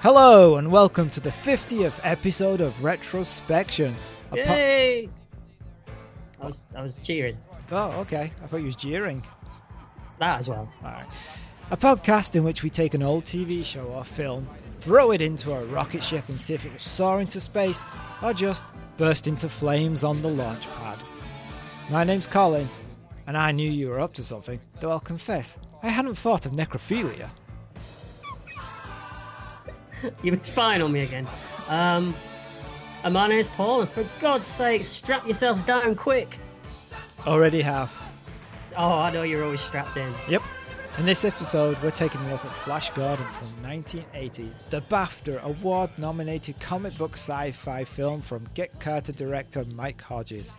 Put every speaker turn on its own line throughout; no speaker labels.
Hello and welcome to the 50th episode of Retrospection. A po-
Yay! I was I was cheering.
oh, okay. I thought you was jeering.
That as well.
All right. A podcast in which we take an old TV show or film, throw it into a rocket ship and see if it will soar into space or just burst into flames on the launch pad. My name's Colin, and I knew you were up to something, though I'll confess, I hadn't thought of necrophilia.
You've been spying on me again. Um, and my name's Paul, and for God's sake, strap yourselves down quick.
Already have.
Oh, I know you're always strapped in.
Yep. In this episode, we're taking a look at Flash Gordon from 1980, the BAFTA award nominated comic book sci fi film from Get Carter director Mike Hodges.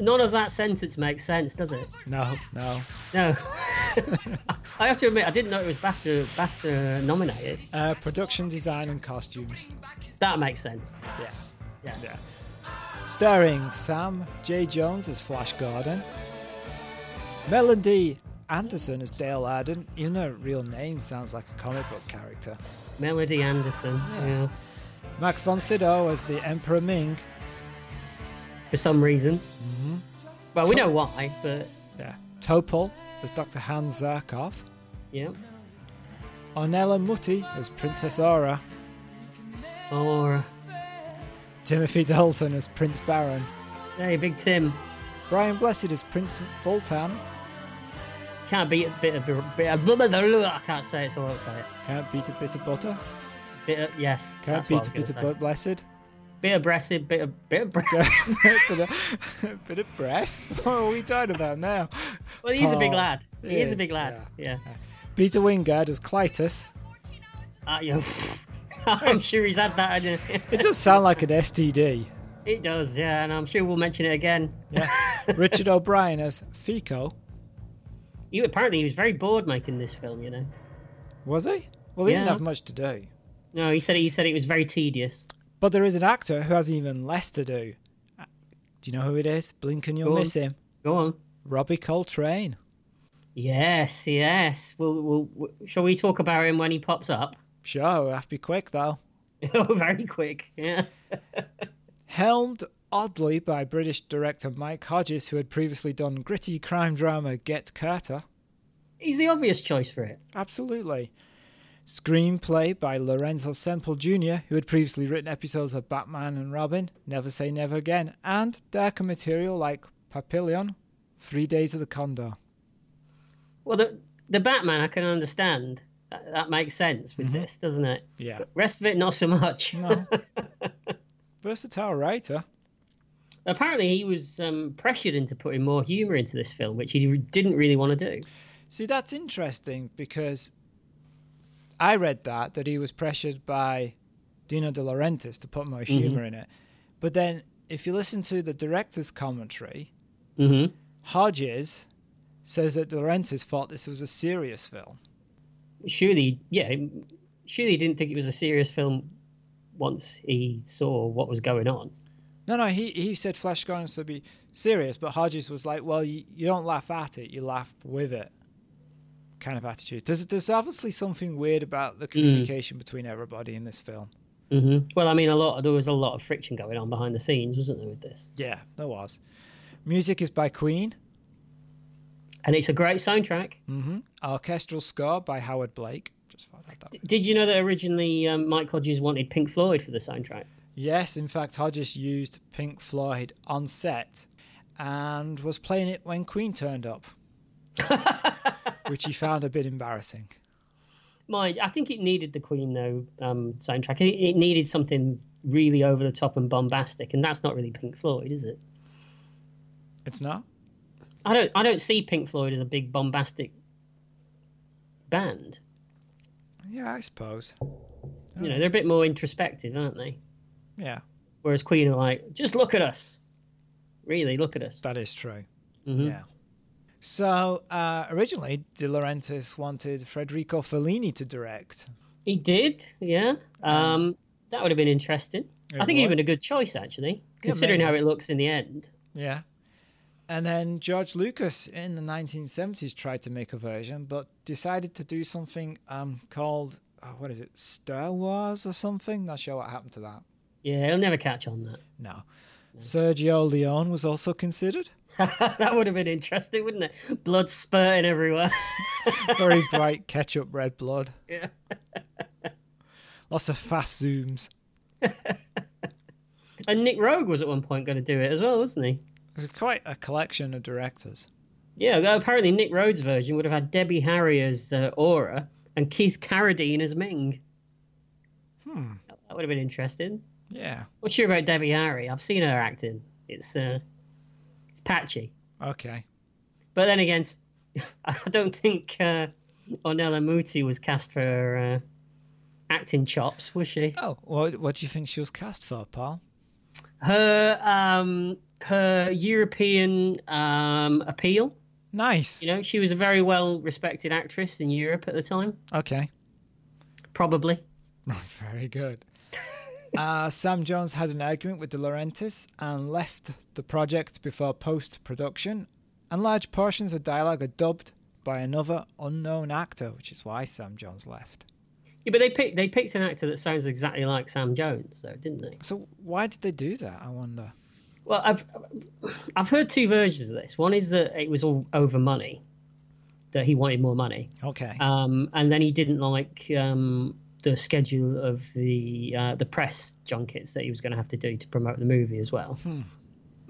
None of that sentence makes sense, does it?
No, no.
No. I have to admit, I didn't know it was BAFTA, BAFTA nominated.
Uh, production design and costumes.
That makes sense.
Yeah,
Yeah.
yeah. Starring Sam J. Jones as Flash Gordon, Melody Anderson as Dale Arden. Even though her real name sounds like a comic book character.
Melody Anderson.
Yeah.
yeah.
Max von Sydow as the Emperor Ming.
For some reason. Mm-hmm. Well, we know why, but
Yeah. Topol as Dr. Hans Zarkov.
yeah.
Ornella Mutti as Princess Aura.
Or,
Timothy Dalton as Prince Baron.
hey, Big Tim.
Brian Blessed as Prince Voltan.
Can't beat a bit of bit of blah, blah, blah, blah. I can't say it, so I won't say it.
Can't beat a bit of butter.
Bit of, yes.
Can't
that's what I
beat a
was
bit of
gonna
bu- blessed.
say. Bit aggressive. Bit of bit of. Bre-
bit, of, bit of breast. What are we talking about now?
well, he's a big
Paul.
lad. He, is, a
Yes,
big lad. Yeah.
Peter Wingard as Clytus.
Ah, yeah. I'm sure he's had that. In
It does sound like an STD.
it does. Yeah, and I'm sure we'll mention it again.
Yeah. Richard O'Brien as Fico.
You apparently he was very bored making this film. You know.
Was he? Well, he didn't
Yeah.
have much to do.
No, he said he said it was very tedious.
But there is an actor who has even less to do. Do you know who it is? Blink and you'll
Go on.
miss him.
Go on.
Robbie Coltrane.
Yes, yes. We'll, we'll, we shall we talk about him when he pops up?
Sure, we'll have to be quick though.
Oh, very quick. Yeah.
Helmed oddly by British director Mike Hodges, who had previously done gritty crime drama Get Carter.
He's the obvious choice for it.
Absolutely. Screenplay by Lorenzo Semple Jr., who had previously written episodes of Batman and Robin, Never Say Never Again, and darker material like Papillon, Three Days of the Condor.
Well, the the Batman I can understand. That, that makes sense with this, doesn't it?
Yeah.
Rest of it, not so much.
No. Versatile writer.
Apparently, he was um, pressured into putting more humour into this film, which he didn't really want to do.
See, that's interesting because I read that that he was pressured by Dino De Laurentiis to put more humor in it, but then if you listen to the director's commentary,
Mm-hmm.
Hodges says that De Laurentiis thought this was a serious film.
Surely, yeah, surely he didn't think it was a serious film once he saw what was going on.
No, no, he he said Flash Gordon's to be serious, but Hodges was like, well, you, you don't laugh at it, you laugh with it. Kind of attitude. There's, there's obviously something weird about the communication between everybody in this film.
hmm Well, I mean, a lot there was a lot of friction going on behind the scenes, wasn't there, with this?
Yeah, there was. Music is by Queen.
And it's a great soundtrack.
hmm Orchestral score by Howard Blake. Just found out that.
Did you know that originally um, Mike Hodges wanted Pink Floyd for the soundtrack?
Yes, in fact, Hodges used Pink Floyd on set and was playing it when Queen turned up, which he found a bit embarrassing.
My, I think it needed the Queen though um, soundtrack. It, it needed something really over the top and bombastic, and that's not really Pink Floyd, is it?
It's not?
I don't, I don't see Pink Floyd as a big bombastic band.
Yeah, I suppose.
You know, they're a bit more introspective, aren't they?
Yeah,
Whereas Queen are like, just look at us, really look at us.
that is true.
Mhm.
Yeah. So uh, originally, De Laurentiis wanted Federico Fellini to direct.
He did, yeah. Um, that would have been interesting. I think
would.
even a good choice actually, considering
maybe.
how it looks in the end.
Yeah. And then George Lucas in the 1970s tried to make a version, but decided to do something um, called oh, what is it, Star Wars or something? Not sure what happened to that.
Yeah, he'll never catch on that.
No.
Mm.
Sergio Leone was also considered.
that would have been interesting, wouldn't it? Blood spurting everywhere.
Very bright ketchup red blood.
yeah.
Lots of fast zooms.
And Nick Rogue was at one point going to do it as well, wasn't he?
There's quite a collection of directors.
Yeah, apparently Nick Rhodes' version would have had Debbie Harry as uh, Aura and Keith Carradine as Ming.
Hmm.
That would have been interesting.
Yeah.
What's your about Debbie Harry? I've seen her acting. It's uh, it's patchy.
Okay.
But then again, I don't think uh, Ornella Muti was cast for uh, acting chops, was she?
Oh, what, what do you think she was cast for, Paul?
Her um, her European um, appeal.
Nice.
You know, she was a very well respected actress in Europe at the time,
Okay.
probably.
Very good. Uh, Sam Jones had an argument with De Laurentiis and left the project before post production, and large portions of dialogue are dubbed by another unknown actor, which is why Sam Jones left.
Yeah, but they picked they picked an actor that sounds exactly like Sam Jones, though, didn't they?
So, why did they do that? I wonder.
Well, I've I've heard two versions of this. One is that it was all over money, that he wanted more money,
Okay.
um, and then he didn't like um, the schedule of the uh, the press junkets that he was going to have to do to promote the movie as well.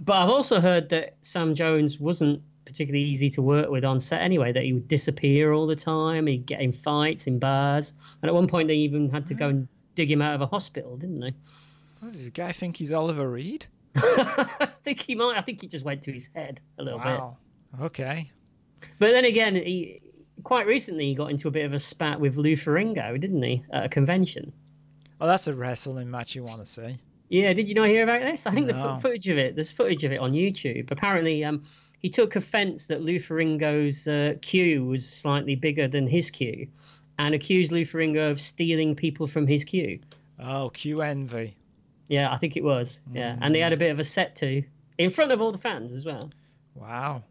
But I've also heard that Sam Jones wasn't particularly easy to work with on set anyway. That he would disappear all the time. He'd get in fights in bars, and at one point they even had to go and dig him out of a hospital, didn't they?
What does this guy think he's Oliver Reed?
I think he might. I think he just went to his head a little bit.
Wow. Okay.
But then again, he quite recently he got into a bit of a spat with Lou Ferringo, didn't he, at a convention?
Well, Oh, that's a wrestling match you want to see.
Yeah, did you not hear about this? I think the
No.
fo- footage of it. There's footage of it on YouTube. Apparently, um, he took offence that Lou Ferringo's uh, queue was slightly bigger than his queue, and accused Lou Ferringo of stealing people from his queue.
Oh, Q Envy.
Yeah, I think it was. Yeah, and they had a bit of a set to in front of all the fans as well.
Wow.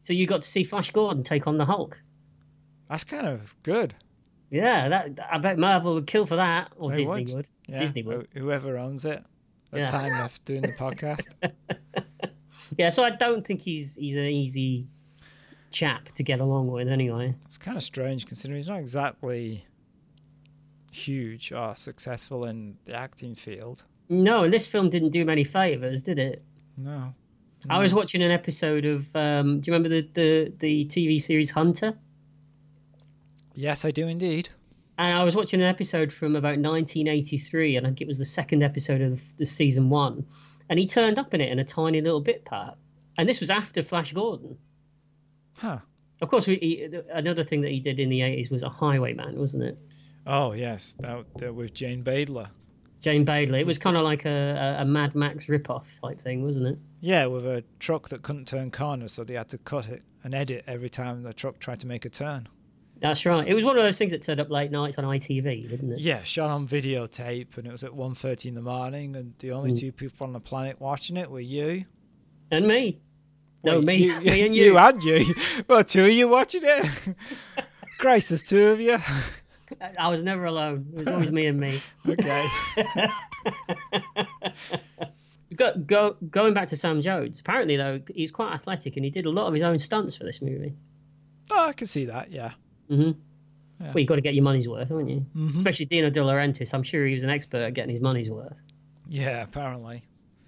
So you got to see Flash Gordon take on the Hulk.
That's kind of good.
Yeah, that I bet Marvel would kill for that, or
They
Disney
would.
would.
Yeah.
Disney would.
wh- Whoever owns it at
Yeah.
time of doing the podcast.
Yeah, so I don't think he's he's an easy chap to get along with anyway.
It's kind of strange considering he's not exactly huge or successful in the acting field.
No, and this film didn't do many favors, did it?
No.
I was watching an episode of um, do you remember the, the the TV series Hunter?
Yes, I do indeed.
And I was watching an episode from about 1983, and I think it was the second episode of the season one. And he turned up in it in a tiny little bit part. And this was after Flash Gordon.
Huh.
Of course, he- he, another thing that he did in the 80s was a Highwayman, wasn't it?
Oh, yes. That, that with Jane Badler.
Jane Bailey. It was
He's
kind of like a, a, a Mad Max ripoff type thing, wasn't it?
Yeah, with a truck that couldn't turn corners, so they had to cut it and edit every time the truck tried to make a turn.
That's right. It was one of those things that turned up late nights on ITV, didn't it?
Yeah, shot on videotape, and it was at 1.30 in the morning, and the
Mm.
only two people on the planet watching it were you.
And me. No,
Wait,
me,
you,
me and you.
you and you. Well, two of you watching it. Christ, there's two of you.
I was never alone. It was always me and me.
Okay.
Go, go, going back to Sam Jones. Apparently, though, he's quite athletic and he did a lot of his own stunts for this movie.
Oh, I can see that. Yeah.
hmm
Mm-hmm. Yeah.
Well, you've got to get your money's worth, haven't you?
Mhm.
Especially Dino De Laurentiis. I'm sure he was an expert at getting his money's worth.
Yeah. Apparently.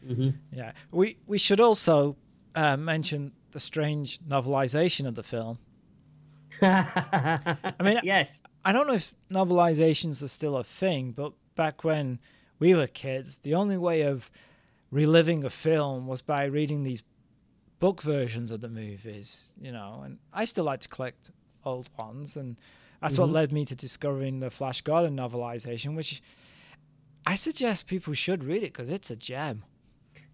hmm
Yeah. We we should also uh, mention the strange novelization of the film. I mean,
yes.
I don't know if novelizations are still a thing, but back when we were kids, the only way of reliving a film was by reading these book versions of the movies, you know. And I still like to collect old ones, and that's what led me to discovering the Flash Gordon novelization, which I suggest people should read it because it's a gem.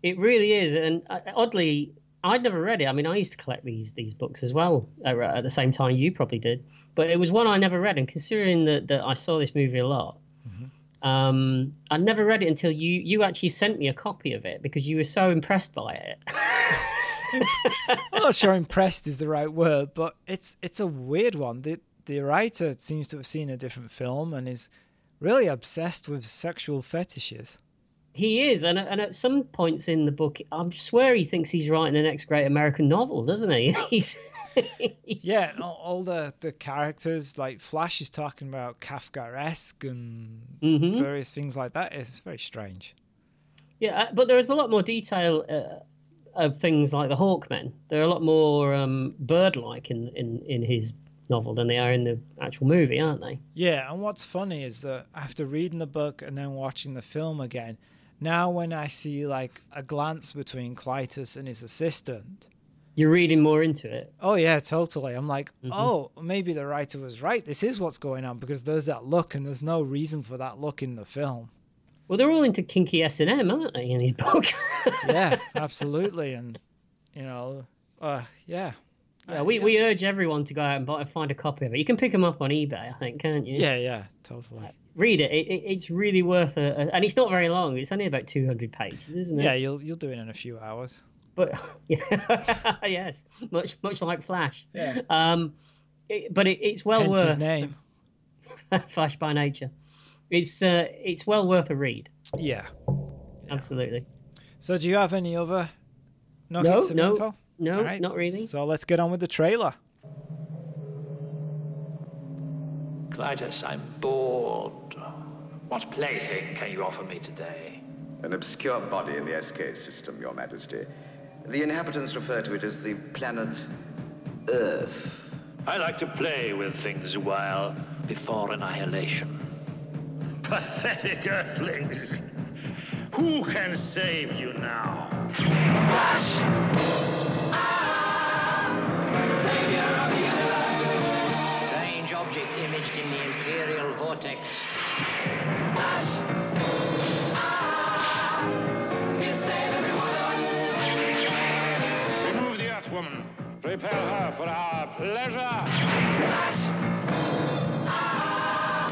It really is, and uh, oddly, I'd never read it. I mean, I used to collect these these books as well uh, at the same time you probably did, but it was one I never read. And considering that, that I saw this movie a lot, um, I never read it until you you actually sent me a copy of it because you were so impressed by it.
I'm not sure impressed is the right word, but it's it's a weird one. The the writer seems to have seen a different film and is really obsessed with sexual fetishes.
He is, and and at some points in the book, I swear he thinks he's writing the next great American novel, doesn't he? He's
Yeah, and all, all the, the characters, like Flash is talking about Kafkaesque and
Mhm.
various things like that. It's very strange.
Yeah, uh, but there is a lot more detail uh, of things like the Hawkmen. They're a lot more um, bird-like in, in in his novel than they are in the actual movie, aren't they?
Yeah, and what's funny is that after reading the book and then watching the film again, now when I see like a glance between Clytus and his assistant,
You're reading more into it.
oh yeah, totally. I'm like,
Mm-hmm.
oh, maybe the writer was right. This is what's going on because there's that look, and there's no reason for that look in the film.
Well, they're all into kinky S and M, aren't they? In his book.
Yeah, absolutely, and you know, uh, yeah,
Yeah, we, we urge everyone to go out and buy, find a copy of it. You can pick them up on eBay, I think, can't you?
yeah, yeah, totally.
Read it. it, it it's really worth a, a- And it's not very long. It's only about 200 pages, isn't it?
Yeah, you'll you'll do it in a few hours.
But yes, much much like Flash.
Yeah.
Um, it, but it, it's well
Hence his
worth
name.
Flash by nature. It's uh, it's well worth a read.
Yeah.
Absolutely.
So, do you have any other nuggets of
no,
info?
no,
All right,
not really.
So let's get on with the trailer.
Clytus, I'm bored. What plaything can you offer me today?
An obscure body in the SK system, Your Majesty. The inhabitants refer to it as the planet Earth.
I like to play with things a while before annihilation.
Pathetic earthlings. Who can save you now?
Strange object imaged in the Imperial Vortex.
Remove the Earth Woman. Prepare her for our pleasure.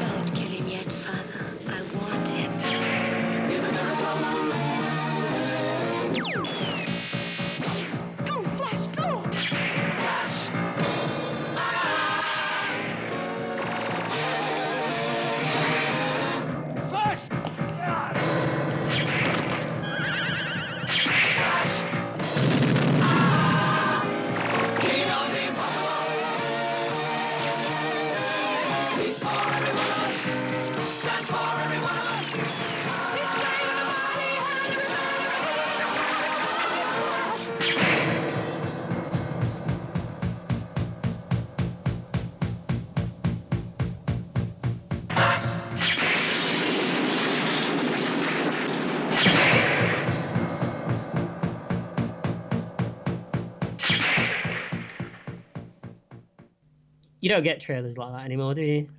Don't kill him yet, Father. I warned him.
Go, Flash, go!
You don't get trailers like that anymore, do you?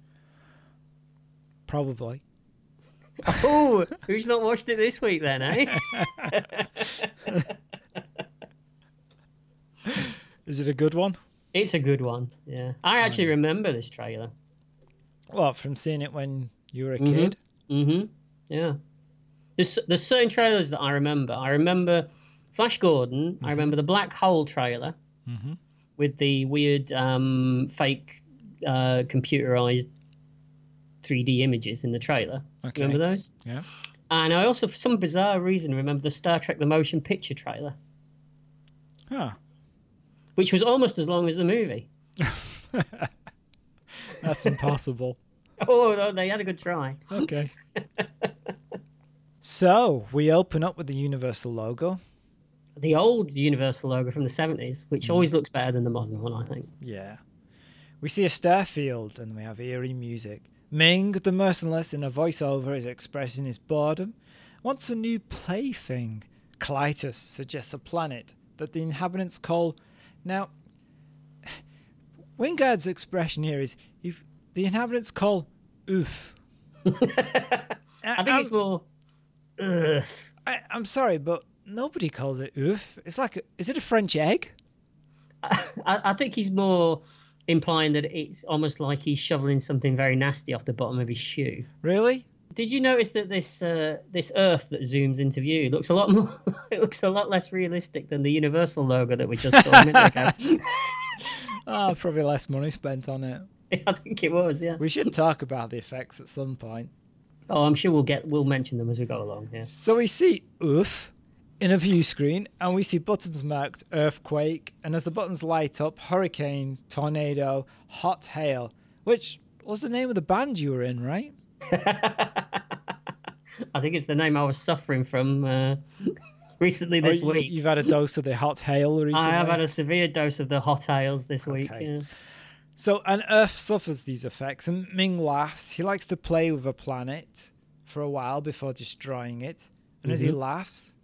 Probably.
Oh, who's not watched it this week then, eh?
Is it a good one?
it's a good one. Yeah, I actually remember this trailer.
Well, from seeing it when you were a kid.
hmm Yeah. There's, there's certain trailers that I remember. I remember Flash Gordon. I remember the Black Hole trailer Mm-hmm. with the weird um, fake uh, computerized 3D images in the trailer.
Okay.
Remember those?
Yeah.
And I also, for some bizarre reason, remember the Star Trek The Motion Picture trailer,
Huh.
which was almost as long as the movie.
That's impossible.
Oh, no, they had a good try.
okay. So we open up with the Universal logo.
The old Universal logo from the 70s, which always looks better than the modern one, I think.
Yeah. We see a star field and we have eerie music. Ming, the merciless, in a voiceover is expressing his boredom. Wants a new plaything. Clytus suggests a planet that the inhabitants call. Now, Wingard's expression here is if the inhabitants call oof.
I think it's more. Ugh.
I, I'm sorry, but nobody calls it oof. It's like, a, is it a French egg?
I, I think he's more implying that it's almost like he's shoveling something very nasty off the bottom of his shoe.
Really?
Did you notice that this uh, this Earth that zooms into view looks a lot more? it looks a lot less realistic than the Universal logo that we just saw a minute ago.
Ah, probably less money spent on it.
I think it was, yeah.
We should talk about the effects at some point.
Oh, I'm sure we'll get we'll mention them as we go along. Yeah.
So we see oof in a view screen, and we see buttons marked earthquake, and as the buttons light up, hurricane, tornado, hot hail, which was the name of the band you were in, right?
I think it's the name I was suffering from uh, recently
Oh,
this
you-
week.
You've had a dose of the hot hail recently.
I have had a severe dose of the hot ales this week.
Okay.
Yeah.
So, and Earth suffers these effects, and Ming laughs. He likes to play with a planet for a while before destroying it. And as he laughs,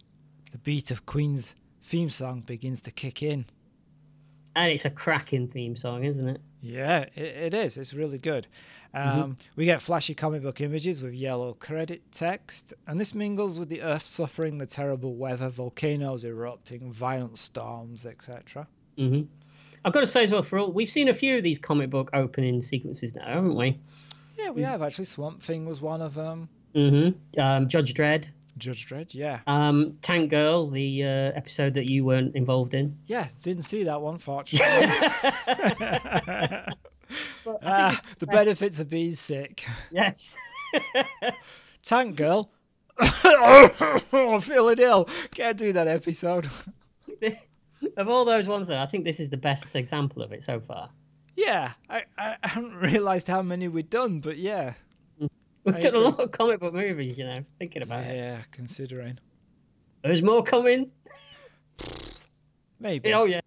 the beat of Queen's theme song begins to kick in.
And it's a cracking theme song, isn't it?
Yeah, it, it is. It's really good. Um, We get flashy comic book images with yellow credit text, and this mingles with the Earth suffering the terrible weather, volcanoes erupting, violent storms, etc.
I've got to say as well, for all we've seen a few of these comic book opening sequences now, haven't we?
Yeah, we have actually. Swamp Thing was one of them.
Mm-hmm. Um, Judge Dredd,
Judge Dredd, yeah.
um, Tank Girl, the uh, episode that you weren't involved in.
Yeah, didn't see that one, fortunately. Ah, the benefits of being sick.
Yes.
Tank Girl. I'm feeling ill. Can't do that episode.
of all those ones, though, I think this is the best example of it so far.
Yeah, I, I hadn't realised how many we'd done, but yeah.
We've
I
done a
agree.
lot of comic book movies, you know, thinking about it.
Yeah, considering.
There's more coming.
Maybe.
Oh, yeah.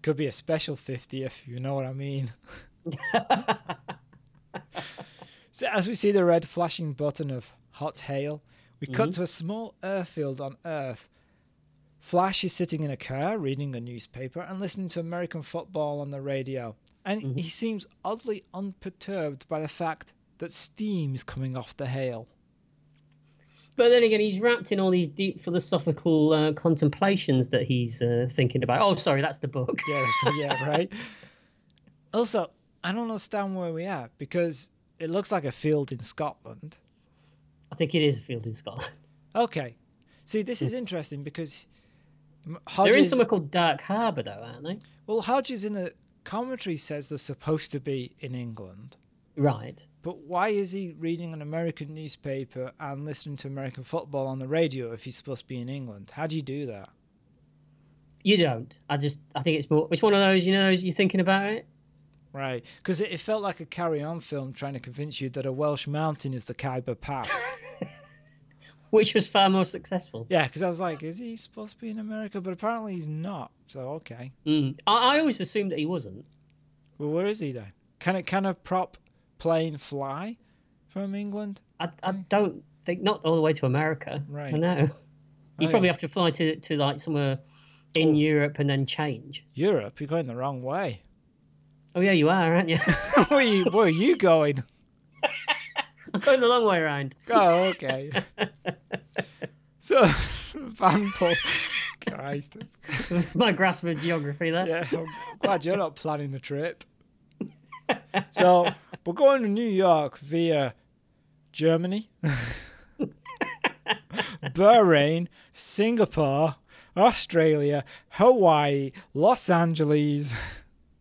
Could be a special 50 if you know what I mean. so, as we see the red flashing button of hot hail, we cut to a small airfield on Earth. Flash is sitting in a car reading a newspaper and listening to American football on the radio. And he seems oddly unperturbed by the fact that steam is coming off the hail.
But then again, he's wrapped in all these deep philosophical uh, contemplations that he's uh, thinking about. Oh, sorry, that's the book.
Yeah, that's- yeah, right. Also, I don't understand where we are because it looks like a field in Scotland.
I think it is Field in Scotland.
Okay. See, this is interesting because M-
They're in
Hodges.
somewhere called Dark Harbour, though, aren't they?
well, Hodges in the commentary says they're supposed to be in England,
Right.
but why is he reading an American newspaper and listening to American football on the radio if he's supposed to be in England? How do you do that?
You don't. I just, I think it's more, it's one of those, you know, those you're thinking about it.
Right, because it, it felt like a carry-on film trying to convince you that a Welsh mountain is the Khyber Pass.
which was far more successful.
yeah, because I was like, is he supposed to be in America? But apparently he's not. So okay,
Mm. I, I always assumed that he wasn't.
well, where is he then? Can it can a prop plane fly from England?
I, I don't think not all the way to America.
Right.
I know. You
Oh,
probably
yeah. Oh.
have to fly to to like somewhere in Europe and then change.
Europe, you're going the wrong way.
Oh yeah, you are, aren't you?
where, are you, where are you going?
I'm going the long way around.
Oh, okay. So, Van Paul. Christ.
My grasp of geography there.
Yeah, I'm glad you're not planning the trip. So, we're going to New York via Germany, Bahrain, Singapore, Australia, Hawaii, Los Angeles.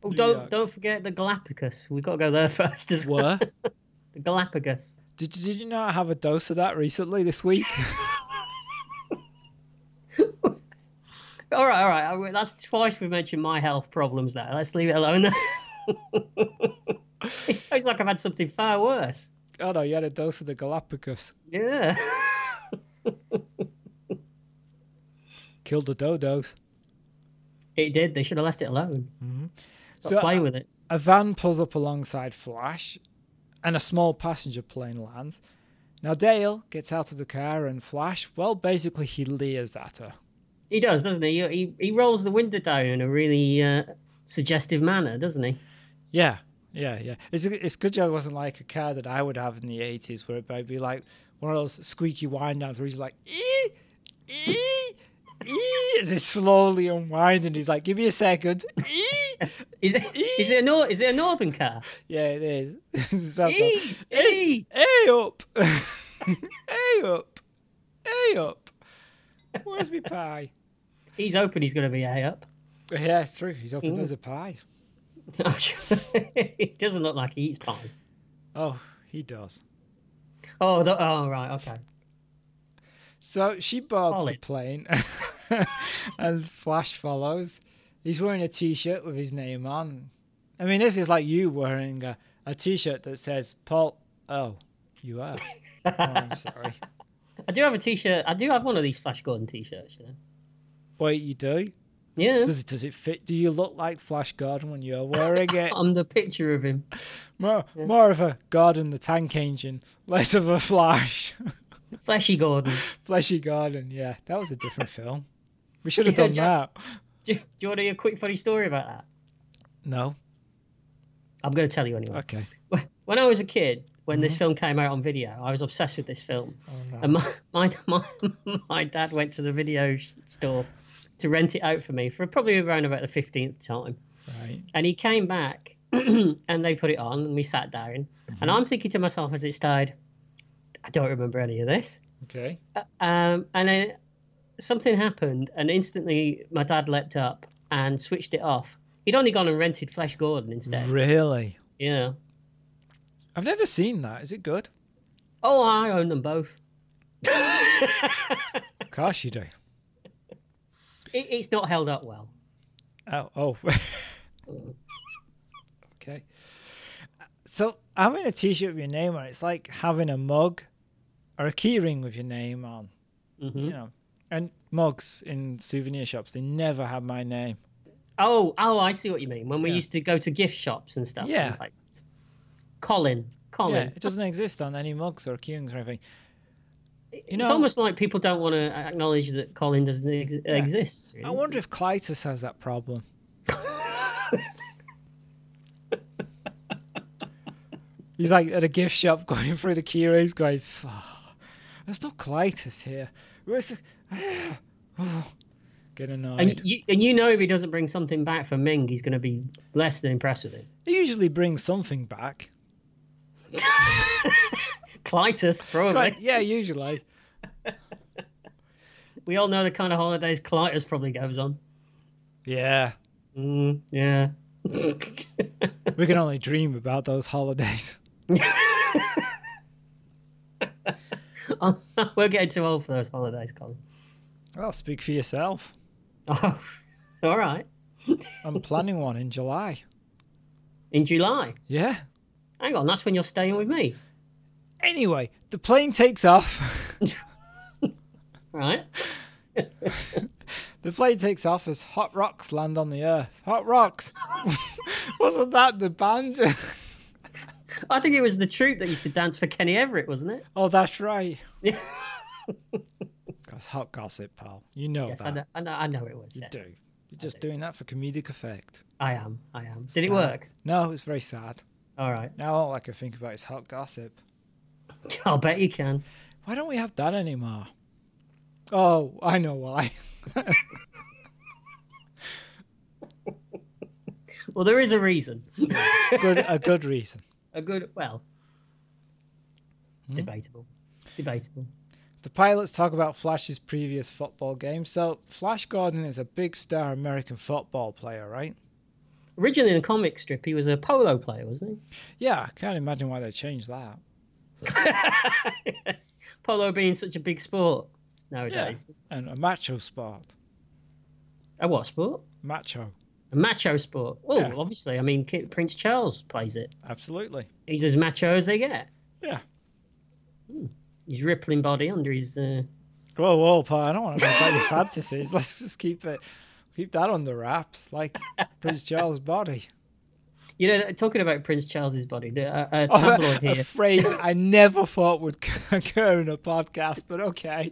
oh,
New
don't
York.
don't forget the Galapagos. We've got to go there first as well.
What?
The Galapagos.
Did, did you not have a dose of that recently this week?
All right, all right. I will- That's twice we mentioned my health problems. There, let's leave it alone. it sounds like I've had something far worse.
Oh no, you had a dose of the Galapagos.
Yeah.
Killed the dodos.
It did. They should have left it alone. Stop
So uh,
playing with it.
a van pulls up alongside Flash, and a small passenger plane lands. Now Dale gets out of the car, and Flash, well, basically he leers at her.
He does, doesn't he? He, he, he rolls the window down in a really uh, suggestive manner, doesn't he?
Yeah, yeah, yeah. It's a, it's a good job it wasn't like a car that I would have in the eighties, where it might be like one of those squeaky wind downs where he's like ee ee ee, as it's slowly unwinding. He's like, give me a second. Ee.
Is it, is it, a, nor- is it a northern car?
Yeah, it is. It sounds like,
Eee!
hey,
Eee!
hey up, hey up, hey up. Where's my pie?
He's open. He's going to be a up.
Yeah, it's true. He's open. There's a pie.
he doesn't look like he eats pies.
Oh, he does.
Oh, the, oh right, okay.
So she boards the
Solid.
plane and Flash follows. He's wearing a t shirt with his name on. I mean, this is like you wearing a, a t shirt that says Paul. Oh, you are. Oh, I'm sorry.
I do have a T-shirt. I do have one of these Flash Gordon T-shirts. You know?
Wait, you do?
Yeah,
Does it, does it fit? Do you look like Flash Gordon when you're wearing it?
I'm the picture of him.
More, more of a Gordon the tank engine, less of a Flash.
Flashy Gordon.
Fleshy Gordon, yeah. That was a different film. We should have
Yeah,
done
Jack-
that.
Do, do you want to hear a quick funny story about that?
No?
I'm going to tell you anyway.
Okay. Mm-hmm.
When I was a kid, when this film came out on video, I was obsessed with this film.
Oh,
And my, my, my, my dad went to the video sh- store to rent it out for me for probably around about the 15th time.
Right.
And he came back and they put it on and we sat down.
Mm-hmm.
And I'm thinking to myself as it started, I don't remember any of this.
Okay.
Um, and then something happened, and instantly my dad leapt up and switched it off. He'd only gone and rented Flash Gordon instead.
Mm-hmm. Really?
Yeah.
I've never seen that. Is it good?
Oh, I own them both.
Of course you do.
It, it's not held up well.
Oh, oh. okay. So having a T-shirt with your name on, it's like having a mug or a key ring with your name on. You know, and mugs in souvenir shops they never have my name.
Oh, oh, I see what you mean. When we
Yeah.
used to go to gift shops and stuff.
Yeah.
and like- Colin,
yeah,
Colin.
it doesn't exist on any mugs or key rings or anything. You know,
it's almost like people don't want to acknowledge that Colin doesn't ex- exist.
I
really.
wonder if Clytus has that problem. He's like at a gift shop going through the key rings going, "Fuck, there's no Clytus here. Where's the... Get annoyed.
And you, and you know if he doesn't bring something back for Ming, he's going to be less than impressed with it.
They usually bring something back.
Clitus, probably.
Like, yeah, usually.
We all know the kind of holidays Clitus probably goes on.
Yeah.
Mm, yeah.
We can only dream about those holidays.
We're getting too old for those holidays, Colin.
Well, speak for yourself.
Oh, all right.
I'm planning one in July.
In July.
Yeah.
Hang on, that's when you're staying with me,
Anyway, the plane takes off.
right?
The plane takes off as hot rocks land on the earth. Hot rocks. Wasn't that the band?
I think it was the troupe that used to dance for Kenny Everett, wasn't it?
oh, that's right.
Yeah.
That's hot gossip, pal. You know
Yes, I
that.
know, I know, I know it was.
You
yes.
do. You're just doing that for comedic effect.
I am. I am. Did
Sad.
it work?
No, it was very sad.
All right.
Now all I can think about is hot gossip.
I'll bet you can.
Why don't we have that anymore? Oh, I know why.
Well, there is a reason.
good, a good reason.
a good, well,
Hmm?
debatable. Debatable.
The pilots talk about Flash's previous football game. So Flash Gordon is a big star American football player, right?
Originally in a comic strip, he was a polo player, wasn't
Yeah, I can't imagine why they changed that.
he? polo being such a big sport nowadays.
And a macho sport.
A what sport?
Macho.
A macho sport. Well,
Yeah.
obviously, I mean, Ki- Prince Charles plays it.
Absolutely.
He's as macho as they get.
Yeah.
His rippling body under his. Uh...
Whoa, whoa, Paul! I don't want to talk about your fantasies. Let's just keep it, keep that on the wraps, like Prince Charles' body.
You know, talking about Prince Charles's body, the, uh, a
Oh,
tabloid
a,
here,
phrase I never thought would occur in a podcast, but okay.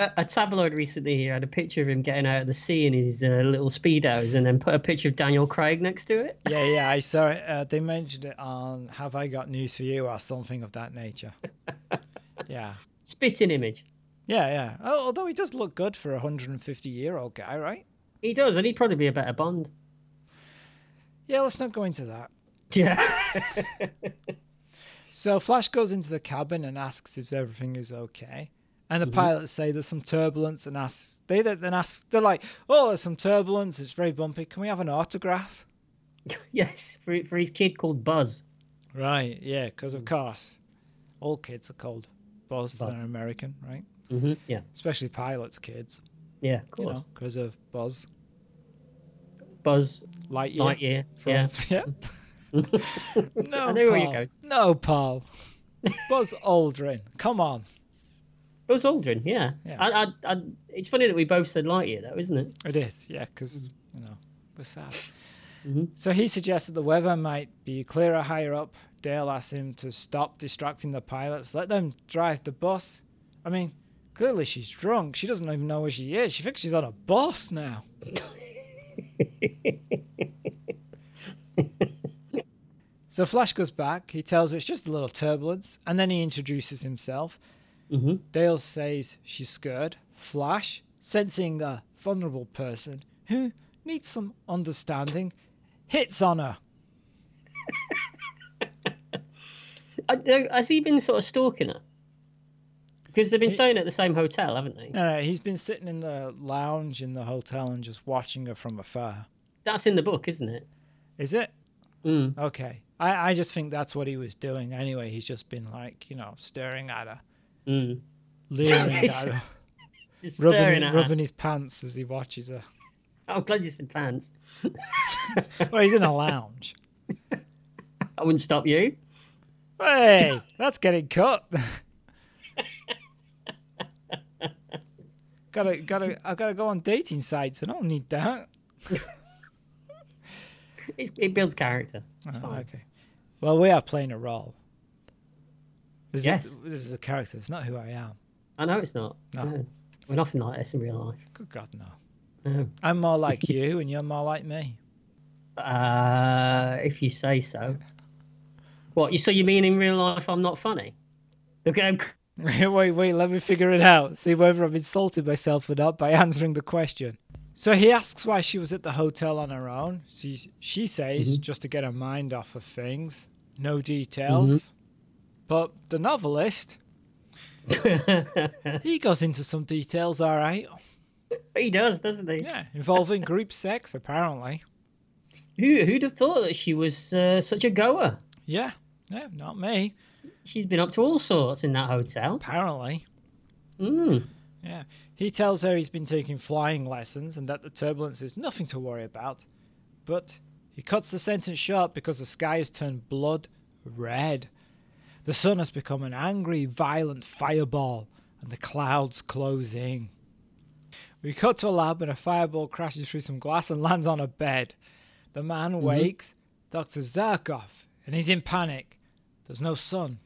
a, a tabloid recently here had a picture of him getting out of the sea in his uh, little speedos, and then put a picture of Daniel Craig next to it.
Yeah, yeah, I saw it. Uh, they mentioned it on "Have I Got News for You" or something of that nature. Yeah,
Spitting image.
yeah, yeah. Oh, although he does look good for a 150-year-old guy, right?
He does, and he'd probably be a better Bond.
Yeah, let's not go into that.
Yeah.
So Flash goes into the cabin and asks if everything is okay. And
Mm-hmm.
the pilots say there's some turbulence and ask they then then ask they're like, Oh, there's some turbulence, it's very bumpy, can we have an autograph?
yes, for, for his kid called Buzz.
Right, yeah, because
Mm.
of course, all kids are called Buzz.
Buzz.
They're American, right?
Mm-hmm. Yeah,
Especially pilots' kids,
yeah, of
you
course.
know, because of Buzz
Buzz
Lightyear.
Lightyear.
from-
Yeah,
yeah. no,
I knew where you
Paul.
go.
No, Paul. Buzz Aldrin. Come on.
Buzz Aldrin. Yeah,
Yeah.
I, I, I, it's funny that we both said Lightyear, though, isn't it?
It is, yeah, because you know we're sad.
Mhm.
So he suggests that the weather might be clearer higher up. Dale asks him to stop distracting the pilots. Let them drive the bus. I mean, clearly she's drunk. She doesn't even know where she is. She thinks she's on a bus now. so Flash goes back. He tells her it's just a little turbulence, and then he introduces himself. Dale says she's scared. Flash, sensing a vulnerable person who needs some understanding, hits on her.
I, no, has he been sort of stalking her? Because they've been staying at the same hotel, haven't they?
No, no, he's been sitting in the lounge in the hotel and just watching her from afar.
That's in the book, isn't it?
Is it?
Mm.
Okay. I, I just think that's what he was doing anyway. He's just been like, you know, staring at her,
Mm.
leering at her,
Just staring
rubbing,
at
his,
her.
rubbing his pants as he watches her.
I'm glad you said pants.
Well, he's in a lounge.
I wouldn't stop you.
Hey, that's getting cut. gotta, gotta, I gotta go on dating sites. I don't need that.
It's, it builds character. It's
Oh,
fine.
okay. Well, we are playing a role. This
Yes.
is this is a character. It's not who I am.
I know it's not.
No.
We're nothing like this in real life.
Good God, no.
No.
I'm more like you, and you're more like me.
Uh, if you say so. What you so you mean in real life I'm not funny? Look at how
wait, wait, wait. Let me figure it out. See whether I've insulted myself or not by answering the question. So he asks why she was at the hotel on her own. She she says just to get her mind off of things. No details. But the novelist, he goes into some details, all right.
he does, doesn't he?
Yeah, involving group sex, apparently.
Who who'd have thought that she was uh, such a goer?
Yeah, yeah, not me.
She's been up to all sorts in that hotel.
Apparently.
Mm.
Yeah. He tells her he's been taking flying lessons and that the turbulence is nothing to worry about. But he cuts the sentence short because the sky has turned blood red. The sun has become an angry, violent fireball, and the clouds close in. We cut to a lab and a fireball crashes through some glass and lands on a bed. The man wakes, Dr. Zarkov, and he's in panic. There's no sun,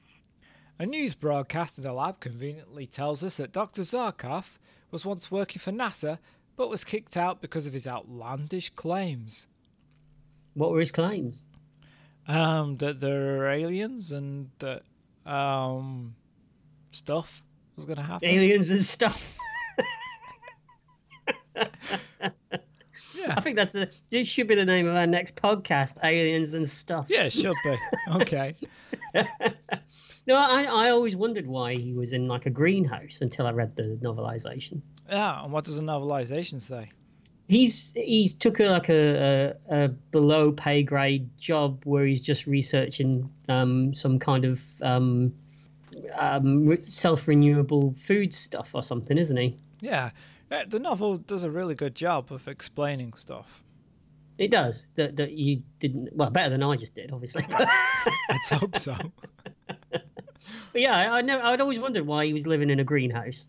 a news broadcast in the lab conveniently tells us that Dr. Zarkov was once working for NASA but was kicked out because of his outlandish claims.
What were his claims?
Um, that there are aliens and that, um, stuff was going to happen.
Aliens and stuff.
Yeah.
I think that's the it should be the name of our next podcast, Aliens and Stuff.
Yeah, it should be. okay.
No, I, I always wondered why he was in like a greenhouse until I read the novelization.
Yeah, and what does a novelization say?
He's he's took a, like a, a, a below pay grade job where he's just researching um, some kind of um, um, self renewable food stuff or something, isn't he?
Yeah. Uh, The novel does a really good job of explaining stuff.
It does that that you didn't well better than I just did, obviously. but
Let's hope so.
yeah, I, I know I'd always wondered why he was living in a greenhouse,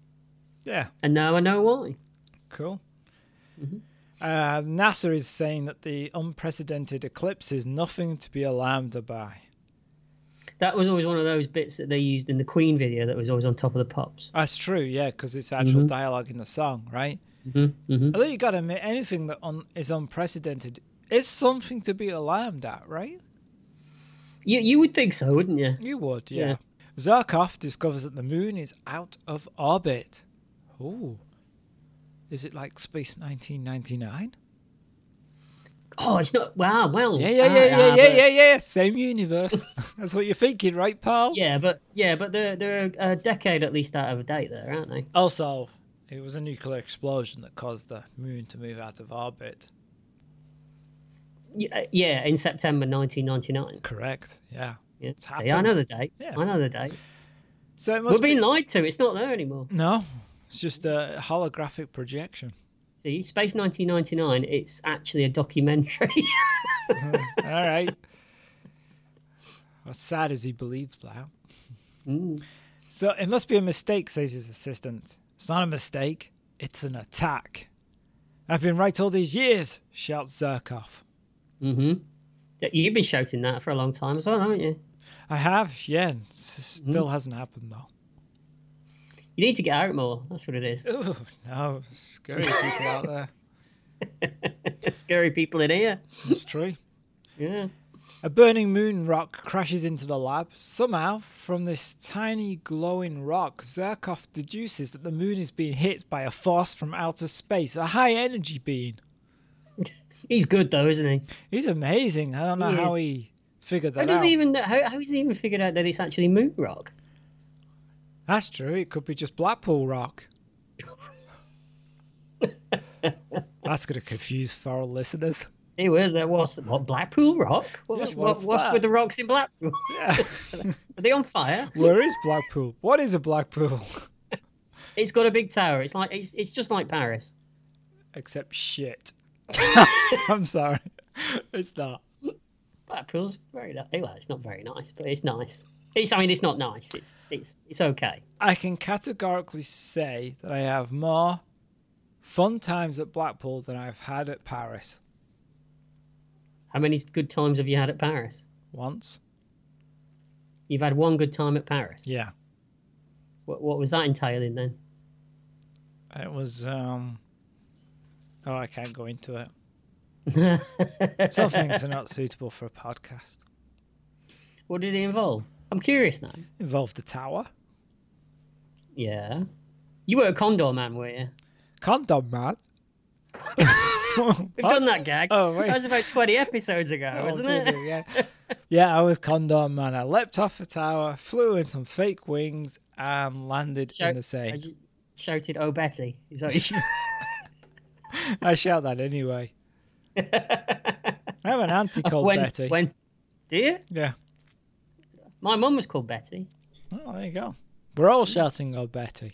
Yeah.
and now I know why.
Cool.
Mm-hmm.
Uh, NASA is saying that the unprecedented eclipse is nothing to be alarmed by.
That was always one of those bits that they used in the Queen video that was always on top of the pops.
That's true, yeah, because it's actual dialogue in the song, right?
Mm-hmm. hmm
Although you got to admit, anything that un- is unprecedented is something to be alarmed at, right?
You you would think so, wouldn't you?
You would, yeah.
Yeah.
Zarkov discovers that the moon is out of orbit. Ooh. Is it like Space 1999?
Oh, it's not. Wow. Well.
Yeah, yeah,
ah,
yeah, yeah,
ah,
yeah,
but-
yeah, yeah. Same universe. That's what you're thinking, right, pal?
Yeah, but yeah, but they're they're a decade at least out of date there, aren't they?
Also, it was a nuclear explosion that caused the moon to move out of orbit.
y- yeah, in September 1999.
Correct. Yeah.
Yeah,
It's
See, I know the
happened.
date.
Yeah.
I know the date.
So it must
We're
be
being lied to. It's not there anymore.
no. It's just a holographic projection.
See, Space 1999. It's actually a documentary.
All right. What's sad is he believes that.
Mm.
So it must be a mistake, says his assistant. It's not a mistake. It's an attack. I've been right all these years, shouts Zerkov.
hmm You've been shouting that for a long time as well, haven't you?
I have, yeah. s- Still hasn't happened though.
You need to get out more. That's what it is.
Oh no, scary people out there.
Scary people in here.
That's true.
Yeah.
A burning moon rock crashes into the lab. Somehow, from this tiny glowing rock, Zerkov deduces that the moon is being hit by a force from outer space, a high energy being.
He's good though, isn't he?
He's amazing. I don't know
He
how
is.
he figured
How
that
does
out.
he even how how's he even figured out that it's actually moon rock?
That's true. It could be just Blackpool rock. That's going to confuse foreign listeners.
Hey, where's that? What's what Blackpool rock? What,
Yeah,
what,
what's
what's
that?
with the rocks in Blackpool?
Yeah.
Are they on fire?
Where is Blackpool? What is a Blackpool?
It's got a big tower. It's like it's, it's just like Paris.
Except shit. I'm sorry. It's not.
Blackpool's very ni- eh, well. It's not very nice, but it's nice. It's I mean it's not nice. It's it's it's okay.
I can categorically say that I have more fun times at Blackpool than I've had at Paris.
How many good times have you had at Paris?
Once?
You've had one good time at Paris.
Yeah.
What, what was that entailing then?
It was, um. Oh, I can't go into it. Some things are not suitable for a podcast.
What did it involve? I'm curious now.
Involved a tower.
Yeah. You were a condor man, were you?
Condom man.
We've done that gag.
Oh, wait.
That was about 20 episodes ago,
Oh,
wasn't
did
it?
you? Yeah. yeah, I was condom man. I leapt off a tower, flew in some fake wings, and landed in
Shout-
the
I
sea.
ju- shouted, Oh, Betty. Is that what you-
I shout that anyway. I have an auntie called
when,
Betty.
When? Do you?
Yeah.
My mum was called Betty.
Oh, there you go. We're all shouting "Oh Betty"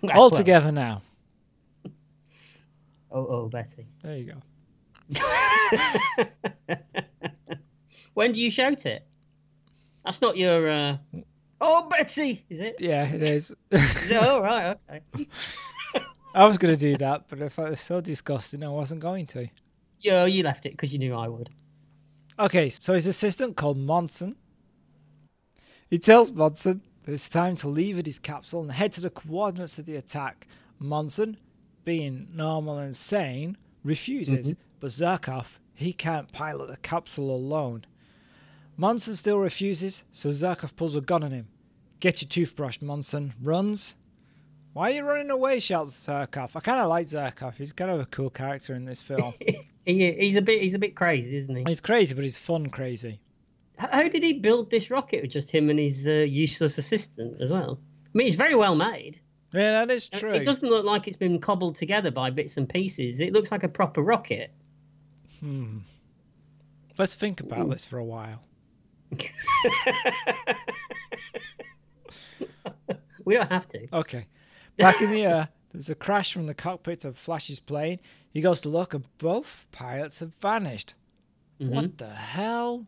Well,
all together now.
Oh, oh, Betty.
There you go.
When do you shout it? That's not your. Uh... Oh, Betty! Is it?
Yeah, it is.
Is it? Oh, right, okay.
I was going to do that, but if I was so disgusting, I wasn't going to.
Yo, you left it because you knew I would.
Okay, so his assistant called Monson. He tells Monson that it's time to leave at his capsule and head to the coordinates of the attack. Monson, being normal and sane, refuses, but Zarkov, he can't pilot the capsule alone. Monson still refuses, so Zarkov pulls a gun on him. Get your toothbrush, Monson. Runs. Why are you running away? shouts Zarkov. I kind of like Zarkov. He's kind of a cool character in this film.
He, he's a bit he's a bit crazy, isn't he?
he's crazy, but he's fun crazy.
H- How did he build this rocket with just him and his uh, useless assistant as well? I mean, it's very well made.
Yeah, that is true.
It doesn't look like it's been cobbled together by bits and pieces. It looks like a proper rocket.
Let's think about this for a while.
We don't have to.
Okay. Back in the air, there's a crash from the cockpit of Flash's plane. He goes to look, and both pilots have vanished. What the hell?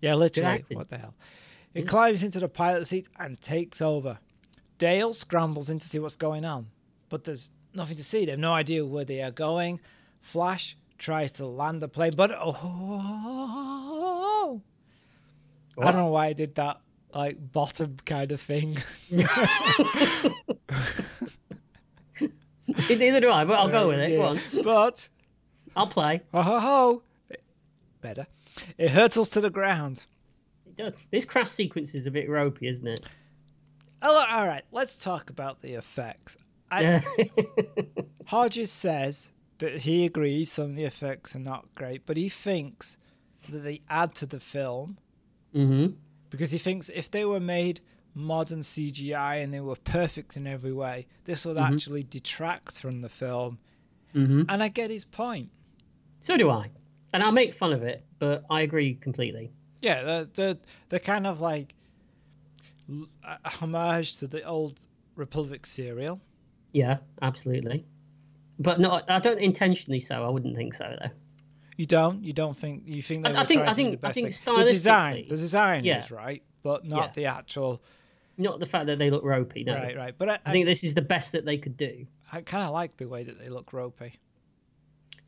Yeah, literally,
acting.
what the hell? He climbs into the pilot seat and takes over. Dale scrambles in to see what's going on, but there's nothing to see. They have no idea where they are going. Flash tries to land the plane, but oh, I don't know why I did that like bottom kind of thing.
Neither do I, but I'll go with it. Go on.
But
I'll play.
ho ho ho, better. It hurtles to the ground.
This crash sequence is a bit ropey, isn't it?
Oh, all right, let's talk about the effects. I,
Yeah.
Hodges says that he agrees some of the effects are not great, but he thinks that they add to the film
hmm
because he thinks if they were made modern CGI and they were perfect in every way, this would actually detract from the film. And I get his point.
So do I. And I'll make fun of it, but I agree completely.
Yeah, they're, they're, they're kind of like l- a homage to the old Republic serial.
Yeah, absolutely. But no, I don't intentionally so. I wouldn't think so though.
You don't. You don't think you think they
I-
were
I think-
trying
I
to do the
think- I
best
think
thing. The design,
stylistically-
the design
Yeah.
is right, but not
Yeah.
the actual.
Not the fact that they look ropey. No.
Right, right. But I,
I think this is the best that they could do.
I, kind of like the way that they look ropey.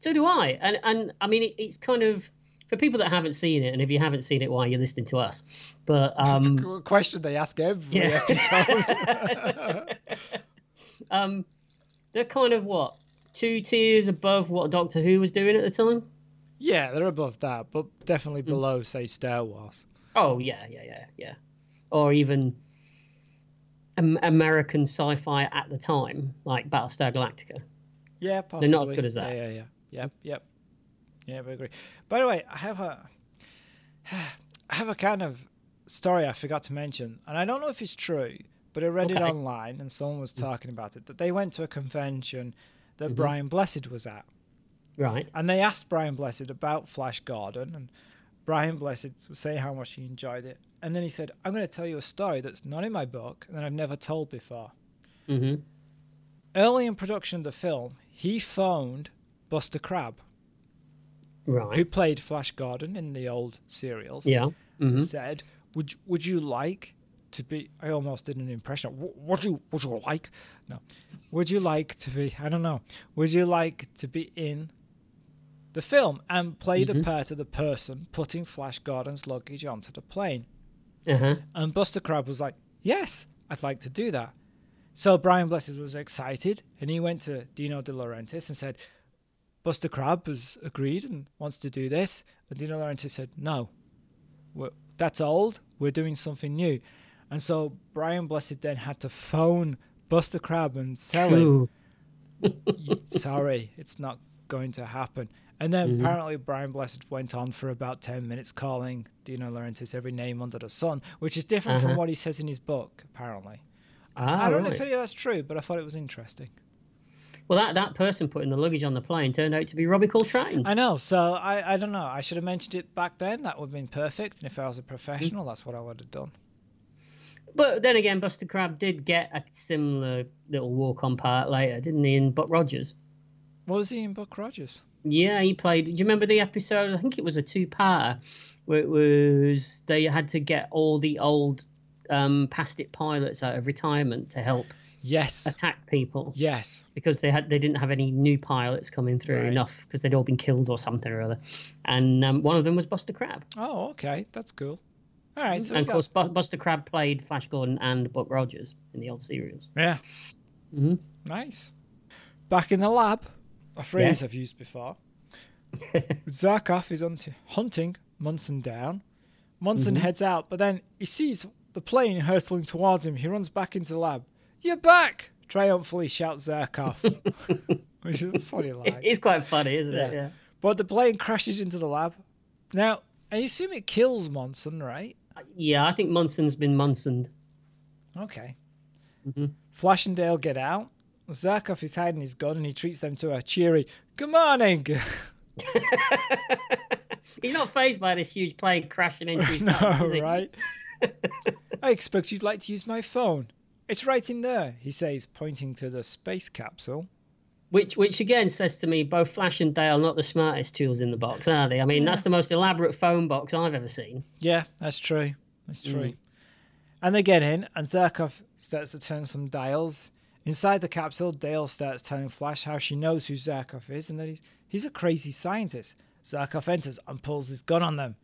So do I. And and I mean, it, it's kind of for people that haven't seen it, and if you haven't seen it, why you're listening to us. But um,
Qu- Question they ask every
Yeah.
episode.
um, they're kind of what two tiers above what Doctor Who was doing at the time.
yeah, they're above that, but definitely
Mm.
below, say, Star Wars.
Oh yeah, yeah, yeah, yeah. Or even Am- American sci-fi at the time, like Battlestar Galactica.
Yeah,
as
possibly.
good as that.
Yeah, yeah, yeah. Yep, yep. Yeah, I agree. By the way, I have a, I have a kind of story I forgot to mention, and I don't know if it's true, but I read it
Okay. Mm.
online, and someone was talking about it that they went to a convention that
Mm-hmm.
Brian Blessed was at,
Right.
and they asked Brian Blessed about Flash Gordon, and Brian Blessed was saying how much he enjoyed it, and then he said, "I'm going to tell you a story that's not in my book and that I've never told before."
hmm
Early in production of the film, he phoned Buster Crab. who
Right.
played Flash Gordon in the old serials,
Yeah. hmm
said, "Would you- would you like to be?" I almost did an impression. "Wh- Would you would you like? No, would you like to be? I don't know. Would you like to be in the film and play the part of the person putting Flash Gordon's luggage onto the plane?
Uh-huh.
And Buster Crab was like, "Yes, I'd like to do that." So Brian Blessed was excited, and he went to Dino De Laurentiis and said, "Buster Crab has agreed and wants to do this." And Dino De Laurentiis said, "No, we that's old. We're doing something new." And so Brian Blessed then had to phone Buster Crab and sell him,
Ooh.
"Sorry, it's not going to happen." And then apparently Brian Blessed went on for about ten minutes calling Dino De Laurentiis every name under the sun, which is different from what he says in his book, apparently.
Ah,
I don't know
right.
if any of that's true, but I thought it was interesting.
Well, that, that person putting the luggage on the plane turned out to be Robbie Coltrane.
I know, so I, I don't know. I should have mentioned it back then. That would have been perfect. And if I was a professional, that's what I would have done.
But then again, Buster Crab did get a similar little walk on part later, didn't he, in Buck Rogers?
What was he in Buck Rogers?
Yeah, he played. Do you remember the episode? I think it was a two parter where it was they had to get all the old um, past it pilots out of retirement to help
Yes.
attack people
Yes.
because they had they didn't have any new pilots coming through
Right.
enough because they'd all been killed or something or other. And um, one of them was Buster Crab.
Oh, okay. That's cool. All right. So we
and of
got-
course, Bu- Buster Crab played Flash Gordon and Buck Rogers in the old serials.
Yeah.
Mhm.
Nice. Back in the lab, a phrase
Yeah.
I've used before. Zarkov is hunt- hunting Munson down. Munson
Mm-hmm.
heads out, but then he sees the plane hurtling towards him. He runs back into the lab. You're back! Triumphantly shouts Zarkov, which is a funny line.
It's quite funny, isn't it?
Yeah.
Yeah.
But the plane crashes into the lab. Now, I assume it kills Munson, right?
Yeah, I think Munson's been Munsoned.
Okay. Flash and Dale get out. Zarkov is hiding his gun and he treats them to a cheery good morning.
He's not phased by this huge plane crashing into his house,
no,
is he?
right? I expect you'd like to use my phone. It's right in there, he says, pointing to the space capsule.
Which, which again says to me, both Flash and Dale are not the smartest tools in the box, are they? I mean, that's the most elaborate phone box I've ever seen.
Yeah, that's true. That's true. And they get in, and Zerkov starts to turn some dials. Inside the capsule, Dale starts telling Flash how she knows who Zerkov is and that he's, he's a crazy scientist. Zerkov enters and pulls his gun on them.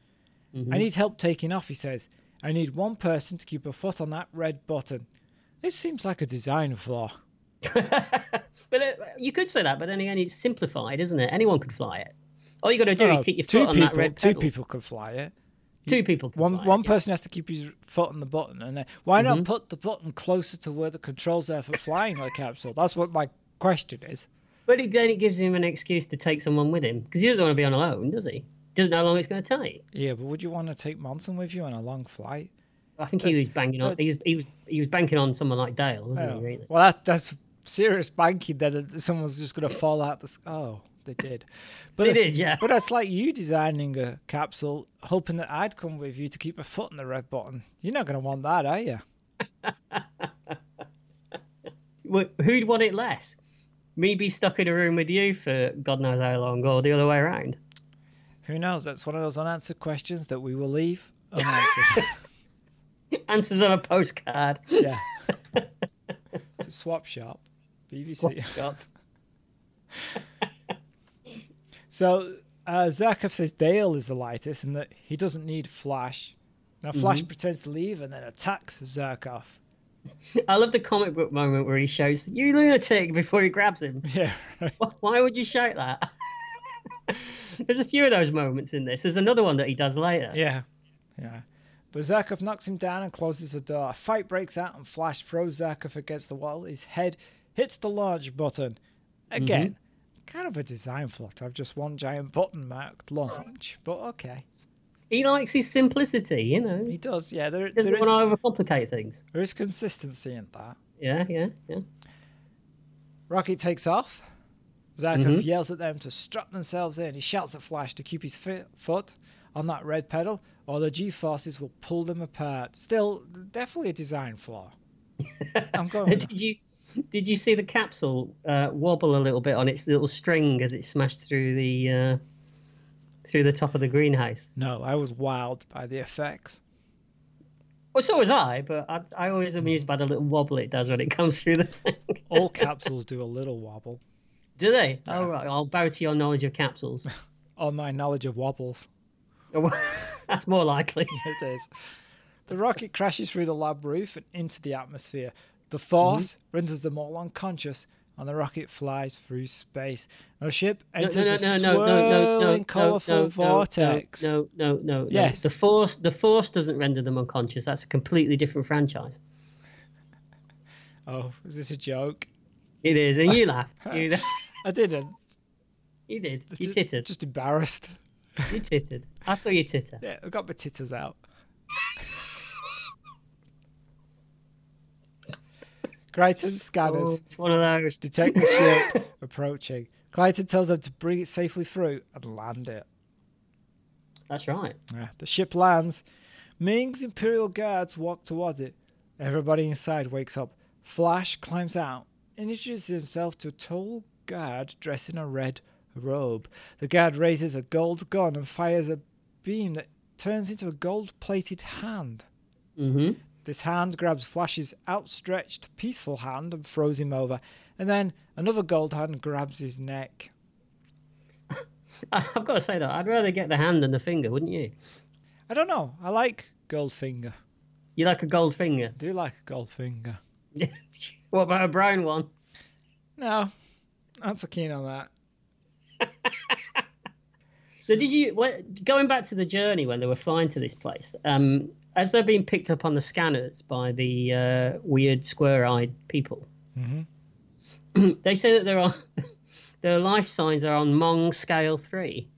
I need help taking off, he says. I need one person to keep a foot on that red button. This seems like a design flaw.
But uh, you could say that, but then again, it's simplified, isn't it? Anyone could fly it. All you got to do
No,
is keep your
two
foot on
people,
that red
two
pedal.
people could fly it.
Two people can
One
fly
one
it, yeah.
person has to keep his foot on the button, and then why not put the button closer to where the controls are for flying the capsule? That's what my question is.
But it, then it gives him an excuse to take someone with him because he doesn't want to be on alone, does he? Doesn't know how long it's going to take.
Yeah, but would you want to take Monson with you on a long flight?
I think he was banging on. He was he was he was banking on someone like Dale, wasn't
Oh,
he? Really?
Well, that, that's serious banking. Then that someone's just going to fall out the. s- Oh, They did. But
They did, yeah.
But that's like you designing a capsule, hoping that I'd come with you to keep a foot in the red button. You're not going to want that, are you?
Wh- Who'd want it less? Me be stuck in a room with you for God knows how long, or the other way around.
Who knows? That's one of those unanswered questions that we will leave unanswered.
Answers on a postcard.
yeah. It's a swap shop. BBC.
Shop.
So uh, Zarkov says Dale is the lightest and that he doesn't need Flash. Now Flash pretends to leave and then attacks Zarkov.
I love the comic book moment where he shouts, "You lunatic!" before he grabs him.
Yeah, right.
Wh- Why would you shout that? There's a few of those moments in this. There's another one that he does later.
yeah, yeah. But Zarkov knocks him down and closes the door. A fight breaks out and Flash throws Zarkov against the wall. His head hits the launch button. Again, kind of a design flaw to have just one giant button marked launch, but okay.
He likes his simplicity, you know.
He
He
does, yeah. There,
doesn't
there, is,
want to overcomplicate things.
there is consistency in that.
Yeah, yeah, yeah.
Rocket takes off. Zarkov yells at them to strap themselves in. He shouts at Flash to keep his fi- foot on that red pedal, or the G forces will pull them apart. Still, definitely a design flaw. I'm going. With that.
did you did you see the capsule uh, wobble a little bit on its little string as it smashed through the uh, through the top of the greenhouse?
No, I was wowed by the effects.
Well, so was I, but I, I always amused by the little wobble it does when it comes through the thing.
All capsules do a little wobble.
Do they? Oh right, I'll bow to your knowledge of capsules.
On my knowledge of wobbles,
That's more likely.
it is. The rocket crashes through the lab roof and into the atmosphere. The
Mm-hmm.
force renders them all unconscious, and the rocket flies through space. The ship enters a swirling, colourful vortex.
No, no, no, no.
Yes.
The force, the force doesn't render them unconscious. That's a completely different franchise.
Oh, is this a joke?
It is, and you laughed. You,
I didn't.
you did. You
Ju-
tittered.
Just embarrassed.
You tittered. I saw you titter.
Yeah, I got my titters out. Crichton's scanners
Oh, it's one of those.
detect the ship approaching. Crichton tells them to bring it safely through and land it.
That's right.
Yeah, The ship lands. Ming's Imperial guards walk towards it. Everybody inside wakes up. Flash climbs out, introduces himself to a tall guard dressed in a red robe. The guard raises a gold gun and fires a beam that turns into a gold plated hand.
hmm
This hand grabs Flash's outstretched, peaceful hand and throws him over, and then another gold hand grabs his neck.
I've got to say that I'd rather get the hand than the finger, wouldn't you?
I don't know, I like Goldfinger.
You like a gold finger.
I do like Goldfinger.
what about a brown one?
No, not so keen on that.
So did you what, going back to the journey when they were flying to this place? Um, as they're being picked up on the scanners by the uh, weird square-eyed people, they say that there are their life signs are on Mong scale three.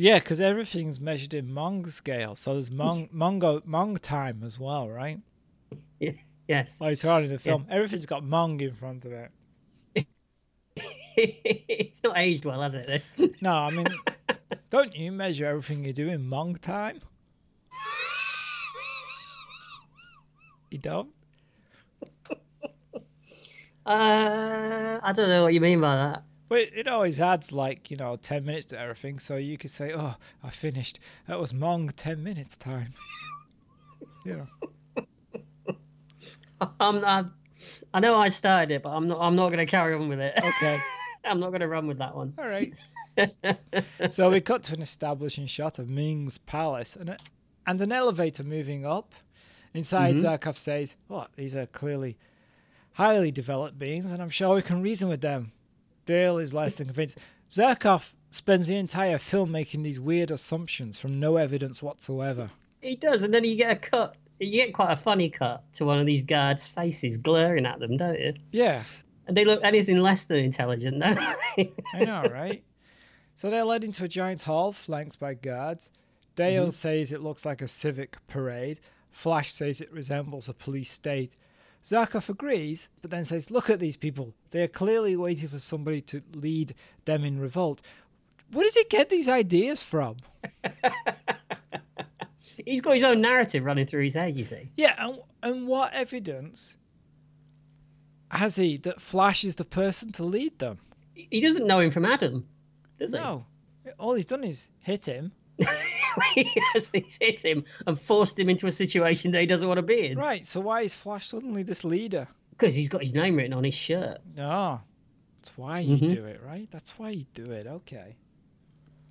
Yeah, because everything's measured in Mong scale, so there's Mong Mongo Mong time as well, right?
yes,
Later on in the film,
Yes.
everything's got Mong in front of it.
it's not aged well, has it? This
No, I mean, don't you measure everything you do in Mong time? You don't?
uh, I don't know what you mean by that.
Well, it- it always adds like you know ten minutes to everything, so you could say, "Oh, I finished. That was Mong ten minutes time." you know.
I'm, i I know I started it, but I'm not. I'm not going to carry on with it.
Okay.
I'm not going to run with that one.
All right. so we cut to an establishing shot of Ming's palace and, a, and an elevator moving up. Inside, Zarkov says, What? these are clearly highly developed beings, and I'm sure we can reason with them. Dale is less than convinced. Zarkov spends the entire film making these weird assumptions from no evidence whatsoever.
He does, and then you get a cut. You get quite a funny cut to one of these guards' faces glaring at them, don't you?
Yeah,
And they look anything less than intelligent, don't they?
I know, right? so they're led into a giant hall flanked by guards. Dale says it looks like a civic parade. Flash says it resembles a police state. Zarkov agrees, but then says, Look at these people. They are clearly waiting for somebody to lead them in revolt. Where does he get these ideas from?
He's got his own narrative running through his head, you see.
Yeah, and, and what evidence has he that Flash is the person to lead them?
He doesn't know him from Adam, does he?
No. All he's done is hit him.
he has he's hit him and forced him into a situation that he doesn't want to be in.
Right, so why is Flash suddenly this leader?
Because he's got his name written on his shirt.
Oh, that's why you
Mm-hmm.
do it, right? That's why you do it. Okay.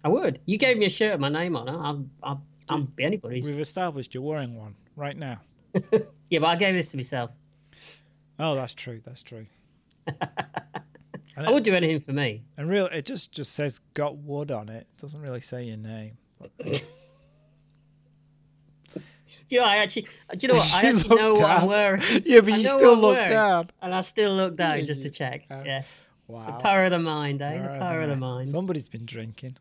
I would. You gave me a shirt with my name on it. I'm, I'm, I'm be anybody's.
We've established you're wearing one right now.
Yeah, but I gave this to myself.
Oh, that's true. That's true.
I would do anything for me.
And real, it just just says got wood on it. Doesn't really say your name.
Yeah, I actually. Do you know what? I
You
actually know
looked
what I'm
down.
wearing.
Yeah, but
I
you
know
still
what I'm
look
wearing,
down.
And I still look down
Yeah,
just to
you-
check.
uh,
yes. The
Wow.
power of the mind, eh? The power of the mind.
Somebody's been drinking.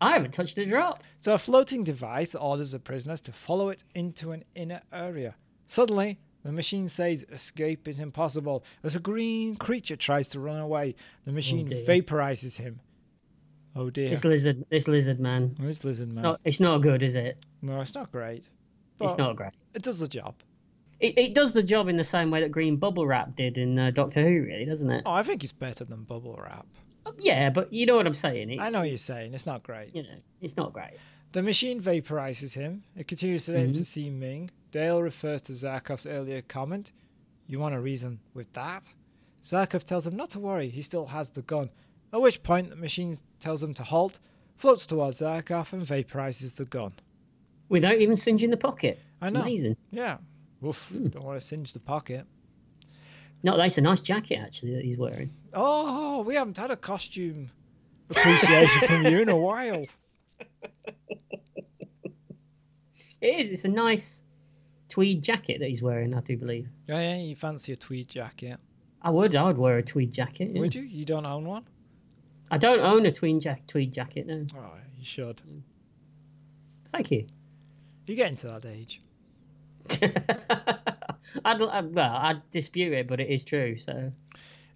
I haven't touched a drop.
So a floating device orders the prisoners to follow it into an inner area. Suddenly, the machine says escape is impossible as a green creature tries to run away. The machine
Oh, dear.
vaporizes him. Oh dear.
This lizard, this lizard man.
This lizard man.
Not, it's not good, is it?
no, it's not great.
It's
But
not great.
It does the job.
It, it does the job in the same way that green bubble wrap did in uh, Doctor Who, really, doesn't it?
Oh, I think it's better than bubble wrap.
Yeah, but you know what I'm saying. It,
Oh. I know what you're saying. It's not great.
You know, it's not great.
The machine vaporizes him. It continues to
Mm-hmm.
aim to see Ming. Dale refers to Zarkov's earlier comment. You want a reason with that? Zarkov tells him not to worry, he still has the gun. At which point, the machine tells him to halt, floats towards Zarkov, and vaporizes the gun.
Without even singeing the pocket.
I know.
Amazing.
Yeah. Oof,
Hmm.
don't want to singe the pocket.
No, that's a nice jacket actually that he's wearing.
Oh, we haven't had a costume appreciation from you in a while.
It is. It's a nice tweed jacket that he's wearing. I do believe.
Yeah, yeah, you fancy a tweed jacket.
I would. I would wear a tweed jacket. yeah.
Would you? You don't own one?
I don't own a tweed jack tweed jacket. No.
Oh, you should.
Mm. Thank you.
You're getting to that age.
I'd, I, well, I'd dispute it, but it is true. So
In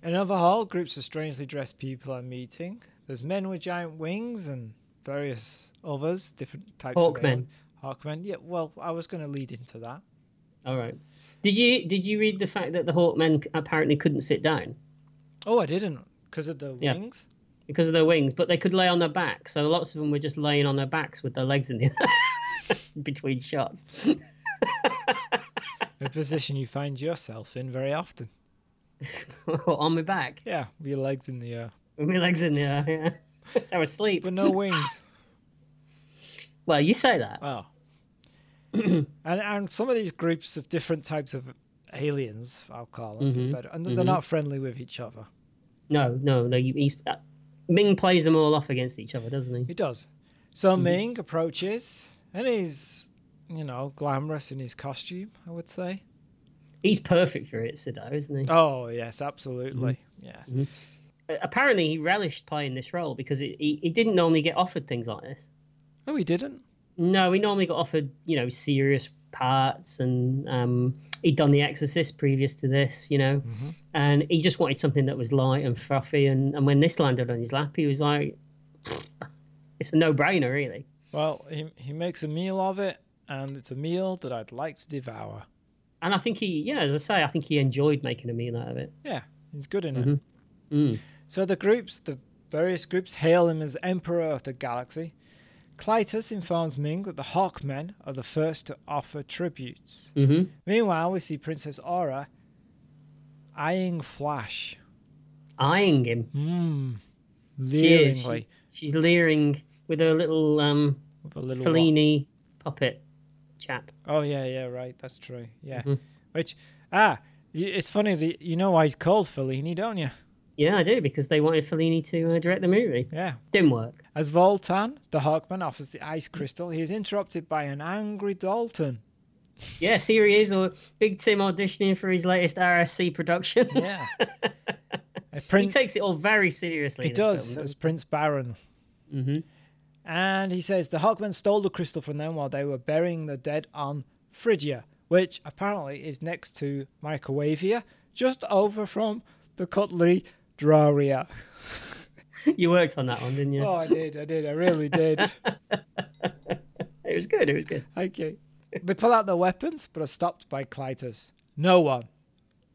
another hall, groups of strangely dressed people are meeting. There's men with giant wings and various others, different types of
Hawkmen.
alien- Hawkmen. Yeah, well, I was going to lead into that.
all right. Did you did you read the fact that the Hawkmen apparently couldn't sit down
Oh, I didn't. Because of the
Yeah.
wings?
because of their wings, but they could lay on their back. So lots of them were just laying on their backs with their legs in the between shots.
A position you find yourself in very often.
on my back,
Yeah, with your legs in the air.
with my legs in the air. Yeah. so I was asleep.
But no wings.
Well, you say that.
Oh. and and some of these groups of different types of aliens, I'll call them, for better, and they're not friendly with each other.
No, no, no. You, he's, uh, Ming plays them all off against each other, doesn't he?
He does. So Ming approaches, and he's, you know, glamorous in his costume. I would say.
He's perfect for it, Sido, isn't he?
Oh yes, absolutely. Mm-hmm. Yes.
Uh, Apparently, he relished playing this role because it, he, he didn't normally get offered things like this.
Oh, he didn't.
No, he normally got offered, you know, serious parts, and um, he'd done The Exorcist previous to this, you know, and he just wanted something that was light and fluffy. And, and when this landed on his lap, he was like, it's a no-brainer, really.
Well, he he makes a meal of it, and it's a meal that I'd like to devour.
And I think he, yeah, as I say, I think he enjoyed making a meal out of it.
Yeah, he's good in it. So the groups, the various groups, hail him as Emperor of the Galaxy. Clytus informs Ming that the Hawkmen are the first to offer tributes.
Mhm.
Meanwhile, we see Princess Aura eyeing Flash
Eyeing him. She is.
leeringly
She- she's leering with her little um,
with a little. wa-
Fellini puppet chap.
Oh yeah, yeah, right. That's true. Yeah, which ah, y- it's funny that you know why he's called Fellini, don't you?
Yeah, I do because they wanted Fellini to uh, direct the movie.
Yeah,
Didn't work.
As Voltan, the Hawkman, offers the ice crystal, he is interrupted by an angry Dalton.
Yes, here he is, or Big Tim auditioning for his latest RSC production.
Yeah. A
he
prin-
takes it all very seriously.
he
this
does,
film.
as Prince Baron. Mm-hmm. And he says the Hawkmen stole the crystal from them while they were burying the dead on Phrygia, which apparently is next to Microwavia, just over from the Cutlery Draria.
You worked on that one, didn't you?
Oh, I did, I did, I really did.
It was good. It was good.
Okay. They pull out their weapons, but are stopped by Clytus. No one,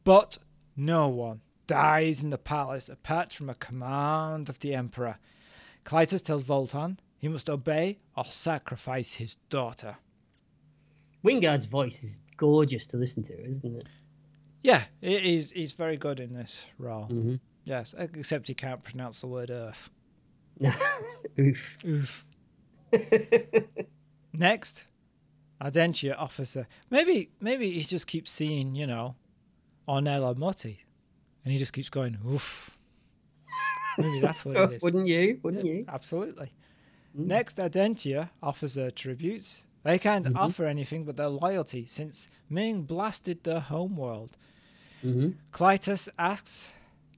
but no one, dies in the palace apart from a command of the Emperor. Clytus tells Voltan he must obey or sacrifice his daughter.
Wingard's voice is gorgeous to listen to, isn't it?
Yeah, he- he's, he's very good in this role. Yes, except he can't pronounce the word earth.
Oof.
Oof. Next, Ardentia officer. Maybe maybe he just keeps seeing, you know, Ornella Motti. And he just keeps going, oof. Maybe that's what it is.
Wouldn't you? Wouldn't you?
Absolutely. Next, Ardentia offers their tributes. They can't offer anything but their loyalty since Ming blasted their homeworld. Clytus asks,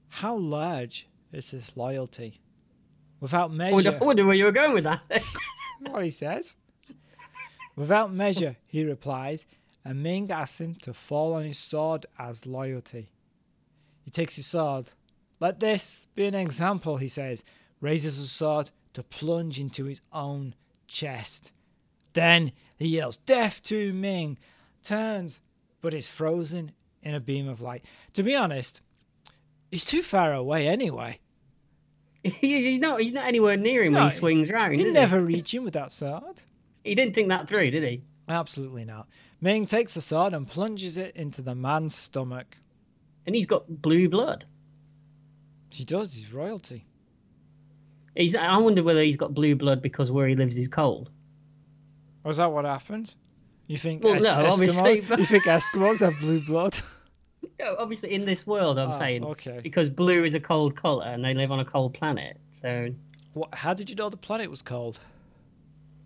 How large is this loyalty? Without
I wonder,
measure.
I wonder where you were going with that.
what he says. Without measure, he replies, and Ming asks him to fall on his sword as loyalty. He takes his sword. Let this be an example, he says, raises the sword to plunge into his own chest. Then he yells, Death to Ming! turns, but is frozen in a beam of light. To be honest, he's too far away anyway.
He- he's not. He's not anywhere near him
No,
when he swings round.
He'd
is
never reach him with that sword.
He? he didn't think that through, did he?
Absolutely not. Ming takes the sword and plunges it into the man's stomach.
And he's got blue blood.
He does, he's royalty.
He's. I wonder whether he's got blue blood because where he lives is cold.
Was that what happened? You think
Well,
Es-
no, obviously,
Eskimo-
but-
you think Eskimos have blue blood?
No, Oh, obviously in this world, I'm
Ah,
saying.
okay.
Because blue is a cold color, and they live on a cold planet, so
What, how did you know the planet was cold?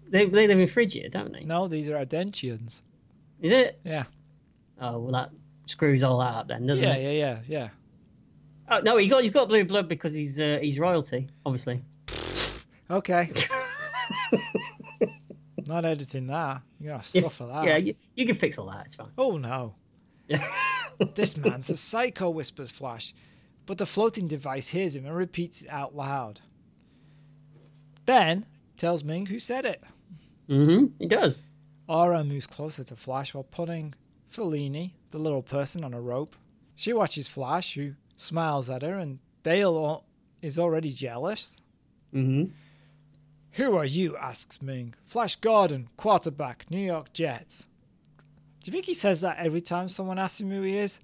they they live in Phrygia, don't they?
No, these are Ardentians.
Is it?
Yeah,
Oh, well, that screws all that up then, doesn't
yeah,
it?
yeah, yeah, yeah.
Oh no, he got he's got blue blood because he's uh, he's royalty, obviously.
Okay. not editing that. You're gonna suffer that.
Yeah, you, you can fix all that. It's fine.
Oh no. this man's a psycho, whispers Flash, but the floating device hears him and repeats it out loud. Then tells Ming who said it.
Mm-hmm. He does.
Aura moves closer to Flash while putting Fellini, the little person, on a rope. She watches Flash, who smiles at her, and Dale al- is already jealous.
Mm-hmm.
Who are you? asks Ming. Flash Gordon, quarterback, New York Jets. Do you think he says that every time someone asks him who he is?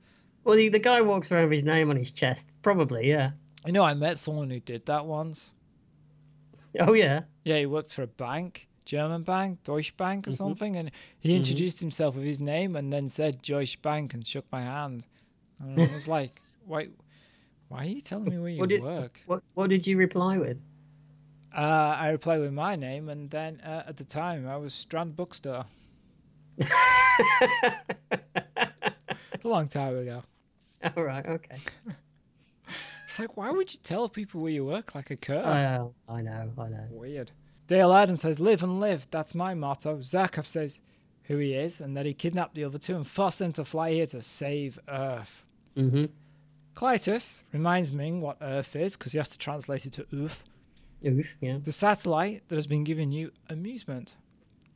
Well, the, the guy walks around with his name on his chest, probably. Yeah.
I know I met someone who did that once.
Oh yeah.
Yeah, he worked for a bank, German bank, Deutsche Bank or
Mm-hmm.
something, and he introduced himself with his name and then said Deutsche Bank and shook my hand. And I was like, why, why are you telling me where you
What did
work?
what What did you reply with?
Uh, I replied with my name, and then uh, at the time I was Strand Bookstore. It's a long time ago.
All right. Okay.
It's like, why would you tell people where you work like a cur?
Oh, I know. I know.
Weird. Dale Arden says, Live and live. That's my motto. Zarkov says who he is and that he kidnapped the other two and forced them to fly here to save Earth.
Mm-hmm.
Clytus reminds Ming what Earth is because he has to translate it to Oof,
Oof. Yeah.
the satellite that has been giving you amusement.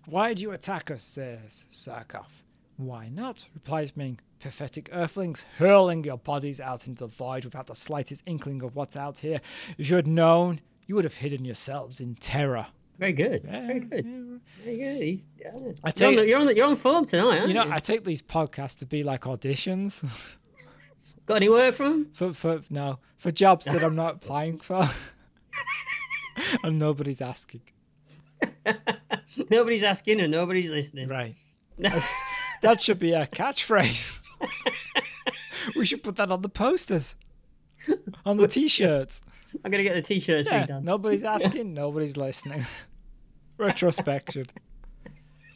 Why do you attack us? says Zarkov. Why not? replies Ming. Pathetic earthlings hurling your bodies out into the void without the slightest inkling of what's out here. If you had known, you would have hidden yourselves in terror.
Very good. Very good. Very good. He's, yeah.
I tell
you're,
you-
on the, you're, on the, you're on form tonight, aren't
You
you?
know, I take these podcasts to be like auditions
Got any word from him?
for for no for jobs that I'm not applying for, and nobody's asking.
Nobody's asking and nobody's listening.
Right, That's- that should be a catchphrase. we should put that on the posters, on the t-shirts.
I'm gonna get the t-shirt
Yeah,
thing done.
nobody's asking, nobody's listening. Retrospection.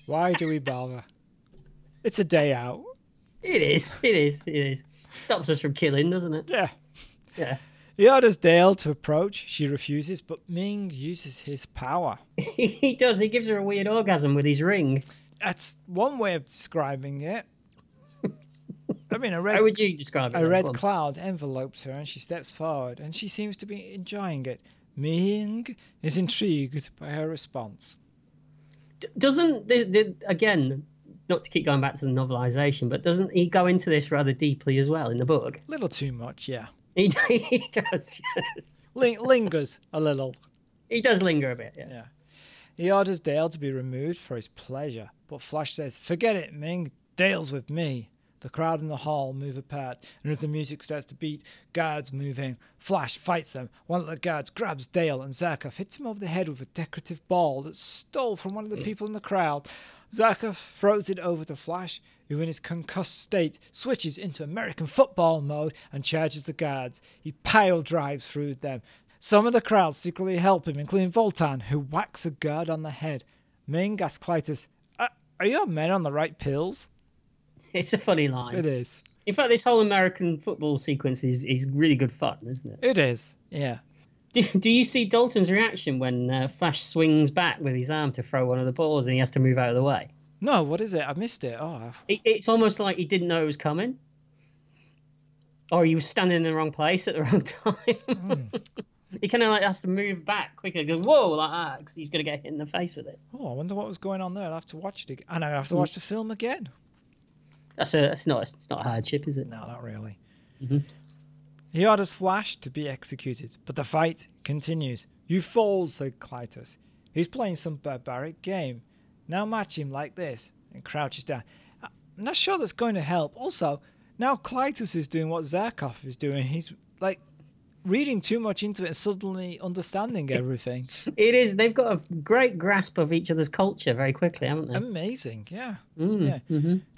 Why do we bother? It's a day out.
It is. It is. It is. Stops us from killing, doesn't it?
Yeah.
Yeah.
He orders Dale to approach. She refuses, but Ming uses his power.
he does. He gives her a weird orgasm with his ring.
That's one way of describing it. mean, a red
How would you describe it?
A
then?
red
Go on.
cloud envelopes her and she steps forward and she seems to be enjoying it. Ming is intrigued by her response.
D- doesn't the, the, again, not to keep going back to the novelization, but doesn't he go into this rather deeply as well in the book?
Little too much, yeah.
He, he does, yes.
Ling- lingers a little.
He does linger a bit. Yeah.
He orders Dale to be removed for his pleasure, but Flash says, Forget it, Ming. Dale's with me. The crowd in the hall move apart, and as the music starts to beat, guards move in. Flash fights them. One of the guards grabs Dale, and Zarkov hits him over the head with a decorative ball that stole from one of the people in the crowd. Zarkov throws it over to Flash, who in his concussed state switches into American football mode and charges the guards. He pile drives through them. Some of the crowd secretly help him, including Voltan, who whacks a guard on the head. Ming asks Clytus, "Are- "Uh, Are your men on the right pills?
It's a funny line.
It is.
In fact, this whole American football sequence is, is really good fun, isn't it?
It is. Yeah.
Do, do you see Dalton's reaction when uh, Flash swings back with his arm to throw one of the balls and he has to move out of the way?
No, what is it? I missed it. Oh, I-
It, it's almost like he didn't know it was coming. Or he was standing in the wrong place at the wrong time.
Hmm.
he kind of like has to move back quickly. Go whoa like that 'cause he's gonna get hit in the face with it.
oh I wonder what was going on there. I'll have to watch it again. And I'll have to watch the film again.
That's a that's not it's not a hardship, is it?
No, not really. He orders Flash to be executed, but the fight continues. You fool, said Clytus. He's playing some barbaric game. Now match him like this, and crouches down. I- I'm not sure that's going to help. Also, now Clytus is doing what Zarkov is doing. He's like reading too much into it and suddenly understanding everything.
It is. They've got a great grasp of each other's culture very quickly, haven't they?
Amazing, yeah. yeah.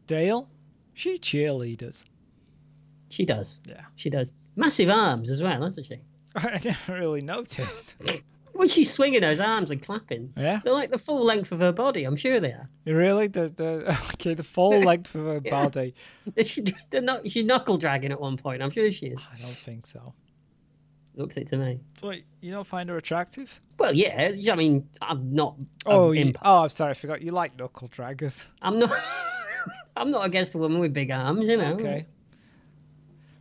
Dale, she cheerleaders.
she does.
Yeah.
She does. Massive arms as well, hasn't she?
I never really noticed.
When she's swinging those arms and clapping,
Yeah.
they're like the full length of her body. I'm sure they are.
Really, the the okay, the full length of her
Yeah.
body.
She, they're not, she's knuckle dragging at one point. I'm sure she is.
I don't think so.
Looks it to me.
Wait, you don't find her attractive?
Well, yeah. I mean, I'm not.
Oh,
I'm,
you,
Um, imp-
oh, I'm sorry, I forgot. You like knuckle draggers?
I'm not. I'm not against a woman with big arms, you know.
Okay.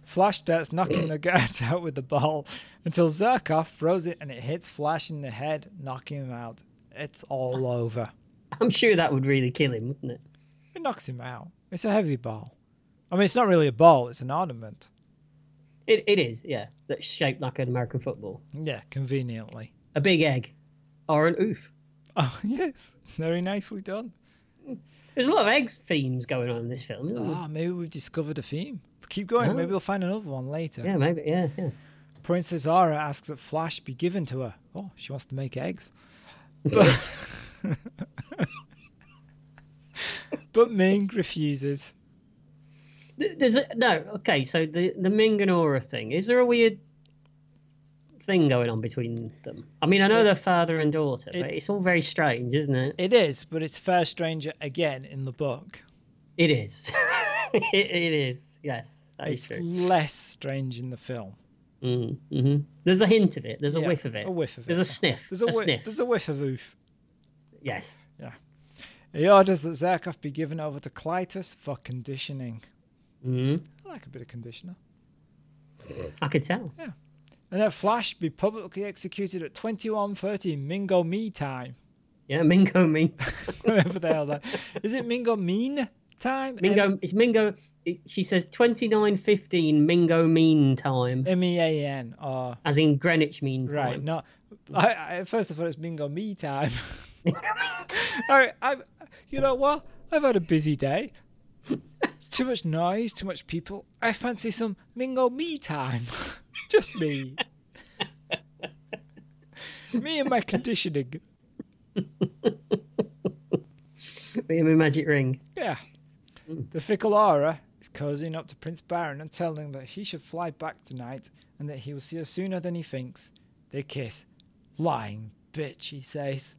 Flash starts knocking the guards out with the ball until Zerkov throws it and it hits Flash in the head, knocking him out. It's all over.
I'm sure that would really kill him, wouldn't it?
It knocks him out. It's a heavy ball. I mean, it's not really a ball; it's an ornament.
It, it is, yeah. That's shaped like an American football.
Yeah, conveniently.
A big egg, or an oof.
Oh yes, very nicely done.
There's a lot of egg themes going on in this film. Isn't there?
Ah, maybe we've discovered a theme. Keep going. Maybe we'll find another one later.
Oh. Yeah, maybe. Yeah, yeah.
Princess Aura asks that Flash be given to her. Oh, she wants to make eggs. But, but Ming refuses.
Th- There's a, no okay. So the the Ming and Aura thing. Is there a weird thing going on between them? I mean, I know they're father and daughter, but
it's-
it's all very strange, isn't it?
It is, but it's Fair Stranger again in the book.
It is. it, it is. Yes, that is
It's
true.
less strange in the film.
Mm, hmm There's a hint of it. There's a
Yeah,
whiff of it.
a whiff of
There's
it.
a sniff.
There's a, whi-
sniff.
there's a whiff of oof.
Yes.
He orders that Zarkov be given over to Clytus for conditioning.
Mm,
I like a bit of conditioner.
I could tell.
And that Flash be publicly executed at 21.30 Mingo Me time.
Yeah, Mingo Ming.
Whatever the hell that is. it Mingo Mean time?
Mingo. It's Mingo. it- She says twenty nine fifteen Mingo Mean Time,
M E A N. Oh,
as in Greenwich Mean Time.
right. Not. I, I, at first, I thought it was Mingo Me time. All right. I'm, you know what? I've had a busy day. It's too much noise, too much people. I fancy some Mingo Me time. Just me. me and my conditioning.
Me and my magic ring.
Yeah. The fickle aura is cozying up to Prince Baron and telling him that he should fly back tonight and that he will see her sooner than he thinks. They kiss. Lying bitch, he says.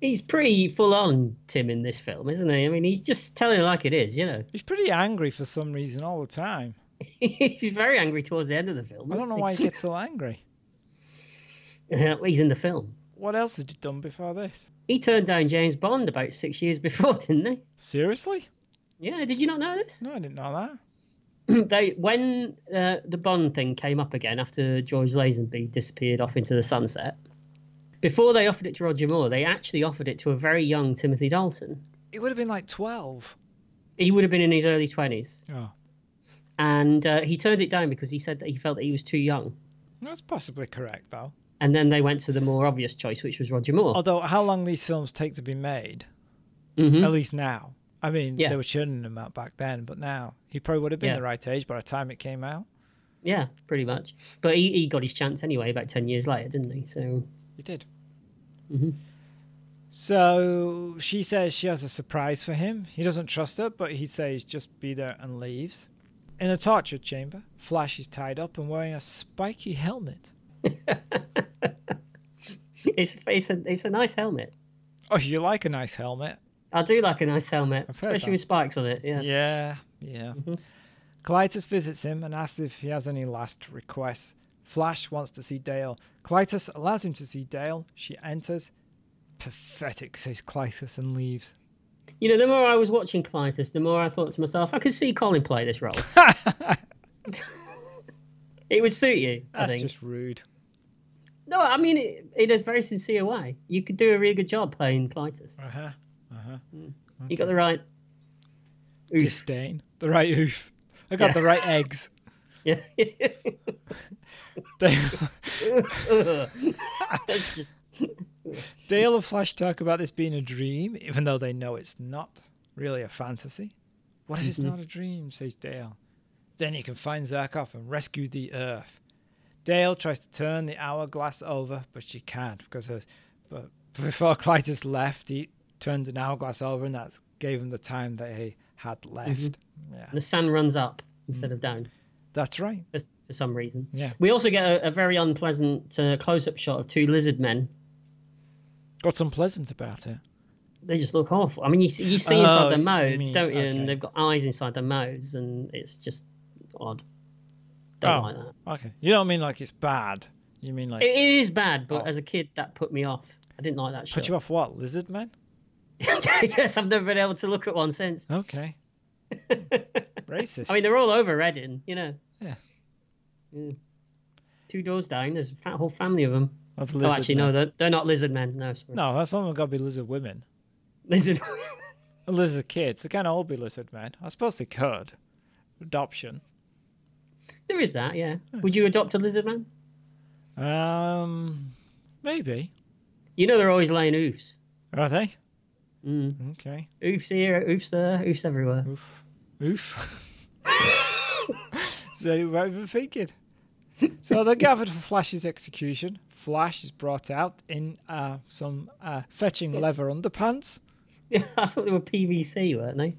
He's pretty full on Tim in this film, isn't he? I mean, he's just telling it like it is, you know.
He's pretty angry for some reason all the time.
he's very angry towards the end of the film.
I don't know why he gets so angry.
he's in the film.
What else had he done before this?
He turned down James Bond about six years before, didn't he?
Seriously?
Yeah, did you not know this?
No, I didn't know that.
they when uh, the Bond thing came up again after George Lazenby disappeared off into the sunset. Before they offered it to Roger Moore, they actually offered it to a very young Timothy Dalton.
It would have been like 12.
He would have been in his early twenties,
Oh,
and uh, he turned it down because he said that he felt that he was too young.
that's possibly correct, though.
And then they went to the more obvious choice, which was Roger Moore.
Although, how long these films take to be made,
Mhm.
at least now. I mean,
Yeah.
they were churning them out back then, but now he probably would have been
Yeah.
the right age by the time it came out.
Yeah, pretty much. But he, he got his chance anyway about 10 years later, didn't he? So,
He did.
Mhm.
So she says she has a surprise for him. He doesn't trust her, but he says just be there and leaves. In a torture chamber, Flash is tied up and wearing a spiky helmet.
it's, it's, a, it's a nice helmet.
Oh, you like a nice helmet?
I do like a nice helmet,
I've heard
especially
that.
with spikes on it. Yeah.
Yeah, yeah.
Mm-hmm.
Clytus visits him and asks if he has any last requests. Flash wants to see Dale. Clytus allows him to see Dale. She enters. Pathetic, says Clytus, and leaves.
You know, the more I was watching Clytus, the more I thought to myself, I could see Colin play this role. it would suit you, I
That's
think.
just rude.
No, I mean, it, in a very sincere way. You could do a really good job playing Clytus. Hmm.
Uh huh.
You got the right. Oof.
Disdain. The right oof. I got
Yeah.
the right eggs.
Yeah.
Dale,
That's just.
Dale and Flash talk about this being a dream, even though they know it's not really a fantasy. What if it's
Mm-hmm.
not a dream? says Dale. Then you can find Zarkov and rescue the Earth. Dale tries to turn the hourglass over, but she can't because her, but before Clytus left, he turned an hourglass over, and that gave him the time that he had left. Yeah,
The sun runs up instead of down.
that's right.
for, for some reason.
Mm. Yeah.
We also get a, a very unpleasant uh, close-up shot of two lizard men.
What's unpleasant about it?
They just look awful. I mean, you, see- you see
Oh,
inside their
you
mouths,
mean-
don't you?
okay.
And they've got eyes inside their mouths, and it's just odd. Don't
Oh.
like that.
okay. You don't mean like it's bad. You mean like
It, it is bad, but
Oh.
as a kid, that put me off. I didn't like that shot.
put you off what? Lizard man?
yes, I've never been able to look at one since.
Okay. Racist.
I mean, they're all over Reading, you know.
Yeah.
Yeah. Two doors down, there's a fa- whole family of them.
of
oh, actually,
men.
no, they're, they're not lizard men. No, sorry.
No, that's not got to be lizard women.
Lizard.
And Lizard kids. They can't all be lizard men. I suppose they could. Adoption.
there is that, yeah. Would you adopt a lizard man?
Um, maybe.
You know they're always laying oofs.
Are they?
Mm.
Okay.
Oofs here, oofs there, oofs everywhere.
Oof. Oof. so you might have been thinking. So they're gathered for Flash's execution. Flash is brought out in uh, some uh, fetching leather underpants.
Yeah, I thought they were PVC, weren't they?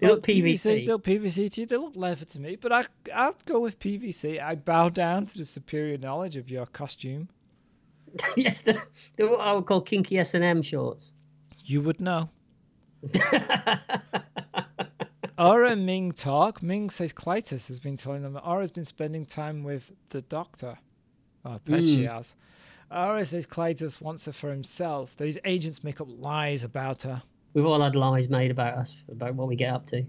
They
Well,
look PVC.
They look PVC to you. They look leather to me, but I, I'll go with PVC. I bow down to the superior knowledge of your costume.
yes, they're, they're what I would call kinky S and M shorts.
You would know. Aura and Ming talk. Ming says Clytus has been telling them that Aura's been spending time with the doctor. Oh, I bet she
Hmm.
has. Aura says Clytus wants her for himself, that his agents make up lies about her.
We've all had lies made about us about what we get up to.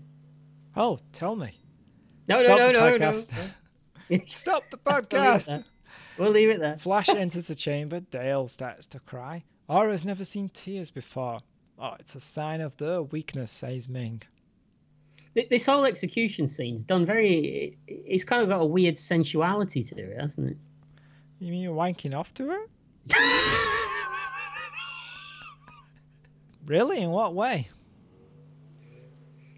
Oh, tell me.
No,
Stop
no,
the
no, no,
podcast.
no.
Stop the
We'll leave it
podcast.
there. We'll leave it there.
Flash enters the chamber. Dale starts to cry. Aura's never seen tears before. Oh, it's a sign of their weakness, says Ming.
Th- This whole execution scene's done very. it- It's kind of got a weird sensuality to it, hasn't it?
You mean you're wanking off to her? really? In what way?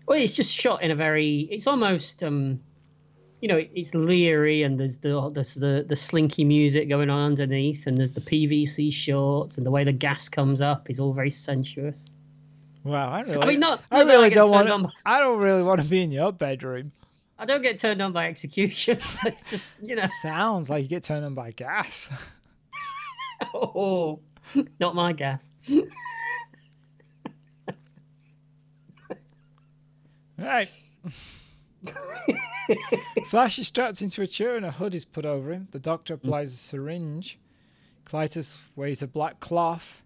Well, it's just shot in a very. It's almost, um, you know, it's leery, and there's the there's the the slinky music going on underneath, and there's the PVC shorts, and the way the gas comes up is all very sensuous.
Wow, I really,
mean, not-
I
not that I
really
get
don't want.
turned
To,
on.
I don't really want to be in your bedroom.
I don't get turned on by executions. it's just, you know,
Sounds like you get turned on by gas.
oh, not my gas.
right. Flash is strapped into a chair and a hood is put over him. The doctor applies a syringe. Clytus weighs a black cloth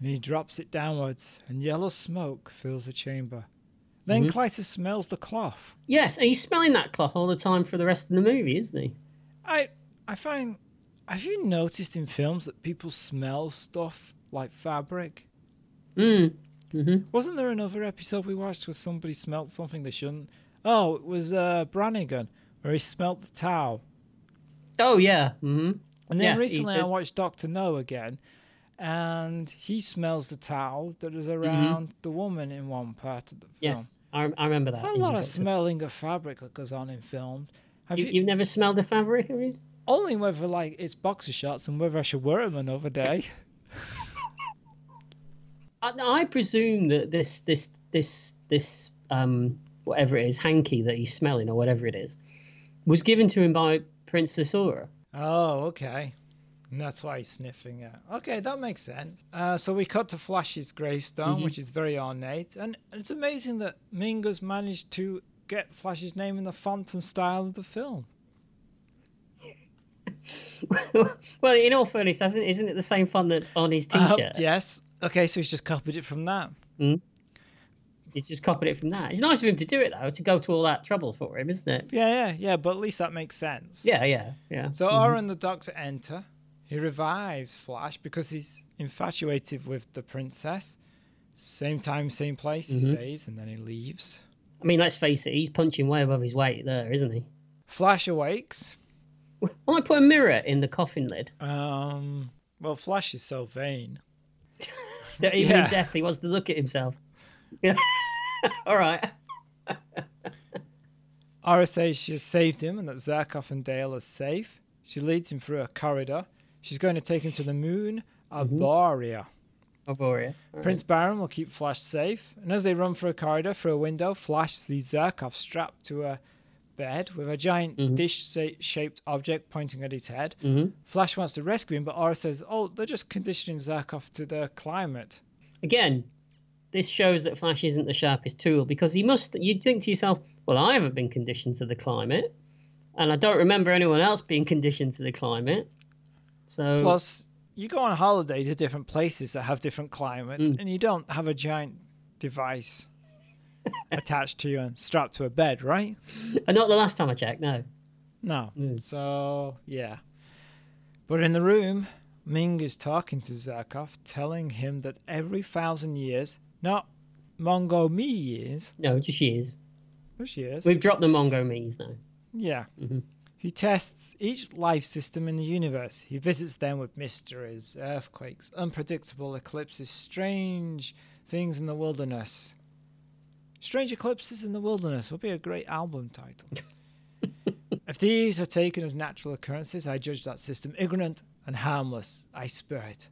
and he drops it downwards, and yellow smoke fills the chamber. Then Clytus smells the cloth.
Yes, and he's smelling that cloth all the time for the rest of the movie, isn't he?
I I find have you noticed in films that people smell stuff like fabric?
Mm.
Wasn't there another episode we watched where somebody smelt something they shouldn't? Oh, it was uh, Brannigan where he smelt the towel.
Oh yeah. hmm
And then
Yeah, he
recently I
did.
watched Doctor No again, and he smells the towel that is around the woman in one part of the film.
Mm-hmm. Yes, I, I remember that.
There's a
in
lot
the
of
book.
smelling of fabric that goes on in films. Have
You,
you,
you've never smelled a fabric, have you?
only whether like it's boxer shorts and whether I should wear them another day?
I, I presume that this this this this um whatever it is hanky that he's smelling or whatever it is was given to him by Princess Aura.
Oh, okay. And that's why he's sniffing it. Okay, that makes sense. Uh, so we cut to Flash's gravestone, which is very ornate. And it's amazing that Mingus managed to get Flash's name in the font and style of the film.
well, in all fairness, hasn't isn't it the same font that's on his
Uh,
T-shirt?
yes. Okay, so he's just copied it from that.
He's just copied it from that. It's nice of him to do it though, to go to all that trouble for him, isn't it?
Yeah, yeah, yeah, but at least that makes sense.
Yeah, yeah, yeah.
So Aura and the Doctor enter. He revives Flash because he's infatuated with the princess. Same time, same place, he says, and then he leaves.
I mean, let's face it, he's punching way above his weight there, isn't he?
Flash awakes.
I put a mirror in the coffin lid.
Um, well, Flash is so vain.
That even
Yeah.
in death, he wants to look at himself. Yeah. all right.
Ara says she has saved him and that Zarkov and Dale are safe. She leads him through a corridor. She's going to take him to the moon, Arborea.
Arborea.
Prince Baron will keep Flash safe, and as they run through a corridor through a window, Flash sees Zarkov strapped to a bed with a giant dish-shaped object pointing at his head. Flash wants to rescue him, but Aura says, "Oh, they're just conditioning Zarkov to the climate."
Again, this shows that Flash isn't the sharpest tool because he must. You'd think to yourself, well, I haven't been conditioned to the climate, and I don't remember anyone else being conditioned to the climate. So
Plus, you go on holiday to different places that have different climates, and you don't have a giant device attached to you and strapped to a bed, right?
and not the last time I checked. No.
No. So, yeah. But in the room, Ming is talking to Zarkov, telling him that every thousand years, not Mongo me years,
No, just years.
which years,
We've dropped the Mongo Mees now.
yeah, he tests each life system in the universe. He visits them with mysteries, earthquakes, unpredictable eclipses, strange things in the wilderness. Strange Eclipses in the Wilderness would be a great album title. if these are taken as natural occurrences, I judge that system ignorant and harmless. I spare it.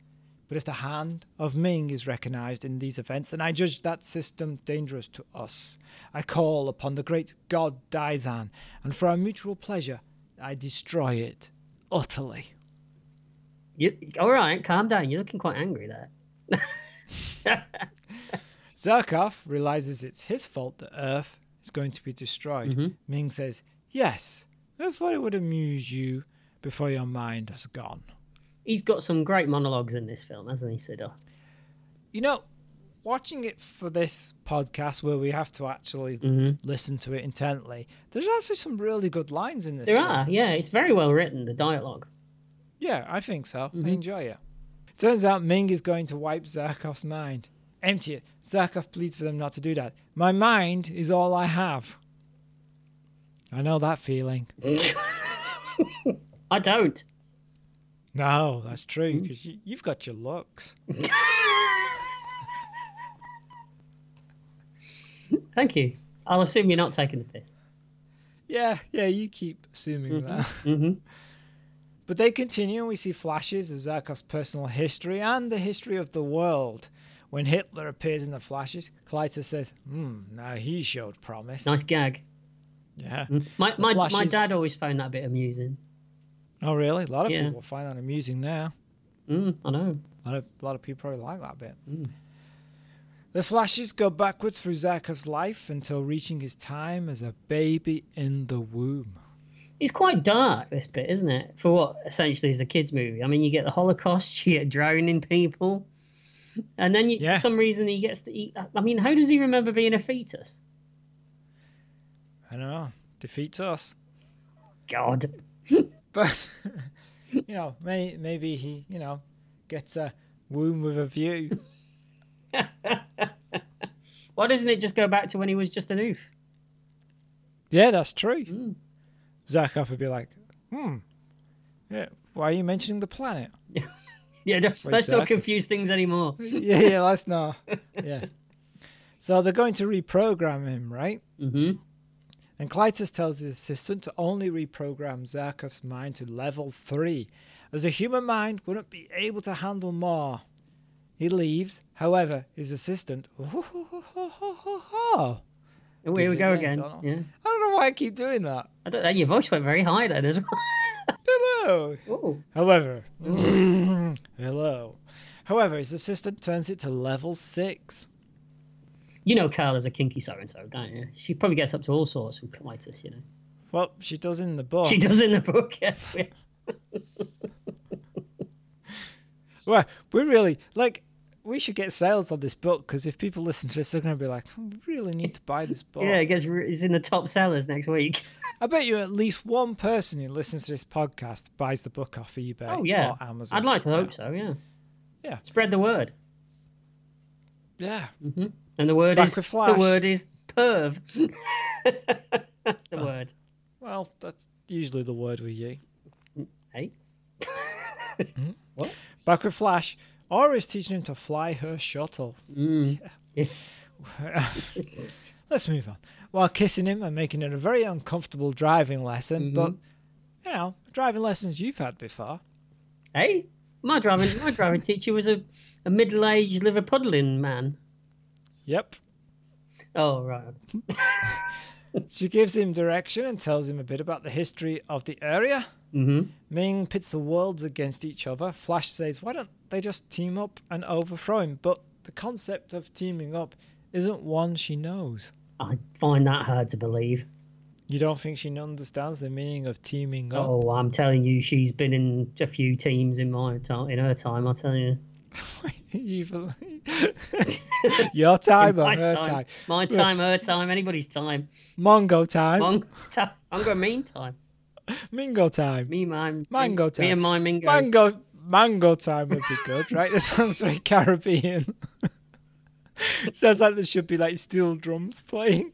But if the hand of Ming is recognized in these events, then I judge that system dangerous to us. I call upon the great god Daizan, and for our mutual pleasure, I destroy it utterly.
You, all right, calm down. You're looking quite angry there.
Zarkov realizes it's his fault that Earth is going to be destroyed. Ming says, Yes, I thought it would amuse you before your mind has gone.
He's got some great monologues in this film, hasn't he, Siddha?
You know, watching it for this podcast where we have to actually
Mm-hmm.
listen to it intently, there's actually some really good lines in this.
There
film.
are, yeah. It's very well written, the dialogue.
Yeah, I think so.
Mm-hmm.
I enjoy it. Turns out Ming is going to wipe Zarkov's mind. Empty it. Zarkov pleads for them not to do that. My mind is all I have. I know that feeling.
I don't.
No, that's true,
Mm-hmm.
because you, you've got your looks.
Thank you. I'll assume you're not taking the piss.
Yeah, yeah, you keep assuming that. But they continue, and we see flashes of Zarkov's personal history and the history of the world. When Hitler appears in the flashes, Kleiter says, Hmm, now he showed promise.
Nice gag.
Yeah. Mm.
My my,
Flash
my
is-
dad always found that bit amusing.
Oh, really? A lot of
Yeah.
people find that amusing now.
Mm, I know.
A lot of, a lot of people probably like that bit. The flashes go backwards through Zarkov's life until reaching his time as a baby in the womb.
It's quite dark, this bit, isn't it? For what essentially is a kids' movie. I mean, you get the Holocaust, you get drowning people, and then you,
Yeah.
for some reason he gets to eat. I mean, how does he remember being a fetus?
I know. Defeats us.
God.
But you know, may, maybe he, you know, gets a womb with a view.
Why doesn't it just go back to when he was just an oof?
Yeah, that's true. Zarkov would be like, hmm, yeah, why are you mentioning the planet?
Yeah, don't- let's not
Exactly.
confuse things anymore.
yeah, yeah, that's not. Yeah. So they're going to reprogram him, right? Mm-hmm. And Clytus tells his assistant to only reprogram Zarkov's mind to level three, as a human mind wouldn't be able to handle more. He leaves. However, his assistant. Oh,
Oh, here we
it
go
again,
again.
Donald.
Yeah.
I don't know why I keep doing that.
I don't, uh, your voice went very high then as well.
Hello.
oh,
However, hello. However, his assistant turns it to level six.
you know Carla's a kinky so-and-so, don't you? She probably gets up to all sorts with colitis, you know.
Well, she does in the book.
She does in the book, yeah.
Well, we really like. We should get sales on this book because if people listen to this, they're going to be like, "I really need to buy this book."
yeah, it gets, re- it's in the top sellers next week.
I bet you at least one person who listens to this podcast buys the book off eBay
Oh, yeah.
or Amazon.
I'd like to hope so, yeah.
Yeah.
Spread the word.
Yeah,
And the word
Back
is
with Flash.
the word is perv. That's
Ah.
the word.
well, that's usually the word we use.
Hey,
Back with Flash, Aura is teaching him to fly her shuttle. Let's move on. While kissing him and making it a very uncomfortable driving lesson,
Mm-hmm.
but you know, driving lessons you've had before.
hey, my driving my driving teacher was a, a middle aged Liverpudlian man.
Yep.
Oh right,
She gives him direction and tells him a bit about the history of the area. Mm-hmm. Ming pits the worlds against each other. Flash says, why don't they just team up and overthrow him? But the concept of teaming up isn't one she knows.
I find that hard to believe.
You don't think she understands the meaning of teaming up?
Oh, I'm telling you, she's been in a few teams in my time in her time. I tell you,
You've- Your time or
my
her
time,
time.
my time, her time, anybody's time,
Mongo time.
Mong, ta- I'm going mean time.
Mingo time.
Me, my
Mango time.
Me and my mingo.
Mango mango time would be good, right? That sounds very Caribbean. sounds like there should be like steel drums playing.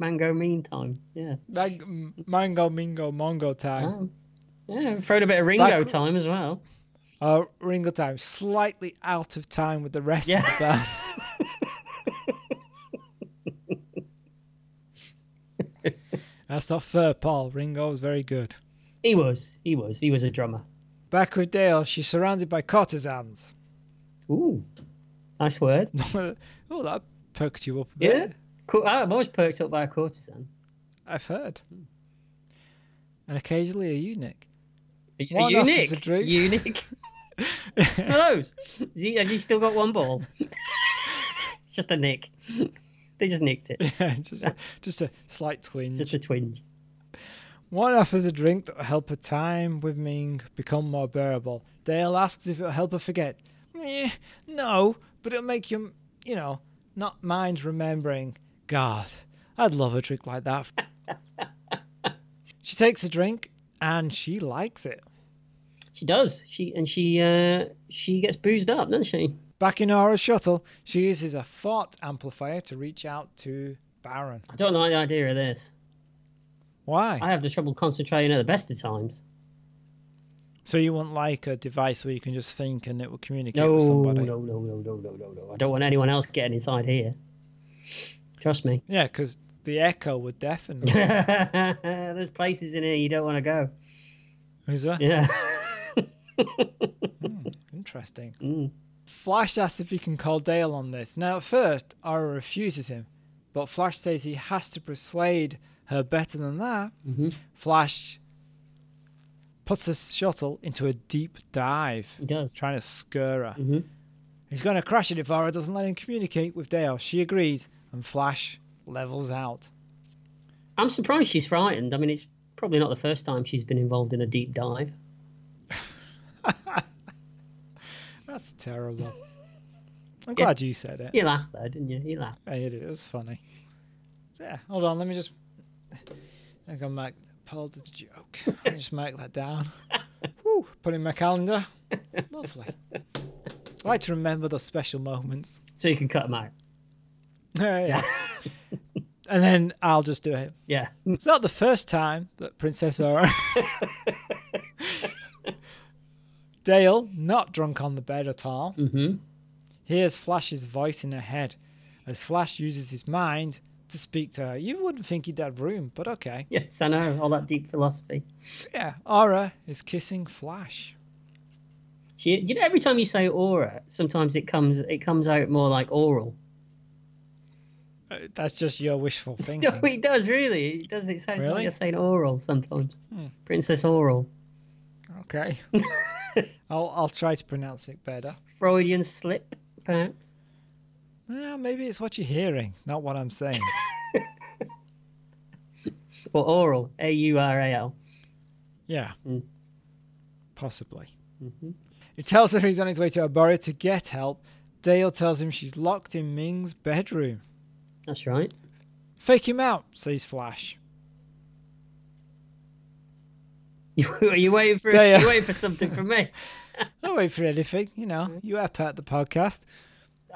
Mango mean time. Yeah.
Mang- m- mango mingo mongo time.
Oh. Yeah, throw in a bit of Ringo
Back-
time as well.
Uh, Ringo time. Slightly out of time with the rest of the band. That's not fair, Paul. Ringo was very good.
He was, he was, he was a drummer.
Back with Dale, she's surrounded by courtesans.
Ooh, nice word.
oh, that perked you up a bit.
Yeah, cool. Ah, I'm always perked up by a courtesan.
I've heard. And occasionally a eunuch.
A, a
One
eunuch,
officer, Drew.
eunuch. Hello's. Is he, has he still got one ball? it's just a nick. They just nicked it.
just, a, just a slight twinge.
Just a twinge.
One offers a drink that will help her time with Ming become more bearable. Dale asks if it'll help her forget. Meh, no, but it'll make you, you know, not mind remembering. God, I'd love a drink like that. she takes a drink and she likes it.
She does. She and she uh she gets boozed up, doesn't she?
Back in Aura's shuttle, she uses a fart amplifier to reach out to Baron.
I don't like the idea of this.
Why?
I have the trouble concentrating at the best of times.
So you want like a device where you can just think and it will communicate
No,
with
no, no,
somebody?
no, no, no, no, no, no. I don't want anyone else getting inside here. Trust me.
Yeah, because the echo would deafen. them.
There's places in here you don't want to go.
Is that
Yeah.
interesting?
Mm.
Flash asks if he can call Dale on this. Now, at first, Aura refuses him, but Flash says he has to persuade her better than that.
Mm-hmm.
Flash puts the shuttle into a deep dive,
He does. Mm-hmm.
trying to scare her. He's going to crash it if Aura doesn't let him communicate with Dale. She agrees, and Flash levels out.
I'm surprised she's frightened. I mean, it's probably not the first time she's been involved in a deep dive.
That's terrible. I'm glad you said it.
You laughed there, didn't you? You laughed.
I did it. It was funny. Yeah, hold on. Let me just. I think I might pulled the joke. Let me just mark that down. Woo, put it in my calendar. Lovely. I like to remember those special moments.
So you can cut them out.
yeah. and then I'll just do it.
Yeah.
It's not the first time that Princess Aura. Dale, not drunk on the bed at all,
Mm-hmm.
hears Flash's voice in her head as Flash uses his mind to speak to her. You wouldn't think he'd have room, but okay.
Yes, I know. All that deep philosophy.
Yeah, Aura is kissing Flash.
She, you know, every time you say aura, sometimes it comes it comes out more like oral.
Uh, That's just your wishful
No,
thinking.
it does really. It does. It sounds
Really? Hmm.
like you're saying oral sometimes. Princess Oral.
okay. I'll, I'll try to pronounce it better.
Freudian slip, perhaps.
Yeah, maybe it's what you're hearing, not what I'm saying.
Or oral. A U R A L.
Yeah. Possibly. He tells her he's on his way to Abora to get help. Dale tells him she's locked in Ming's bedroom.
That's right.
Fake him out, says Flash.
Are you waiting for?
Yeah, yeah.
Are you waiting for something from me?
No wait for anything, you know, you are part of the podcast.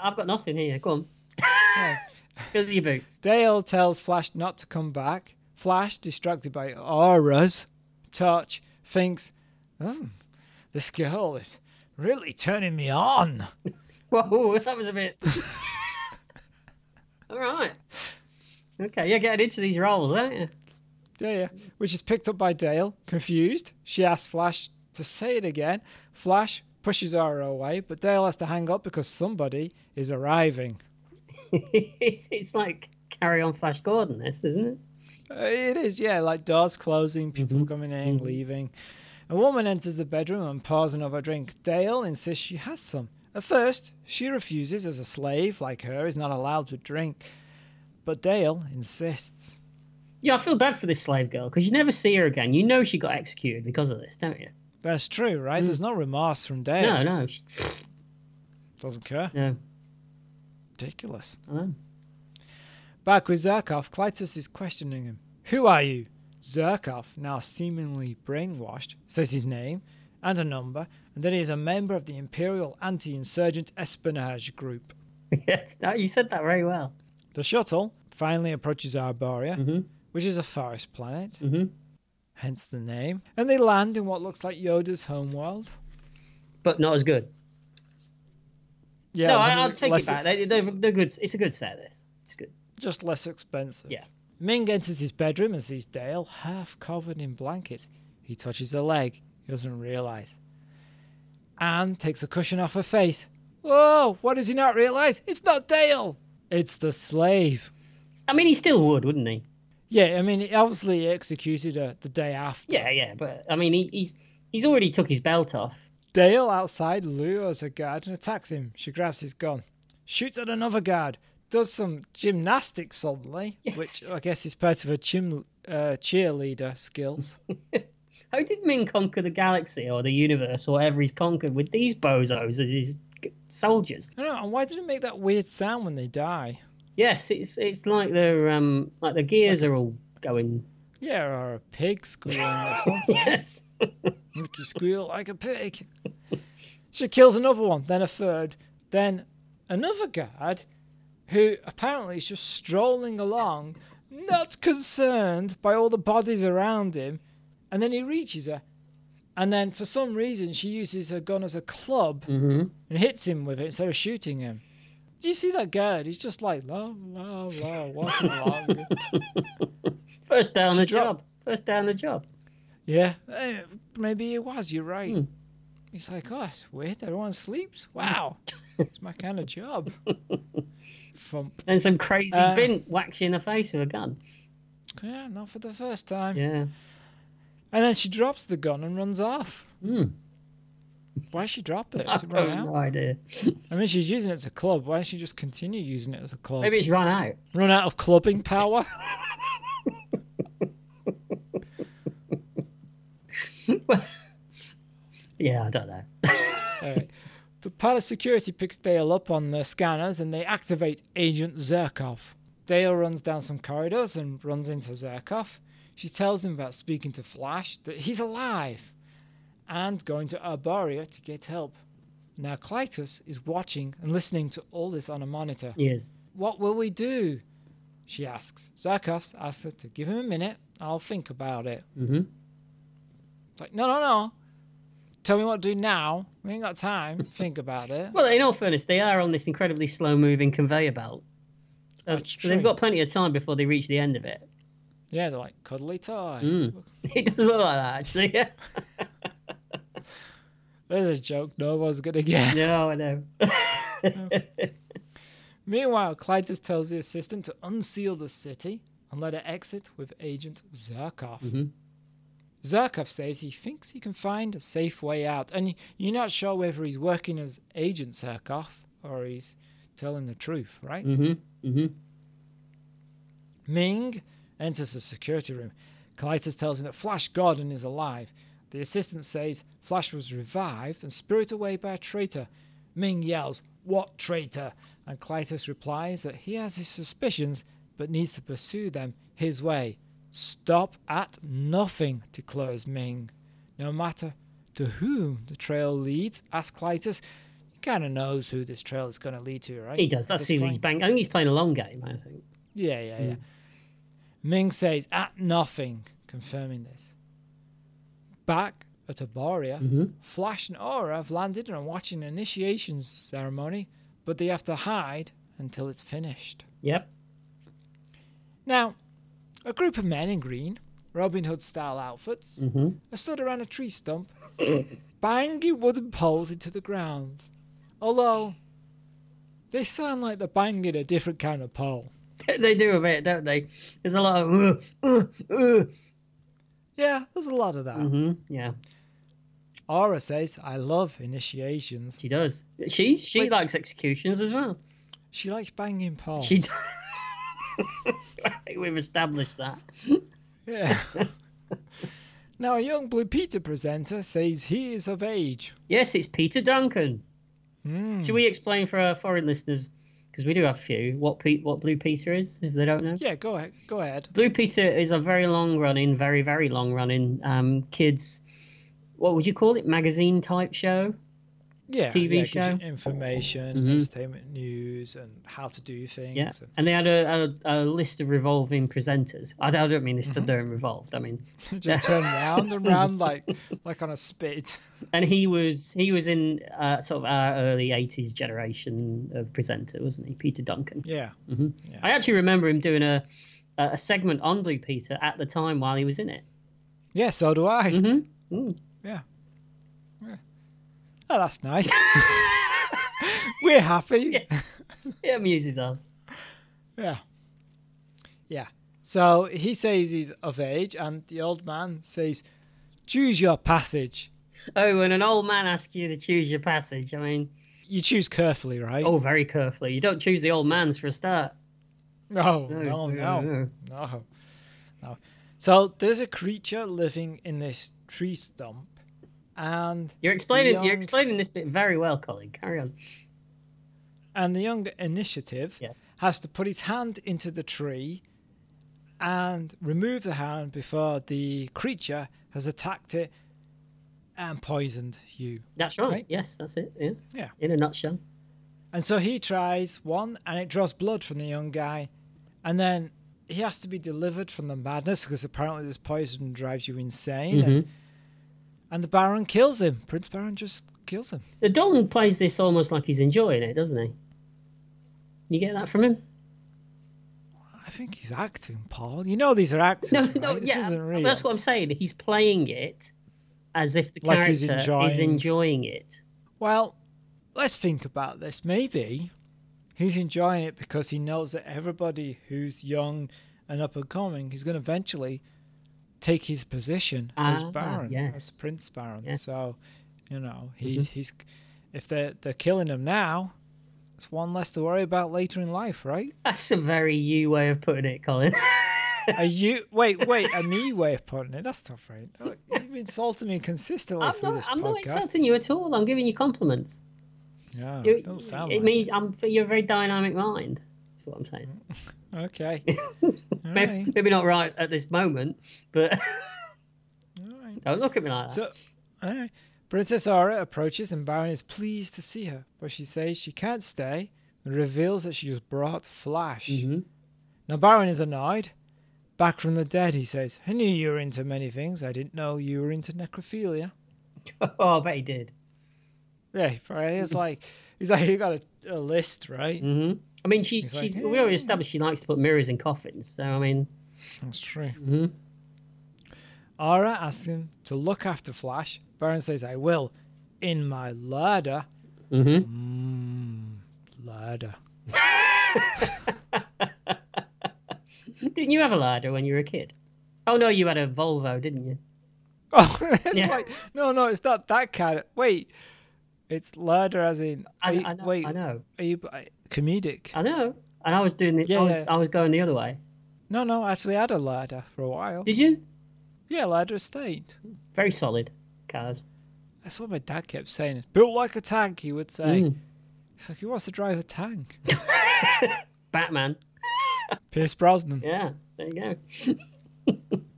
I've got nothing here. Go on. Fill your boots.
Dale tells Flash not to come back. Flash, distracted by Aura's touch, thinks, oh, this girl is really turning me on.
Whoa, that was a bit. All right. Okay, you're getting into these roles, aren't you?
Yeah, yeah. Which is picked up by Dale. Confused, she asks Flash to say it again. Flash pushes Aura away, but Dale has to hang up because somebody is arriving.
it's, it's like carry on Flash Gordon, this, isn't it?
Uh, It is, yeah, like doors closing, people coming in, leaving. A woman enters the bedroom and pours another drink. Dale insists she has some. At first, she refuses, as a slave like her is not allowed to drink. But Dale insists.
Yeah, I feel bad for this slave girl because you never see her again. You know she got executed because of this, don't you?
That's true, right? There's no remorse from Dale.
No, no, she,
Doesn't care.
no.
Ridiculous.
I know.
Back with Zerkov, Clytus is questioning him. Who are you? Zerkov, now seemingly brainwashed, says his name and a number, and that he is a member of the Imperial Anti Insurgent Espionage Group.
yes, no, you said that very well.
The shuttle finally approaches Arborea, which is a forest planet,
Mhm.
hence the name, and they land in what looks like Yoda's homeworld.
But not as good.
Yeah,
no,
less-
I, I'll take
less-
it back. They, they're, they're good. It's a good set. This. It's good.
Just less expensive.
Yeah.
Ming enters his bedroom and sees Dale half covered in blankets. He touches her leg. He doesn't realize. Anne takes a cushion off her face. Whoa, what does he not realize? It's not Dale! It's the slave.
I mean, he still would, wouldn't he?
Yeah, I mean, he obviously executed her the day after.
Yeah, yeah. But I mean, he, he's he's already took his belt off.
Dale outside lures a guard and attacks him. She grabs his gun, shoots at another guard, does some gymnastics suddenly, which I guess is part of her chim- uh, cheerleader skills.
How did Ming conquer the galaxy or the universe or whatever he's conquered with these bozos as his soldiers?
I don't know, and why did it make that weird sound when they die?
Yes, it's it's like their um like their gears are all going.
Yeah, or a pig squealing or something.
Yes.
Make you squeal like a pig. She kills another one, then a third, then another guard who apparently is just strolling along, not concerned by all the bodies around him. And then he reaches her. And then for some reason, she uses her gun as a club and hits him with it instead of shooting him. Do you see that guard? He's just like, la, la, la, walking along.
First down the
dropped-
job. First down the job.
Yeah, eh, maybe it was. You're right.
Hmm.
He's like, oh, it's weird. Everyone sleeps. Wow, it's my kind of job. Thump.
And some crazy
Uh,
bint whacks you in the face with a gun.
Yeah, not for the first time.
Yeah.
And then she drops the gun and runs off.
Hmm.
Why she drop it? Is it
I've
run
Oh,
out?
no idea.
I mean, she's using it as a club. Why don't she just continue using it as a club?
Maybe it's run out.
Run out of clubbing power.
yeah, I don't know.
All right. The palace security picks Dale up on the scanners and they activate Agent Zerkov. Dale runs down some corridors and runs into Zerkov. She tells him about speaking to Flash, that he's alive, and going to Arborea to get help. Now, Clytus is watching and listening to all this on a monitor.
Yes.
What will we do? She asks. Zarkov asks her to give him a minute. I'll think about it.
Mhm.
It's like, no, no, no. Tell me what to do now. We ain't got time. Think about it.
Well, in all fairness, they are on this incredibly slow-moving conveyor belt. So
That's true.
they've got plenty of time before they reach the end of it.
Yeah, they're like cuddly toy.
It does look like that, actually. Yeah.
There's a joke no one's gonna get.
no, Oh, I know.
Meanwhile, Clytus tells the assistant to unseal the city and let her exit with Agent Zerkov. Zerkov says he thinks he can find a safe way out, and you're not sure whether he's working as Agent Zerkov or he's telling the truth, right?
Mm-hmm. Mm-hmm.
Ming enters the security room. Clytus tells him that Flash Gordon is alive. The assistant says Flash was revived and spirited away by a traitor. Ming yells, What traitor? And Clytus replies that he has his suspicions but needs to pursue them his way. Stop at nothing, declares Ming. No matter to whom the trail leads, asks Clytus. He kind of knows who this trail is going to lead to, right?
He does.
At
That's
this
who he's
point.
bang. I think he's playing a long game. I think.
Yeah, yeah, yeah. Ming says at nothing, confirming this. Back at Aboria, Flash and Aura have landed and are watching an initiation ceremony, but they have to hide until it's finished.
Yep.
Now, a group of men in green, Robin Hood style outfits, are stood around a tree stump, banging wooden poles into the ground. Although, they sound like they're banging a different kind of pole.
They do a bit, don't they? There's a lot of. Uh, uh, uh.
Yeah, there's a lot of that.
Mhm, Yeah,
Aura says, I love initiations.
she does. She she
Which-
likes executions as well.
She likes banging poles.
She. does. I think we've established that.
Yeah. now, a young Blue Peter presenter says he is of age.
Yes, it's Peter Duncan. Should we explain for our foreign listeners, because we do have a few, what Pe- what Blue Peter is, if they don't know?
Yeah, go ahead. Go ahead.
Blue Peter is a very long running, very, very long running um, kids, what would you call it? Magazine type show?
Yeah.
TV
yeah, it gives you
show. Mm-hmm.
information, entertainment news, and how to do things.
Yeah.
and-
And they had a, a, a list of revolving presenters. I, I don't mean they stood there and revolved. I mean,
just turn round and round like like on a spit.
and he was he was in uh, sort of our early 80s generation of presenter, wasn't he? Peter Duncan.
Yeah.
I actually remember him doing a, a a segment on Blue Peter at the time while he was in it.
Yeah, so do I. Mm.
Mm-hmm.
Yeah. yeah. Oh, that's nice. We're happy.
It amuses us.
Yeah. Yeah. So he says he's of age, and the old man says, Choose your passage.
Oh, when an old man asks you to choose your passage, I mean,
You choose carefully, right?
oh, very carefully. You don't choose the old man's for a start.
no, no, no, no,
no.
no. So there's a creature living in this tree stump, and
You're explaining
Young-
you're explaining this bit very well, Colin. Carry on.
and the young initiative
Yes.
has to put his hand into the tree and remove the hand before the creature has attacked it and poisoned you.
That's right.
Right?
Yes, that's it. Yeah.
Yeah.
In a nutshell.
And so he tries one, and it draws blood from the young guy, and then he has to be delivered from the madness because apparently this poison drives you insane. And, and the Baron kills him. Prince Baron just kills him.
The Dalton plays this almost like he's enjoying it, doesn't he? You get that from him?
I think he's acting, Paul. You know these are actors.
No,
right?
no,
this
yeah.
isn't real.
That's what I'm saying. He's playing it as if the
Like he's
character is
enjoying-
enjoying it.
Well, let's think about this. Maybe he's enjoying it because he knows that everybody who's young and up and coming is going to eventually take his position as
Ah,
Baron,
yes.
as Prince Baron.
Yes. Mm-hmm.
So, you know, he's he's if they're they're killing him now, it's one less to worry about later in life, right?
That's a very you way of putting it, Colin.
Are you wait wait a me way of putting it? That's not right. Oh, You've insulted me consistently
I'm
through
not,
this
I'm not
podcast.
insulting you at all. I'm giving you compliments.
Yeah,
It,
Oh, don't sound
it
like
means I'm, you're a very dynamic mind. Is what I'm saying.
it. Okay. All right.
Maybe, maybe not right at this moment, but
All right.
don't look at me like that.
So, alright. Princess Aura approaches and Baron is pleased to see her, but she says she can't stay and reveals that she just brought Flash. Now, Baron is annoyed. Back from the dead, he says, I knew you were into many things. I didn't know you were into necrophilia.
oh, I bet he did.
Yeah, right. It's like, he's like, you got a, a list, right?
I mean, she,
He's
she's,
like,
we already established she likes to put mirrors in coffins. So, I mean,
That's true. mm Aura asks him to look after Flash. Baron says, I will, in my larder. Mm, larder.
didn't you have a larder when you were a kid? Oh, no, you had a Volvo, didn't you?
Oh, it's
Yeah.
like no, no, it's not that kind of. Wait, it's louder as in.
I,
are you-
I, know,
wait,
I know.
Are you uh, comedic?
I know. And I was doing the,
Yeah,
I, was,
yeah.
I was going the other way.
no, no, I actually had a louder for a while.
Did you?
Yeah, louder estate.
Very solid cars.
That's what my dad kept saying. It's built like a tank. He would say.
Mm.
It's like he wants to drive a tank.
Batman.
Pierce Brosnan.
Yeah, there you go.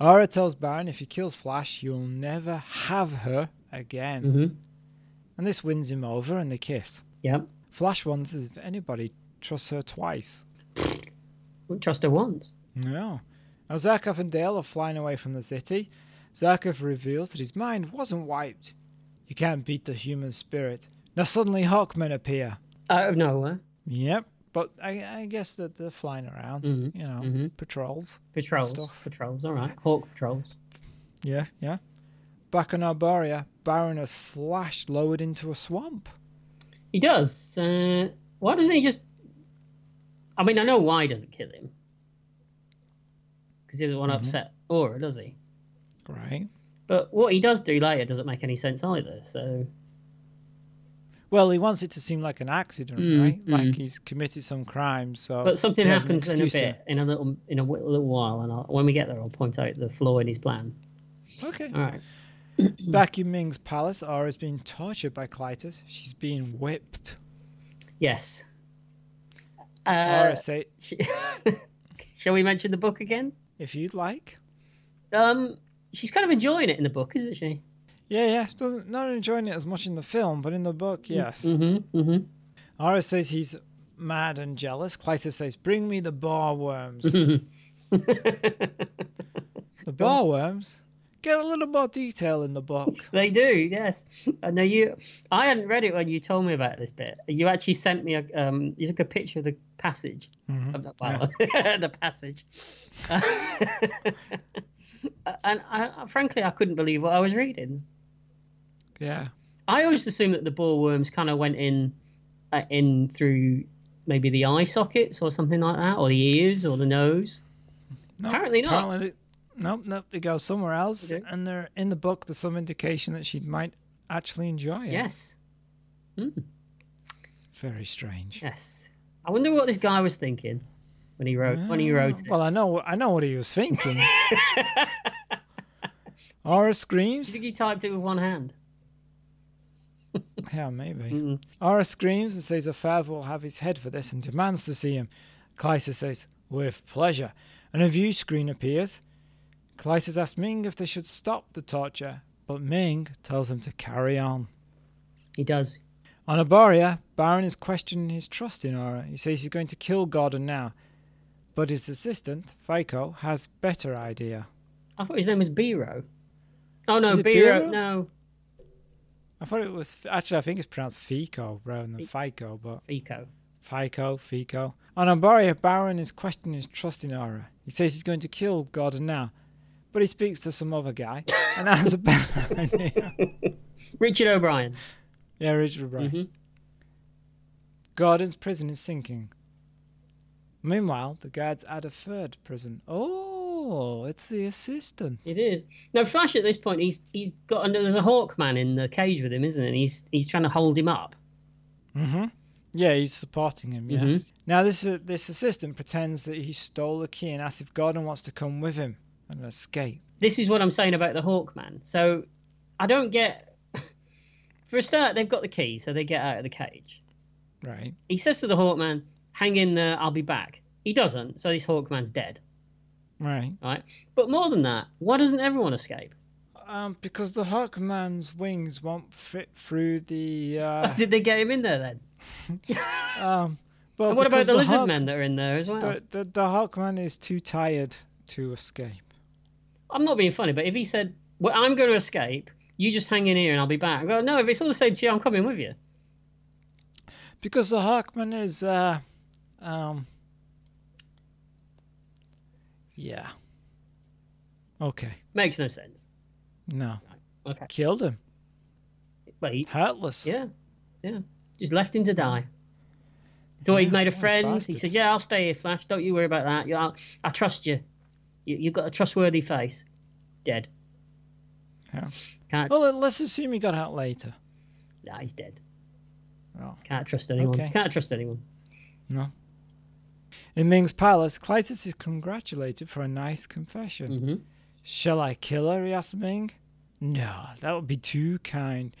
Aura tells Baron if he kills Flash, you'll never have her again.
Mhm.
And this wins him over, and they kiss.
Yep.
Flash wonders if anybody trusts her twice.
Wouldn't trust her once.
No. Now, Zarkov and Dale are flying away from the city. Zarkov reveals that his mind wasn't wiped. You can't beat the human spirit. Now, suddenly, Hawkmen appear.
Out Uh, of nowhere.
Yep. But I, I guess that they're flying around,
Mm-hmm.
you know, patrols.
Patrols.
Stuff.
Patrols, all right. Hawk patrols.
Yeah, yeah. Back on Arborea, Baron has flashed lowered into a swamp.
He does. Uh, why doesn't he just. I mean, I know why he doesn't kill him. Because he doesn't want to
Mm-hmm.
upset Aura, does he?
Right.
But what he does do later doesn't make any sense either. So,
Well, he wants it to seem like an accident, right? Like he's committed some crime, so.
Mm-hmm. but something
he has an
happens in a
excuse
bit, in a little, in a wi- little while, and I'll, when we get there, I'll point out the flaw in his plan.
here. Okay.
All right.
Back in Ming's palace, Aura's being tortured by Clytus. She's being whipped.
Yes.
Aura
Uh,
say,
shall we mention the book again?
if you'd like.
Um, she's kind of enjoying it in the book, isn't she?
Yeah, yeah. Doesn't, not enjoying it as much in the film, but in the book, yes.
Mm-hmm. Mm-hmm.
Aura says he's mad and jealous. Clytus says, bring me the bar worms. the bar worms? Get a little more detail in the book.
They do, yes. I know you. I hadn't read it when you told me about this bit. You actually sent me a. Um, you took a picture of the passage. Of the, well, the passage. Uh, and I, frankly, I couldn't believe what I was reading.
Yeah.
I always assumed that the ball worms kind of went in, uh, in through maybe the eye sockets or something like that, or the ears or the nose.
No,
Apparently not.
Apparently, they- nope, nope. They go somewhere else,
Okay.
and they're in the book. There's some indication that she might actually enjoy it.
Yes,
Very strange.
yes. I wonder what this guy was thinking when he wrote when he wrote it.
Well, I know, I know what he was thinking. Aura
Do you
screams.
think he typed it with one hand?
Yeah, maybe. Aura screams and says Afav will have his head for this and demands to see him. Clysus says, with pleasure. And a view screen appears. Clysus asks Ming if they should stop the torture, but Ming tells him to carry on.
He does.
On Aboria, Baron is questioning his trust in Aura. He says he's going to kill Gordon now. But his assistant, Faiko, has better idea.
I thought his name was Biro. Oh no,
Is it
Biro.
Biro?
No,
I thought it was actually I think it's pronounced Fico rather than Fico, but
Fico.
Fico, Fico. On Ambaria, Baron is questioning his trust in Aura. He says he's going to kill Gordon now, but he speaks to some other guy and has a better idea.
Richard O'Brien.
Yeah, Richard O'Brien.
Mhm.
Gordon's prison is sinking. Meanwhile, the guards add a third prison. Oh, it's the assistant.
It is. Now Flash at this point, he's he's got and there's a Hawkman in the cage with him, isn't it? He's he's trying to hold him up.
Yeah, he's supporting him. Yes.
Mm-hmm.
Now this uh, this assistant pretends that he stole the key and asks if Gordon wants to come with him and escape.
This is what I'm saying about the Hawkman. So I don't get For a start, they've got the key, so they get out of the cage.
Right.
He says to the Hawkman, "Hang in there, I'll be back." He doesn't, so this Hawkman's dead.
Right.
Right. But more than that, why doesn't everyone escape?
Um, because the Hawkman's wings won't fit through the. Uh,
Did they get him in there then?
um, well,
And what about
because
the, lizard
Hawk-
men that are in there as well?
The, the, the Hawkman is too tired to escape.
I'm not being funny, but if he said, "Well, I'm going to escape," you just hang in here and I'll be back. I go, no, if it's all the same to you, I'm coming with you.
Because the Hawkman is. Uh, um, yeah. Okay.
Makes no sense.
No.
Okay.
Killed him.
But he,
Hurtless.
yeah, yeah, just left him to die. Thought he'd made a
what a
friend. He
bastard.
said, "Yeah, I'll stay here, Flash. Don't you worry about that. Yeah, I'll, I trust you. you. You've got a trustworthy face." Dead.
Yeah.
Can't.
Well, let- let's assume he got out later.
Nah, he's dead.
Oh.
Can't trust anyone.
Okay.
Can't trust anyone.
No. In Ming's palace, Clytus is congratulated for a nice confession.
Mhm.
Shall I kill her? he asks Ming. No, that would be too kind.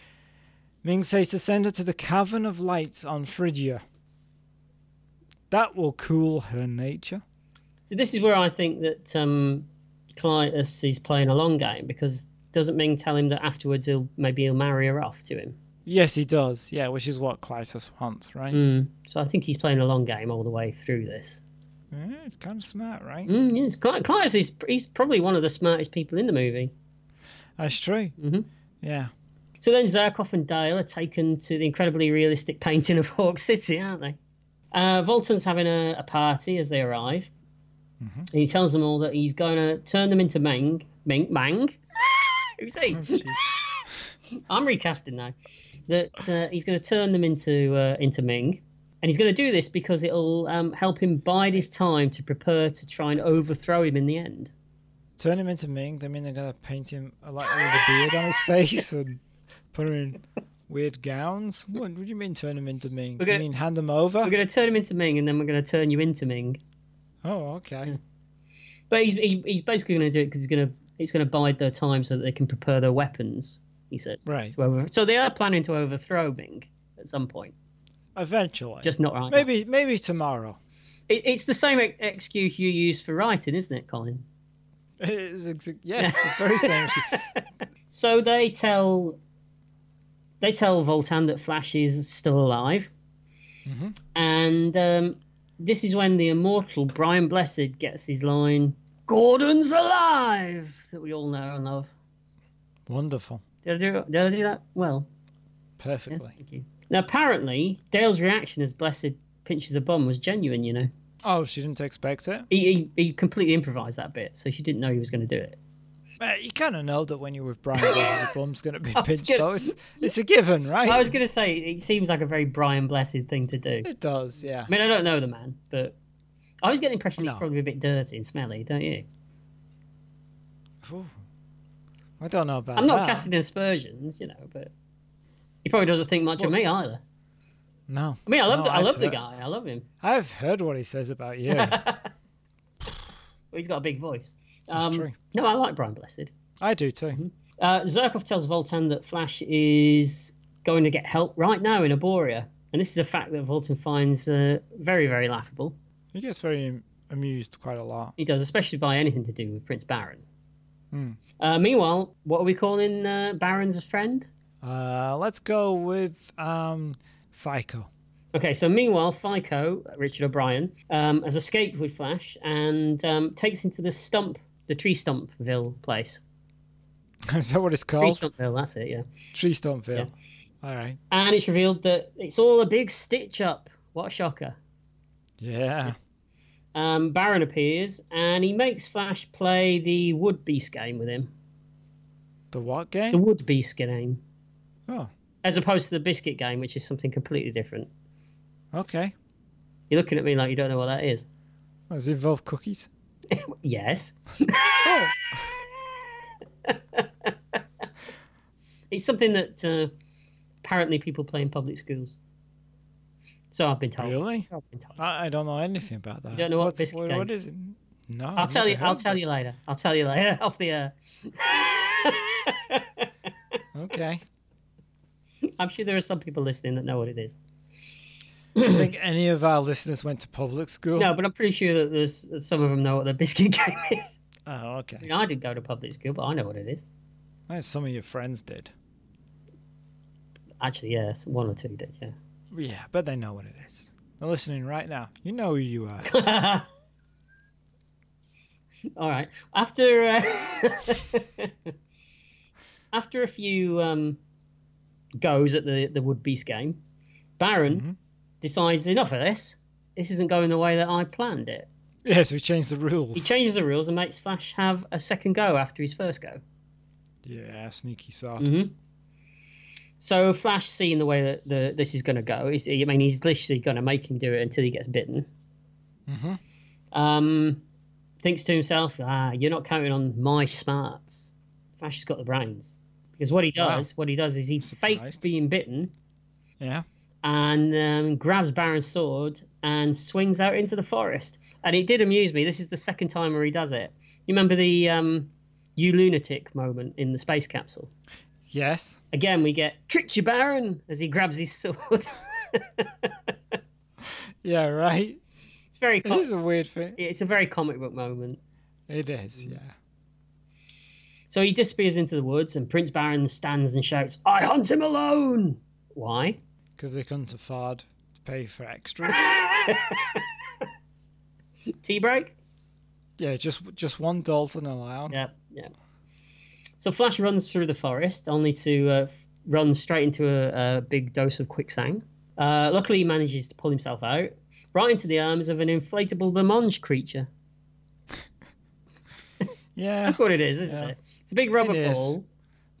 Ming says to send her to the Cavern of Lights on Phrygia. That will cool her nature.
So this is where I think that um, Clytus is playing a long game because doesn't Ming tell him that afterwards he'll maybe he'll marry her off to him.
Yes, he does. Yeah, which is what Clytus wants, right?
Mm. So I think he's playing a long game all the way through this.
Yeah, it's kind of smart, right?
Mm, yes, Cly- Clytus is he's probably one of the smartest people in the movie.
That's true.
Mhm.
Yeah.
So then Zarkov and Dale are taken to the incredibly realistic painting of Hawk City, aren't they? Uh, Volton's having a, a party as they arrive. And he tells them all that he's going to turn them into Mang. Mang? Mang? Who's he?
Oh,
I'm recasting now. That uh, he's going to turn them into uh, into Ming, and he's going to do this because it'll um, help him bide his time to prepare to try and overthrow him in the end.
Turn him into Ming. They mean they're gonna paint him uh, like with a beard on his face and put him in weird gowns. What, what do you mean turn him into Ming?
We're gonna-
you mean hand him over?
We're going to turn him into Ming, and then we're going to turn you into Ming.
Oh, okay.
But he's he, he's basically going to do it because he's going to he's going to bide their time so that they can prepare their weapons. He says.
Right.
To over- so they are planning to overthrow Ming at some point,
Eventually.
just not right. now.
maybe maybe tomorrow.
It, it's the same ex- excuse you use for writing, isn't it, Colin?
It is exa- yes, the very same. issue.
So they tell they tell Voltan that Flash is still alive,
Mm-hmm.
and um, this is when the immortal Brian Blessed gets his line, "Gordon's alive," that we all know and love.
Wonderful.
Did I do did I do that well? Yes,
Perfectly.
thank you. Now apparently Dale's reaction as Blessed pinches a bum was genuine. You know,
Oh, she didn't expect it.
he he, he completely improvised that bit, so she didn't know he was going to do it.
Uh, you kind of know that when you're with Brian, Blessed, the bum's going to be pinched.
gonna-
Though it's, it's a given, right?
I was going to say it seems like a very Brian Blessed thing to do.
It does, yeah.
I mean, I don't know the man, but I always get the impression
No.
he's probably a bit dirty and smelly, don't you?
Ooh. I don't know about
I'm not
that.
casting aspersions, you know, but he probably doesn't think much of me either.
No.
I mean, I love
No,
the, I
I've
love the
heard-
guy. I love him.
I've heard what he says about you.
Well, he's got a big voice.
That's
Um,
true.
No, I like Brian Blessed.
I do too.
Uh, Zerkov tells Voltan that Flash is going to get help right now in Aboria. And this is a fact that Voltan finds uh, very, very laughable.
He gets very am- amused quite a lot.
He does, especially by anything to do with Prince Baron. Uh, meanwhile, what are we calling uh, Baron's friend?
Uh, let's go with um, FICO.
Okay, so meanwhile, Fico, Richard O'Brien, um, has escaped with Flash and um, takes him to the stump, the Tree Stumpville place.
is that what it's
Tree
called?
Stumpville, that's it, yeah.
Tree Stumpville. All right.
And it's revealed that it's all a big stitch up. What a shocker.
Yeah.
Um, Baron appears and he makes Flash play the Wood Beast game with him.
The what
The
game?
Wood Beast game.
Oh,
As opposed to the Biscuit game, which is something completely different.
okay.
You're looking at me like you don't know what that is.
Does it involve cookies?
Yes.
Oh,
It's something that uh, apparently people play in public schools. So I've been told.
really?
I've been told.
I, I don't know anything about that.
don't know what
What's-
biscuit
what
game-
is it? No.
I'll
I've
tell you.
never
I'll
heard
tell you later. I'll tell you later off the air.
of it. Okay.
I'm sure there are some people listening that know what it is.
Do you think any of our listeners went to public school?
No, but I'm pretty sure that there's that some of them know what the biscuit game is.
Oh,
I
okay.
mean, I didn't go to public school, but I know what it is.
I think some of your friends did.
Actually, yes, one or two did, yeah.
Yeah, but they know what it is. They're listening right now. You know who you are.
All right. After uh, after a few um, goes at the the wood beast game, Baron decides enough of this. This isn't going the way that I planned it.
yeah, so we changed the
He
rules.
changes the rules and makes Flash have a second go after his first go.
yeah, sneaky sod.
Mm-hmm. So Flash, seeing the way that the this is going to go, is I mean, he's literally going to make him do it until he gets bitten. Mm-hmm. Um, thinks to himself, "Ah, you're not counting on my smarts." Flash has got the brains because what he
Wow.
does, what he does is he
Surprised.
fakes being bitten
Yeah.
and um, grabs Baron's sword and swings out into the forest. And it did amuse me. This is the second time where he does it. You remember the um, "you lunatic" moment in the space capsule?
Yes.
Again, we get tricked you, Baron, as he grabs his sword.
Yeah, right.
it's very
It
com-
is a weird thing.
it's a very comic book moment.
It is, yeah.
So he disappears into the woods, and Prince Baron stands and shouts, "I hunt him alone." Why?
Because they couldn't afford to pay for extras.
Tea break?
yeah, just just one Dalton allowed.
Yep, yep. So Flash runs through the forest, only to uh, f- run straight into a, a big dose of quicksand. Uh, luckily, he manages to pull himself out, right into the arms of an inflatable Vermonge creature.
Yeah,
That's what it is, isn't
Yeah.
it? It's a big rubber
It is.
ball,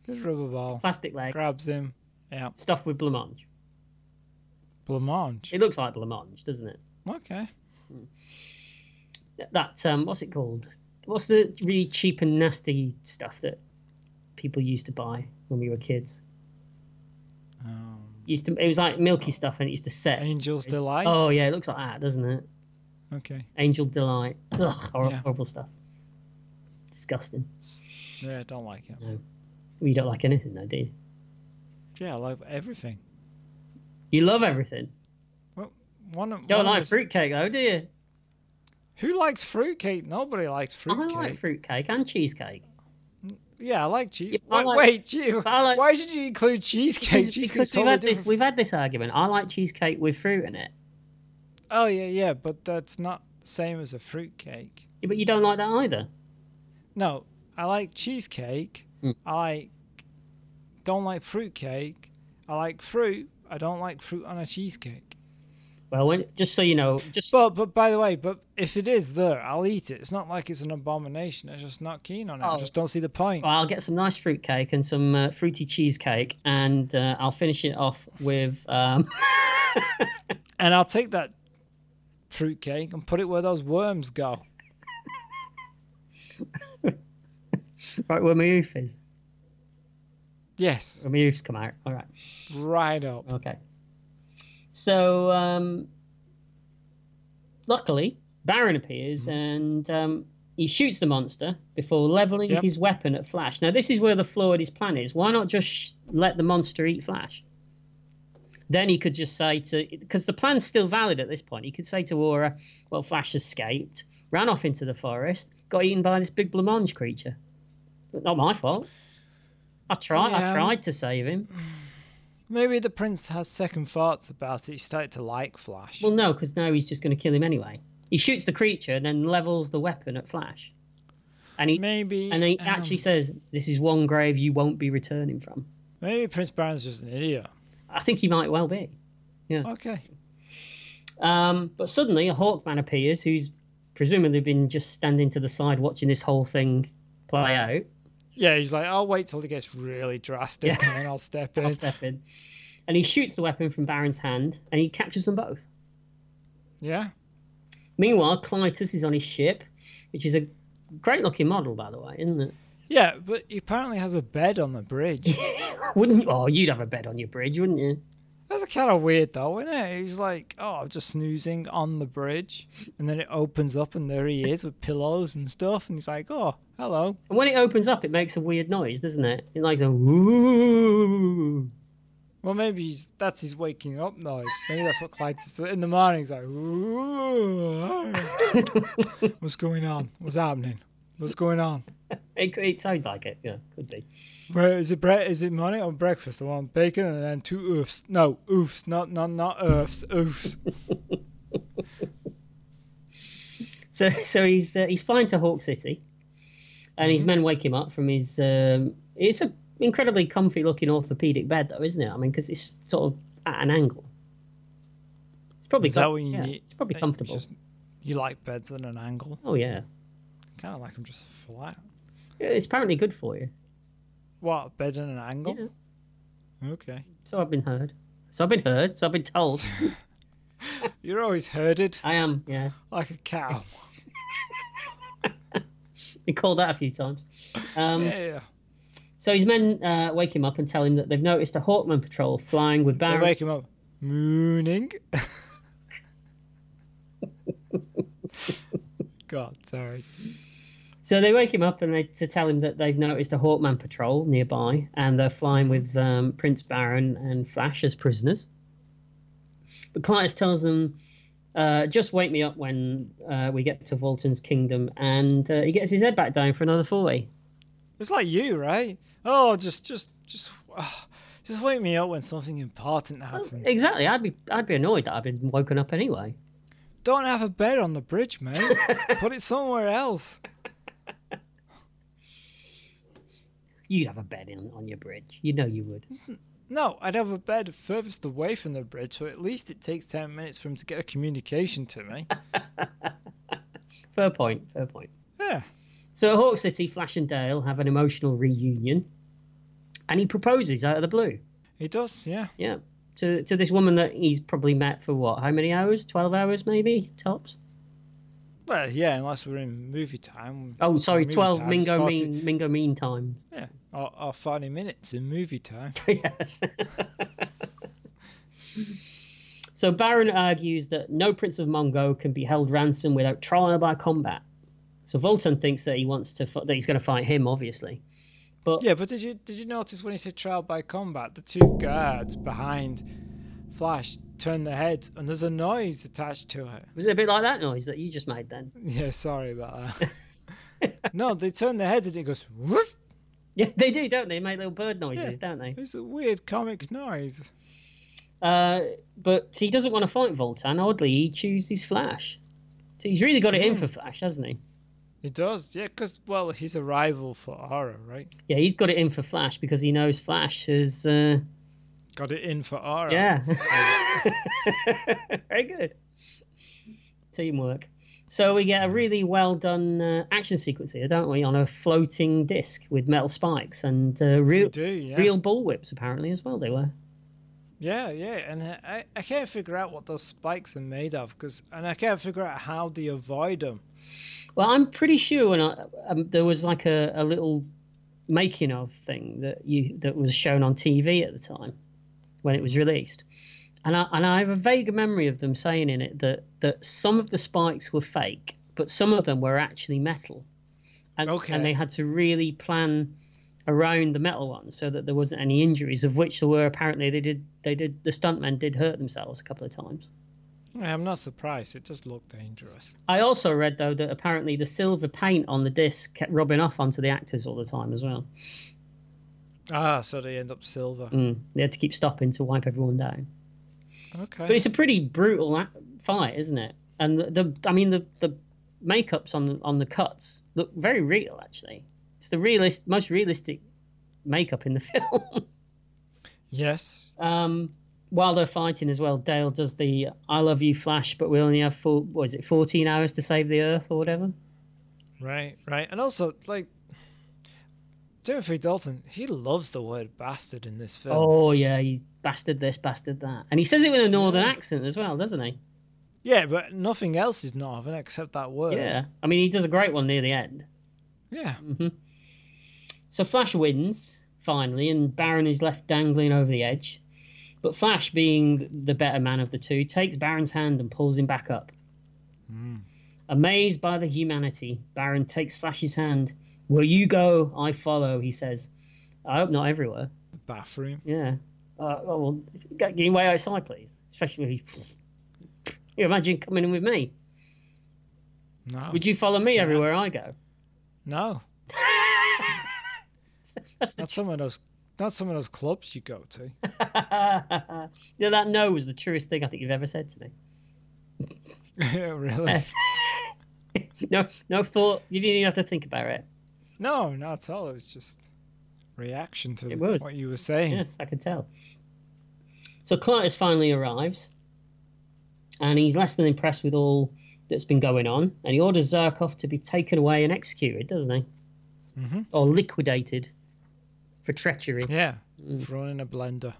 good rubber ball.
plastic leg,
Grabs him. Yeah,
stuffed with blancmange.
blancmange.
It looks like blancmange, doesn't it?
Okay.
That um, what's it called? What's the really cheap and nasty stuff that people used to buy when we were kids?
Um,
Used to it was like milky stuff and it used to set.
Angel's delight.
Oh yeah, it looks like that, doesn't it?
Okay.
Angel delight. Ugh, hor-
Yeah.
horrible stuff. Disgusting.
Yeah, I don't like it.
Well, You don't like anything though, do you?
Yeah, I love everything.
You love everything.
Well, one of
Don't
one of
like
us-
fruitcake though, do you?
Who likes fruitcake? Nobody likes fruitcake.
I like fruitcake and cheesecake.
Yeah, I like cheese.
I
wait,
like-
wait, gee,
I like-
why did you include cheesecake?
because
Cheesecake's
we've
totally
had this
different.
we've had this argument. I like cheesecake with fruit in it.
Oh yeah, yeah, but that's not the same as a fruitcake.
Yeah, but you don't like that either.
No, I like cheesecake. I like, don't like fruitcake. I like fruit. I don't like fruit on a cheesecake.
Well, when, just so you know, just
But but by the way, but if it is there, I'll eat it. It's not like it's an abomination. I'm just not keen on it. I
Oh.
just don't see the point.
I'll get some nice fruitcake and some uh, fruity cheesecake, and uh, I'll finish it off with um,
And I'll take that fruitcake and put it where those worms go.
right where my oof is.
Yes,
Where my oof's come out. All right.
right up.
Okay. So, um, luckily, Baron
Mm-hmm.
appears and um, he shoots the monster before leveling
Yep.
his weapon at Flash. Now, this is where the flaw in his plan is. Why not just sh- let the monster eat Flash? Then he could just say to, because the plan's still valid at this point, he could say to Aura, well, Flash escaped, ran off into the forest, got eaten by this big blancmange creature. Not my fault. I tried.
Yeah.
I tried to save him.
Maybe the prince has second thoughts about it. He started to like Flash.
Well, no, because now he's just going to kill him anyway. He shoots the creature and then levels the weapon at Flash. And he
maybe.
and he
um,
actually says, "This is one grave you won't be returning from."
Maybe Prince Baron's just an idiot.
I think he might well be.
Okay.
Um, but suddenly, a Hawkman appears who's presumably been just standing to the side watching this whole thing play out.
Yeah, he's like, I'll wait till it gets really drastic and then I'll step in.
I'll step in. And he shoots the weapon from Baron's hand and he captures them both.
Yeah.
Meanwhile, Clytus is on his ship, which is a great looking model, by the way, isn't it?
Yeah, but he apparently has a bed on the bridge.
Wouldn't you? Oh, you'd have a bed on your bridge, wouldn't you?
That's kind of weird though, isn't it? He's like, oh, I'm just snoozing on the bridge. And then it opens up and there he is with pillows and stuff. And he's like, oh, hello.
And when it opens up, it makes a weird noise, doesn't it? It makes a woo.
Well, maybe he's, that's his waking up noise. Maybe that's what Clyde is in the morning. He's like, "Ooh, ah." what's going on? What's happening? What's going on?
It, it sounds like it. Yeah, could be.
Where is it? Bre- is it morning or breakfast? I want bacon and then two oofs. No, oofs, not not not oofs, oofs.
So so he's uh, he's flying to Hawk City, and
Mm-hmm.
his men wake him up from his. Um, it's a incredibly comfy looking orthopedic bed though, isn't it? I mean, because it's sort of at an angle. It's probably
Is that
com-
what you
yeah,
need?
It's probably
Like,
comfortable.
just- you like beds at an angle?
Oh yeah,
Kind of like them just flat.
it's apparently good for you.
What a bed at an angle? Okay.
So I've been heard. So I've been heard. So I've been told.
You're always herded
I am. Yeah,
like a cow.
been called that a few times. Um,
Yeah.
So his men uh, wake him up and tell him that they've noticed a Hawkman patrol flying with
They
Baron.
wake him up. Mooning. God, sorry.
So they wake him up and they to tell him that they've noticed a Hawkman patrol nearby, and they're flying with um, Prince Baron and Flash as prisoners. But Clytus tells them, uh, "Just wake me up when uh, we get to Volton's kingdom," and uh, he gets his head back down for another forty.
It's like you, right? Oh, just, just, just, ah, just wake me up when something
Oh,
important happens.
Exactly. I'd be I'd be annoyed that I've been woken up anyway.
Don't have a bed on the bridge, mate. Put it somewhere else.
You'd have a bed in, on your bridge. You know you would.
No, I'd have a bed furthest away from the bridge, so at least it takes ten minutes for him to get a communication to me.
Fair point. Fair point.
Yeah.
So at Hawk City, Flash and Dale have an emotional reunion, and he proposes out of the blue.
He does, yeah.
Yeah, to to this woman that he's probably met for what? How many hours? Twelve hours, maybe tops.
Well, yeah, unless we're in movie time.
Oh, sorry,
Movie
twelve
time is
Mingo
40
mean Mingo mean time.
Yeah, or, or 40 minutes in movie time.
yes. so Baron argues that no Prince of Mongo can be held ransom without trial by combat. So Volton thinks that he wants to fi- that he's going to fight him, obviously.
Yeah, but did you did you notice when he said trial by combat, the two guards behind Flash turn their heads and there's a noise attached to it.
Was it a bit like that noise that you just made then?
Yeah, sorry about that. no, they turn their heads and it goes woof.
Yeah, they do, don't they? Make little bird noises,
Yeah.
don't they?
It's a weird comic noise.
Uh, but he doesn't want to fight Voltan. Oddly, he chooses Flash. So he's really got it in for Flash, hasn't he?
It does, yeah, because well, he's a rival for Aura, right?
Yeah, he's got it in for Flash because he knows Flash is. Uh,
Got it in for Aura.
yeah. Very good. Teamwork. So we get a really well done uh, action sequence here, don't we? On a floating disc with metal spikes and uh, real,
We do, yeah.
real ball whips apparently as well. They were.
Yeah, yeah, and I- I, I can't figure out what those spikes are made of, cause, and I can't figure out how they avoid them.
Well, I'm pretty sure when I, um, there was like a, a little making of thing that you that was shown on TV at the time when it was released, and I and I have a vague memory of them saying in it that that some of the spikes were fake, but some of them were actually metal, and
Okay.
and they had to really plan around the metal ones so that there wasn't any injuries, of which there were apparently they did they did the stuntmen did hurt themselves a couple of times.
I'm not surprised. It does look dangerous.
I also read though that apparently the silver paint on the disc kept rubbing off onto the actors all the time as well.
Ah, so they end up silver.
Mm. They had to keep stopping to wipe everyone down. But
Okay.
it's a pretty brutal a- fight, isn't it? And the, the I mean the the makeups on on the cuts look very real actually. It's the realist most realistic makeup in the film.
Yes.
um, while they're fighting as well, Dale does the "I love you" flash, but we only have four. What is it? Fourteen hours to save the Earth or whatever.
Right, right. And also, like, Timothy Dalton, he loves the word bastard in this film.
Oh yeah, he bastard this, bastard that, and he says it with a northern accent as well, doesn't he?
Yeah, but nothing else is northern except that word.
Yeah, Mm. I mean he does a great one near the end.
Yeah.
So Flash wins finally, and Baron is left dangling over the edge. But Flash, being the better man of the two, takes Baron's hand and pulls him back up. Amazed by the humanity, Baron takes Flash's hand. Where you go, I follow, he says. I hope not everywhere.
Bathroom.
Yeah. Uh, oh, well, get your way outside, please. Especially, you imagine coming in with me.
No.
Would you follow me everywhere I go?
No.
That's the
Not some of those. Not some of those clubs you go to.
yeah, that no was the truest thing I think you've ever said to me.
really?
Yes. no, no thought. You didn't even have to think about it.
No, not at all. It was just reaction to
It was.
what you were saying.
Yes, I can tell. So Clytus finally arrives, and he's less than impressed with all that's been going on, and he orders Zarkov to be taken away and executed, doesn't he? Mm-hmm. Or liquidated for treachery.
Yeah.
Mm.
Thrown in a blender.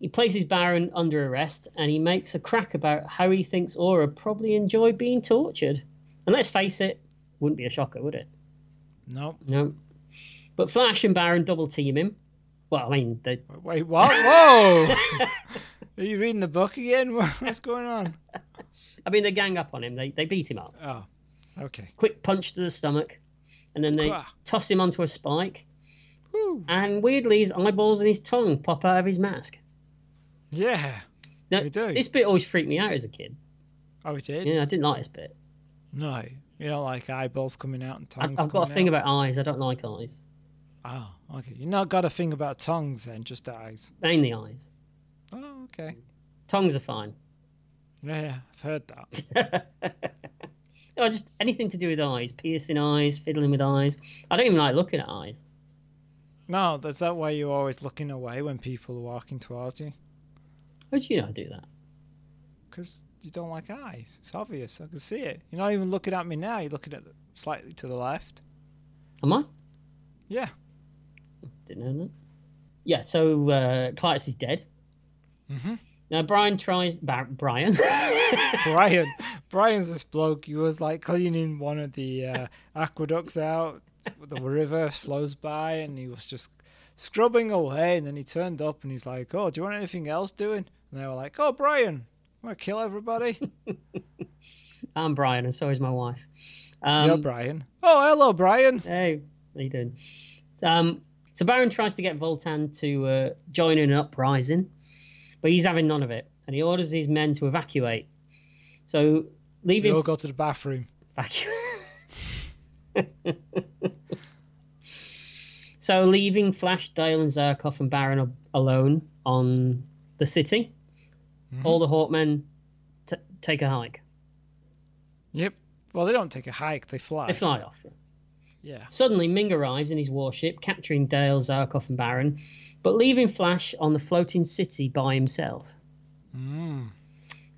He places Baron under arrest, and he makes a crack about how he thinks Aura probably enjoyed being tortured. And let's face it, wouldn't be a shocker, would it?
No.
No. But Flash and Baron double team him. Well, I mean, they,
Wait, what? Whoa! Are you reading the book again? What's going on?
I mean, they gang up on him. They, they beat him up.
Oh, okay.
Quick punch to the stomach, and then they
Quah.
toss him onto a spike.
Woo.
And weirdly, his eyeballs and his tongue pop out of his mask.
Yeah.
Now,
They do.
This bit always freaked me out as a kid.
Oh, it did?
Yeah, I didn't like this bit.
No. You don't like eyeballs coming out and
I,
tongues
I've got a thing
coming out?
about eyes. I don't like eyes.
Oh, okay. You not got a thing about tongues then, just eyes.
Mainly eyes.
Oh, okay.
Tongues are fine.
Yeah, yeah, I've heard that.
No, just anything to do with eyes, piercing eyes, fiddling with eyes. I don't even like looking at eyes.
No, is that why you're always looking away when people are walking towards you?
How do you know I do that?
Because you don't like eyes. It's obvious. I can see it. You're not even looking at me now. You're looking at the, slightly to the left.
Am I?
Yeah.
Didn't know that. Yeah, so uh, Clytus is dead.
Mm-hmm.
Now Brian tries. Bar- Brian.
Brian. Brian's this bloke. He was like cleaning one of the uh, aqueducts out. The river flows by and he was just scrubbing away. And then he turned up and he's like, Oh, do you want anything else doing? And they were like, Oh, Brian, want to kill everybody?
I'm Brian, and so is my wife.
You're
Um,
Brian. Oh, hello, Brian.
hey, how you doing? Um, so Baron tries to get Voltan to uh, join in an uprising, but he's having none of it, and he orders his men to evacuate. So
We
leaving
all go to the bathroom.
Vacuum. so, leaving Flash, Dale, and Zarkov and Baron ab- alone on the city, all the Hawkmen t- take a hike.
Yep. Well, they don't take a hike, they fly.
They fly off.
Yeah.
Suddenly, Ming arrives in his warship, capturing Dale, Zarkov, and Baron, but leaving Flash on the floating city by himself.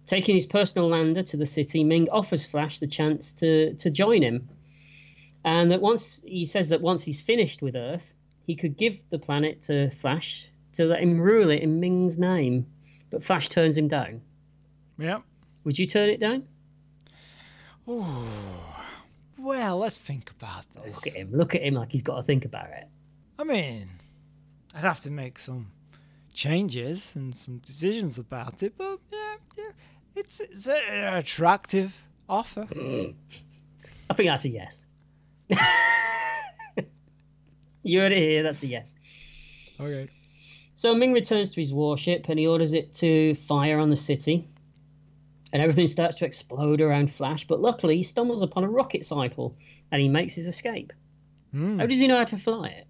Taking his personal lander to the city, Ming offers Flash the chance to, to join him. And that once he says that once he's finished with Earth, he could give the planet to Flash to let him rule it in Ming's name. But Flash turns him down.
Yep.
Would you turn it down?
Well, let's think about this.
Look at him. Look at him like he's got to think about it.
I mean, I'd have to make some changes and some decisions about it, but yeah, yeah it's, it's an attractive offer.
I think that's a yes. you heard it here. That's a yes.
Okay.
So Ming returns to his warship and he orders it to fire on the city. And everything starts to explode around Flash, but luckily he stumbles upon a rocket cycle and he makes his escape. How does he know how to fly it?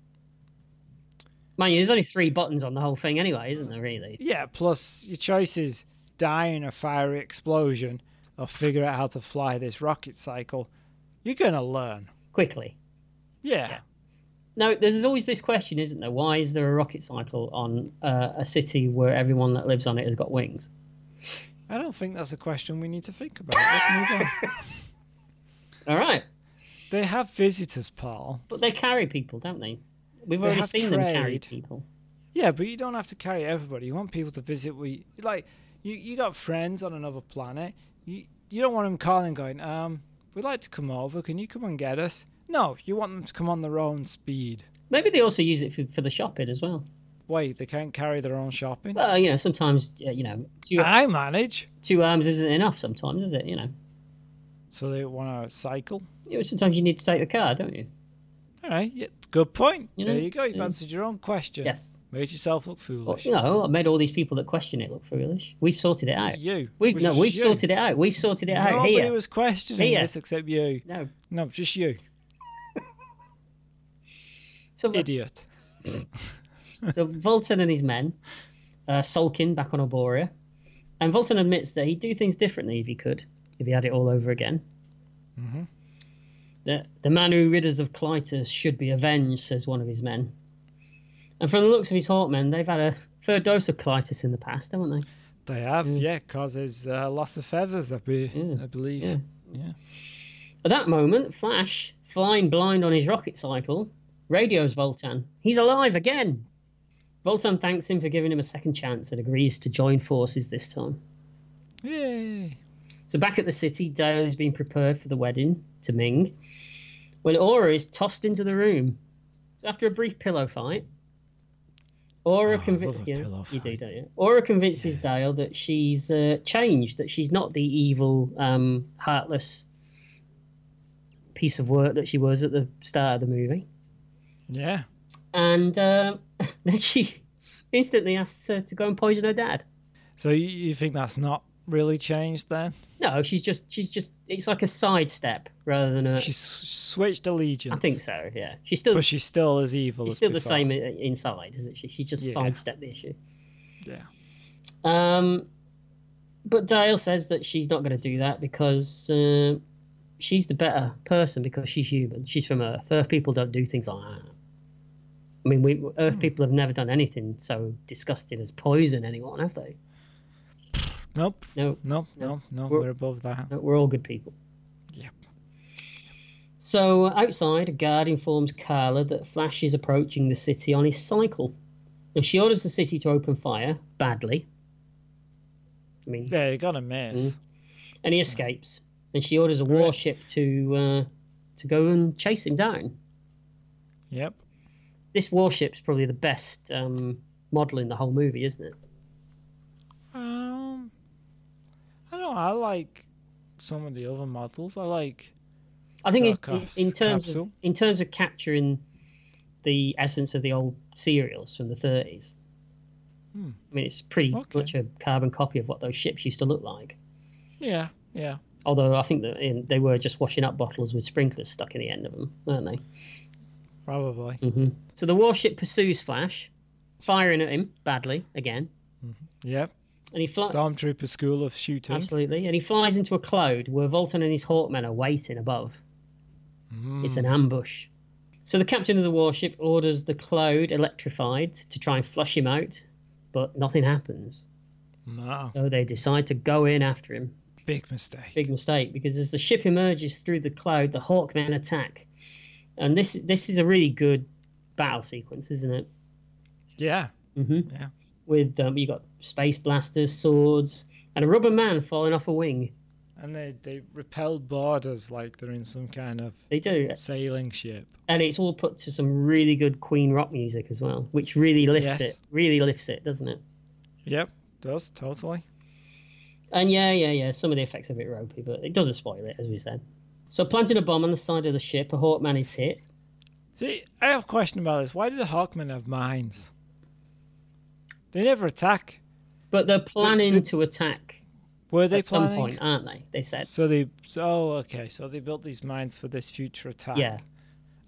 Man, there's only three buttons on the whole thing anyway, isn't there, really?
Yeah, plus your choice is die in a fiery explosion or figure out how to fly this rocket cycle. You're going to learn.
Quickly.
Yeah.
Now, there's always this question, isn't there? Why is there a rocket cycle on uh, a city where everyone that lives on it has got wings?
I don't think that's a question we need to think about. Let's move on.
All right.
They have visitors, Paul.
But they carry people, don't they? We've
They
already
have
seen them carry
trade.
people.
Yeah, but you don't have to carry everybody. You want people to visit. We like you. You got friends on another planet. You you don't want them calling, going, um, we'd like to come over. Can you come and get us? No, you want them to come on their own speed.
Maybe they also use it for, for the shopping as well.
Wait, they can't carry their own shopping.
Well, you know, sometimes uh, you know two,
I manage.
two arms isn't enough. Sometimes, is it? You know,
So they want to cycle.
You know, sometimes you need to take the car, don't you?
All right, yeah, good point.
You
there
know,
you go. You've
yeah.
answered your own question.
Yes.
Made yourself look foolish.
You know, I made all these people that question it look foolish. We've sorted it out.
You.
We've
Which
no,
is
we've
you.
sorted it out. We've sorted it out
Nobody
here.
was questioning
Here.
this except you.
No,
No, just you.
so
Idiot.
so Vulton and his men uh, sulking back on Arborea, and Vulton admits that he'd do things differently if he could, if he had it all over again. The, the man who rid us of Clytus should be avenged, says one of his men. And from the looks of his Hawkmen, they've had a third dose of Clytus in the past, haven't they?
They have, yeah, causes uh, loss of feathers, I, be- I believe.
yeah. At that moment, Flash, flying blind on his rocket cycle, radios Voltan. He's alive again! Voltan thanks him for giving him a second chance and agrees to join forces this time.
Yay.
So back at the city, Dale is being prepared for the wedding to Ming when Aura is tossed into the room. So after a brief pillow fight, Aura
Oh, I
convinces
love a
yeah,
pillow
you do,
fight.
don't you? Aura convinces Dale that she's uh, changed, that she's not the evil, um, heartless piece of work that she was at the start of the movie.
Yeah.
And um, then she instantly asks her to go and poison her dad.
So you, you think that's not really changed then?
No, she's just she's just it's like a sidestep rather than a.
She's switched allegiance.
I think so. Yeah, she's still
But she's still as evil
she's
as
still the
before.
same i- inside, isn't she? She just
Yeah.
sidestepped the issue.
Yeah.
Um, but Dale says that she's not going to do that because uh, she's the better person because she's human. She's from Earth. Earth people don't do things like that. I mean, we Earth
Hmm.
people have never done anything so disgusting as poison anyone, have they?
Nope.
No,
Nope. No. No.
We're-
We're, above that.
no, we're all good people.
Yep.
So uh, outside, a guard informs Carla that Flash is approaching the city on his cycle, and she orders the city to open fire badly. I mean,
Yeah, you're gonna miss.
Mm-hmm. and he escapes, and she orders a warship to uh, to go and chase him down.
Yep.
This warship's probably the best um, model in the whole movie, isn't it?
Um, I don't know. I like some of the other models. I like.
I think in, in,
Zarkov's
in terms of,
capsule.
in terms of capturing the essence of the old serials from the 30s. I mean, it's pretty
Hmm. Okay.
much a carbon copy of what those ships used to look like.
Yeah. Yeah.
Although I think that in, they were just washing up bottles with sprinklers stuck in the end of them, weren't they?
Probably.
Mm. So the warship pursues Flash, firing at him badly again,
Yep.
and he flies.
Stormtrooper school of shooting.
Absolutely. And he flies into a cloud where Volton and his Hawkmen are waiting above. It's an ambush. So the captain of the warship orders the cloud electrified to try and flush him out, but nothing happens.
No.
So they decide to go in after him.
Big mistake.
Big mistake, because as the ship emerges through the cloud, the Hawkmen attack. And this this is a really good battle sequence, isn't it?
Yeah.
With um, you got space blasters, swords, and a rubber man falling off a wing.
And they they repel borders like they're in some kind of
They do.
sailing ship.
and it's all put to some really good Queen rock music as well, which really lifts
Yes.
it. Really lifts it, doesn't it?
Yep. Does totally.
And yeah, yeah, yeah. Some of the effects are a bit ropey, but it doesn't spoil it, as we said. So planting a bomb on the side of the ship, a Hawkman is hit.
See, I have a question about this. Why do the Hawkmen have mines? They never attack.
But they're planning
did-
to attack
Were they
at
planning?
some point, aren't they? They said.
So they. So okay. So they built these mines for this future attack.
Yeah.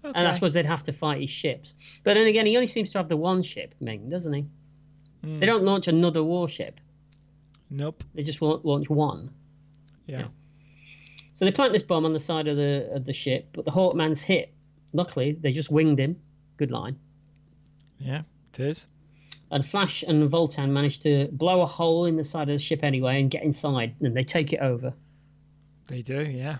Okay.
And I suppose they'd have to fight his ships. But then again, he only seems to have the one ship, Ming, doesn't he?
Hmm.
They don't launch another warship.
Nope.
They just wa- launch one.
Yeah.
So they plant this bomb on the side of the of the ship, but the Hawkman's hit. Luckily, they just winged him. Good line.
Yeah. It is.
And Flash and Voltan manage to blow a hole in the side of the ship anyway and get inside, and they take it over.
They do. Yeah.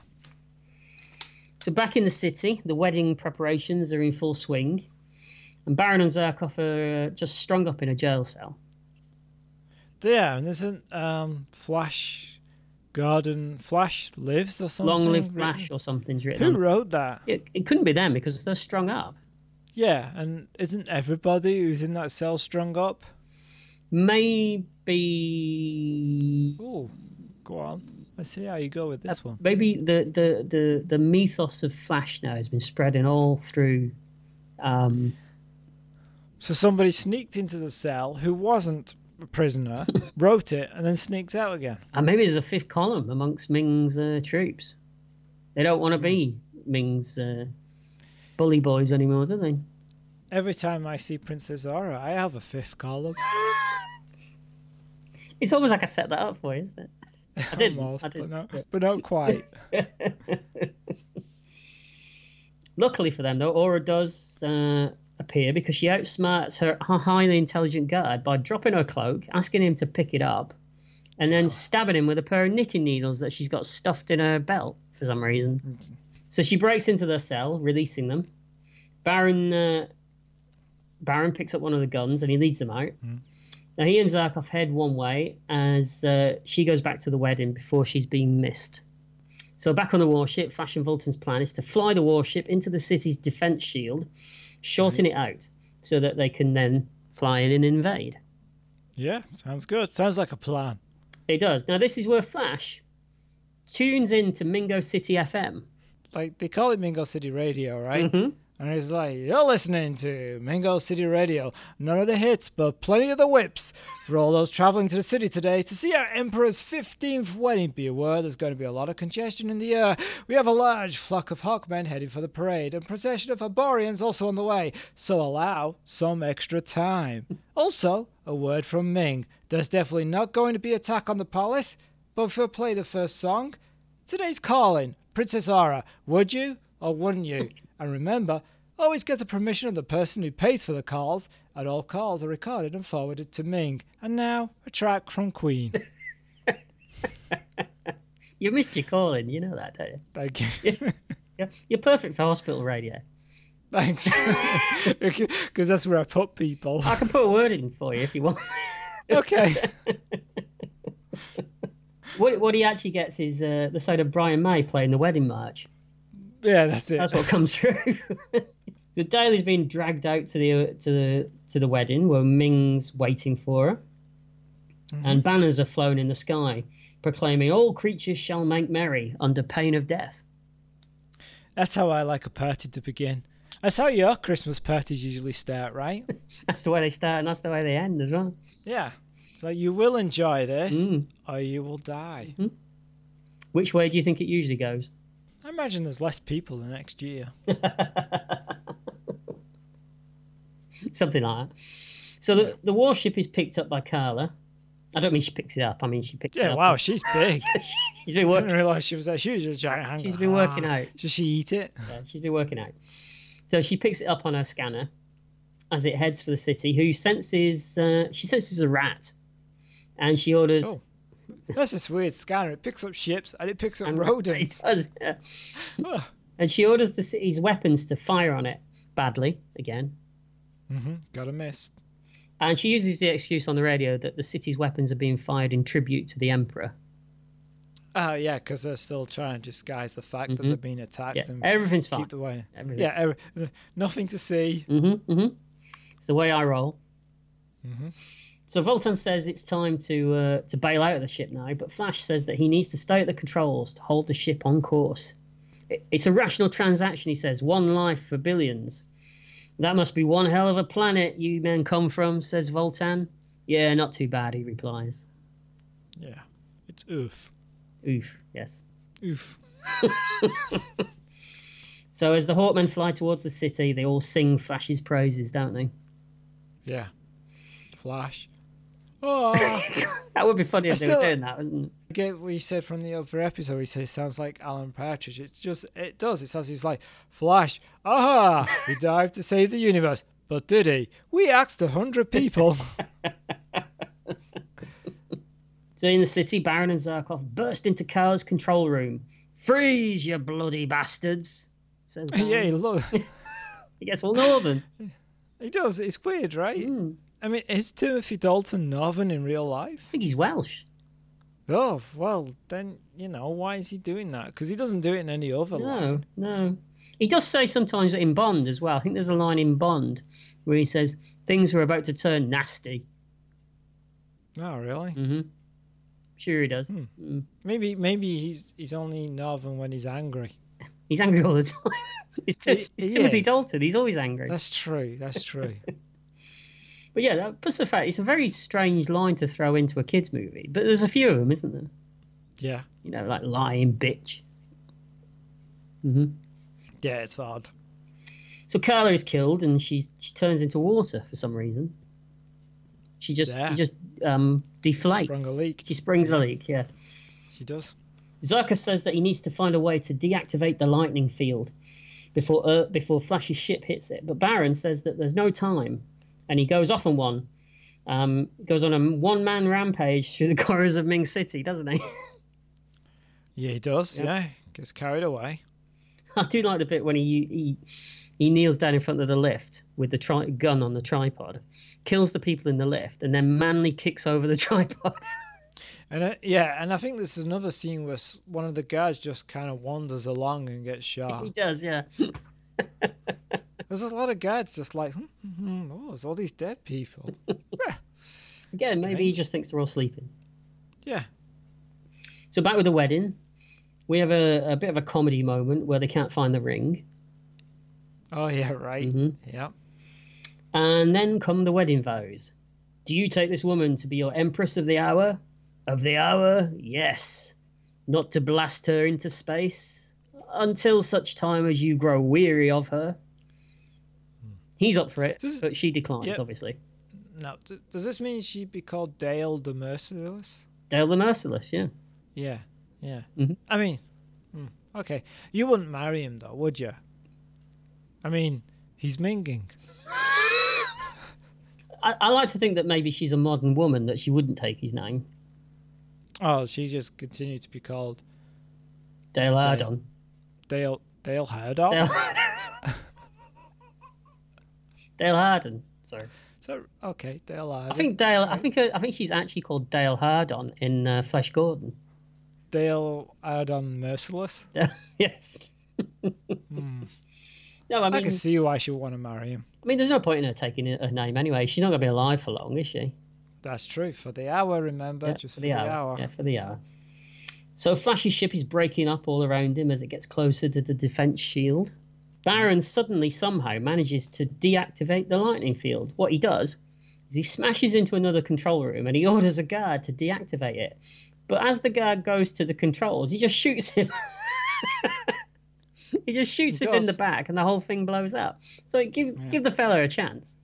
So back in the city, the wedding preparations are in full swing, and Baron and Zarkov are uh, just strung up in a jail cell.
Yeah. And isn't um Flash, Garden Flash lives or something?
Long live
written?
Flash or something's
Who
written. on.
wrote that?
It, it couldn't be them because they're strung up.
Yeah, and isn't everybody who's in that cell strung up?
Maybe
Oh, go on. Let's see how you go with this one.
Uh, maybe the, the, the, the mythos of Flash now has been spreading all through um,
So somebody sneaked into the cell who wasn't a prisoner, wrote it, and then sneaked out again.
And maybe there's a fifth column amongst Ming's uh, troops. They don't want to be
Hmm.
Ming's uh, bully boys anymore, do they?
Every time I see Princess Aura, I have a fifth column.
It's almost like I set that up for you, isn't it? I didn't.
Almost,
I didn't.
But, not, but not quite.
Luckily for them, though, Aura does uh, appear because she outsmarts her, her highly intelligent guard by dropping her cloak, asking him to pick it up, and then stabbing him with a pair of knitting needles that she's got stuffed in her belt for some reason. So she breaks into their cell, releasing them. Baron uh, Baron picks up one of the guns and he leads them out. Now he and Zarkov head one way as uh, she goes back to the wedding before she's being missed. So back on the warship, Fashion Vulcan's plan is to fly the warship into the city's defense shield, shorten it out so that they can then fly in and invade.
yeah, sounds good. Sounds like a plan.
It does. Now this is where Flash tunes in to Mingo City FM.
Like they call it Mingo City Radio, right? And he's like, "You're listening to Mingo City Radio. None of the hits, but plenty of the whips for all those traveling to the city today to see our emperor's 15th wedding. Be aware, there's going to be a lot of congestion in the air. We have a large flock of hawkmen heading for the parade, and procession of Arborians also on the way. So allow some extra time. Also, a word from Ming. There's definitely not going to be attack on the palace, but if we'll play the first song, Today's calling, Princess Aura. Would you or wouldn't you? And remember, always get the permission of the person who pays for the calls, and all calls are recorded and forwarded to Ming. And now, a track from Queen.
You missed your calling, you know that, don't you?
Thank you.
You're- You're perfect for hospital radio.
Thanks. Because that's where I put people.
I can put a word in for you if you want.
Okay.
What, what he actually gets is uh, the sound of Brian May playing the wedding march.
Yeah, that's it.
That's what comes through. the Daily's being dragged out to the to the to the wedding where Ming's waiting for her,
Mm-hmm.
and banners are flown in the sky proclaiming all creatures shall make merry under pain of death.
That's how I like a party to begin. That's how your Christmas parties usually start, right?
That's the way they start and that's the way they end as well.
Yeah. Like, you will enjoy this, or you will die.
Which way do you think it usually goes?
I imagine there's less people the next year.
Something like that. So the, the warship is picked up by Carla. I don't mean she picks it up. I mean she picks it
Yeah,
up.
wow, she's big.
She's been
I
working
didn't realise she was that huge. A giant hang.
She's been working out.
Does she eat it?
Yeah, she's been working out. So she picks it up on her scanner as it heads for the city. Who senses? Uh, she senses a rat, and she orders.
Oh, That's this weird scanner. It picks up ships and it picks up
and-
rodents.
It does, yeah. and she orders the city's weapons to fire on it badly again,
Gotta miss.
and she uses the excuse on the radio that the city's weapons are being fired in tribute to the emperor.
Oh yeah, because they're still trying to disguise the fact that they're being attacked
Mm-hmm. Yeah,
and
everything's fine.
keep the way.
Everything.
Yeah, every, uh, nothing to see.
Mm-hmm, mm-hmm. It's the way I roll.
Mm-hmm.
So Voltan says it's time to uh, to bail out of the ship now, but Flash says that he needs to stay at the controls to hold the ship on course. It- It's a rational transaction, he says. One life for billions. That must be one hell of a planet you men come from, says Voltan. Yeah, not too bad, he replies.
Yeah, it's oof,
Oof, yes.
oof.
So as the Hawkmen fly towards the city, they all sing Flash's praises, don't they?
Yeah, flash. Oh,
That would be funny if
I
they were
still-
doing that, wouldn't it?
I get what you said from the other episode. where You said it sounds like Alan Partridge. It's just it does. It sounds he's like Flash. Aha! He dived to save the universe, but did he? We asked a hundred people.
So in the city, Baron and Zarkov burst into Carla's control room. Freeze, you bloody bastards! Says Baron.
yeah, he look.
he gets all northern.
He does. It's weird, right? I mean, is Timothy Dalton Northern in real
I
life?
think he's Welsh.
Oh well, then you know why is he doing that? Because he doesn't do it in any other. line.
No, no. He does say sometimes in Bond as well. I think there's a line in Bond where he says things are about to turn nasty.
Oh really?
Sure, he does.
Hmm. Maybe maybe he's he's only Northern when he's angry.
He's angry all the time. it's Ti-
He-
it's
he
Timothy
is.
Dalton. He's always angry.
That's true. That's true.
But yeah, that puts the fact it's a very strange line to throw into a kids movie. But there's a few of them, isn't there?
Yeah.
You know, like lying bitch.
Yeah, it's hard.
So Carla is killed, and she she turns into water for some reason. She just
Yeah.
she just um, deflates.
Sprung a leak.
She springs a leak. Yeah.
She does.
Zarka says that he needs to find a way to deactivate the lightning field before uh, before Flash's ship hits it. But Baron says that there's no time, and he goes off on one. Um, goes on a one man rampage through the corridors of Ming City, doesn't he?
Yeah, he does. Yeah. Gets carried away.
I do like the bit when he he, he kneels down in front of the lift with the tri- gun on the tripod, kills the people in the lift, and then manly kicks over the tripod.
And uh, yeah, and I think this is another scene where s- one of the guys just kind of wanders along and gets shot.
he does, yeah.
There's a lot of guys just like, hmm, hmm, hmm, oh, there's all these dead people.
Again, maybe he
Strange.
just thinks they're all sleeping.
yeah.
So back with the wedding, we have a, a bit of a comedy moment where they can't find the ring,
Oh yeah, right.
Mhm.
Yeah.
and then come the wedding vows. Do you take this woman to be your empress of the hour? Of the hour, yes. Not to blast her into space until such time as you grow weary of her. He's up for it,
Does-
but she declines,
yeah.
obviously.
Now, d- does this mean she'd be called Dale the Merciless?
Dale the Merciless, yeah.
Yeah. Yeah.
Mhm.
I mean, hmm, okay. You wouldn't marry him though, would you? I mean, he's minging.
I, I like to think that maybe she's a modern woman, that she wouldn't take his name.
Oh, she just continued to be called
Dale Ardon.
Dale Dale Howdall.
Dale Dale Harden. Sorry,
So okay, Dale Howdall.
I think Dale. I think uh, I think she's actually called Dale Hardon in uh, Flash Gordon.
Dale Howdon Merciless.
yes. No, I
I
mean,
can see why she would want to marry him.
I mean, there's no point in her taking her her name anyway. She's not going to be alive for long, is she?
That's true. For the hour, remember,
Yeah,
just for the, hour.
Yeah, for the hour. So Flash's ship is breaking up all around him as it gets closer to the defense shield. Baron suddenly somehow manages to deactivate the lightning field. What he does is he smashes into another control room and he orders a guard to deactivate it. But as the guard goes to the controls, he just shoots him. he just shoots
He
him in
does.
the back and the whole thing blows up. So give give the fella a chance.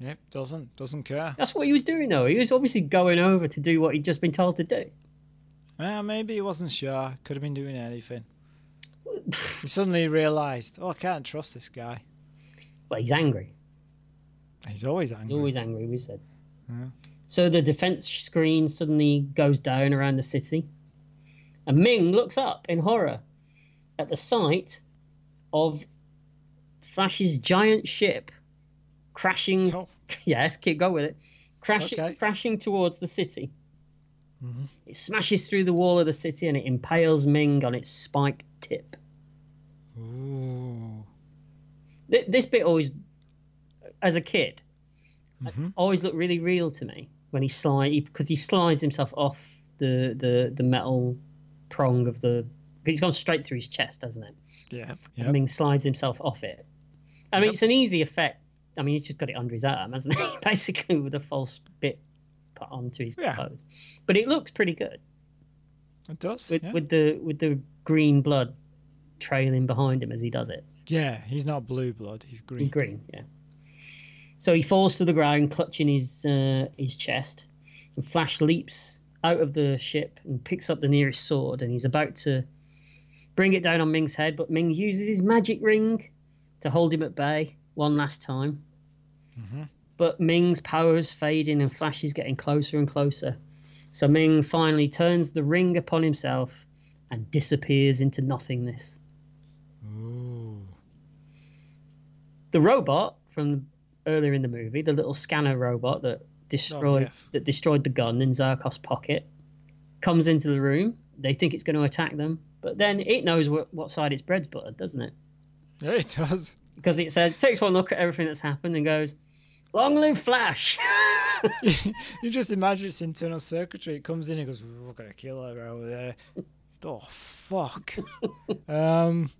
Yep, doesn't doesn't care.
That's what he was doing though. He was obviously going over to do what he'd just been told to do.
Well, maybe he wasn't sure. Could have been doing anything. he suddenly realised, oh, I can't trust this guy.
But he's angry.
He's always angry.
He's always angry, we said. So the defense screen suddenly goes down around the city. And Ming looks up in horror at the sight of Flash's giant ship crashing.
Oh.
Yes, keep going with it. Crashing,
Okay.
crashing towards the city. It smashes through the wall of the city and it impales Ming on its spiked tip.
Ooh.
Th- this bit always, as a kid,
Mm-hmm.
always looked really real to me when he slides because he slides himself off the, the, the metal prong of the. He's gone straight through his chest, hasn't it?
Yeah.
I mean, slides himself off it. I mean, it's an easy effect. I mean, he's just got it under his arm, hasn't he? Basically, with a false bit put onto his
Yeah.
clothes. But it looks pretty good
it does.
with,
yeah.
with the with the green blood trailing behind him as he does it.
yeah, he's not blue blood. He's green.
He's green, yeah. So he falls to the ground, clutching his uh, his chest. And Flash leaps out of the ship and picks up the nearest sword, and he's about to bring it down on Ming's head, but Ming uses his magic ring to hold him at bay one last time. But Ming's powers fading, and Flash is getting closer and closer. So Ming finally turns the ring upon himself and disappears into nothingness. the robot from earlier in the movie, the little scanner robot that destroyed
Oh, yes.
that destroyed the gun in Zarkov's pocket, comes into the room. They think it's going to attack them, but then it knows what, what side its bread's buttered, doesn't it?
Yeah, it does.
Because it says takes one look at everything that's happened and goes, "Long live Flash!"
You just imagine its internal circuitry. It comes in and goes, we're going to kill her over there. oh, fuck. um,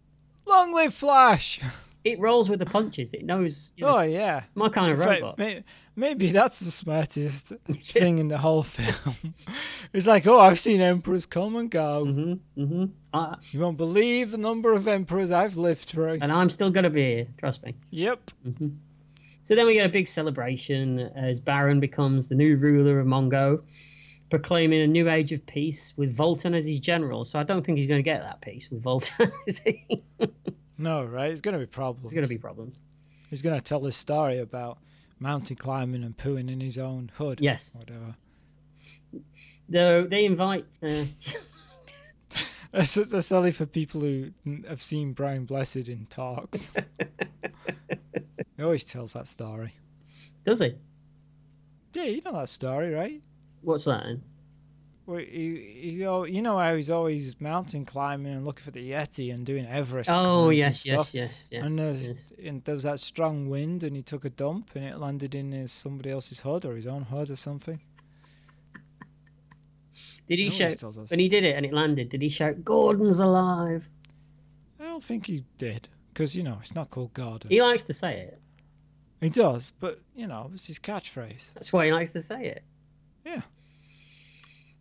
long live Flash.
it rolls with the punches. It knows. You know,
Oh yeah.
it's my kind of
In fact,
robot.
may- Maybe that's the smartest thing in the whole film. it's like, oh, I've seen emperors come and go.
hmm I,
You won't believe the number of emperors I've lived through.
and I'm still gonna be here. Trust me.
Yep.
So then we get a big celebration as Baron becomes the new ruler of Mongo, proclaiming a new age of peace with Voltan as his general. So I don't think he's going to get that peace with Voltan. Is he?
No, right? It's going to be problems.
There's going to be problems.
He's going to tell this story about mountain climbing and pooing in his own hood.
Yes.
Whatever.
Though they invite. Uh,
That's, that's only for people who n- have seen Brian Blessed in talks. he always tells that story.
does he?
Yeah, you know that story, right?
What's that? Then?
Well, you, you know, you know how he's always mountain climbing and looking for the Yeti and doing Everest. climbs
Oh
and
yes, yes,
stuff?
yes, yes,
And, uh,
yes.
and there was that strong wind, and he took a dump, and it landed in his, somebody else's hood or his own hood or something.
Did he
always
shout
tells us.
when he did it and it landed? Did he shout "Gordon's alive"?
I don't think he did, because you know it's not called garden.
He likes to say it.
He does, but you know it's his catchphrase.
That's why he likes to say it.
Yeah.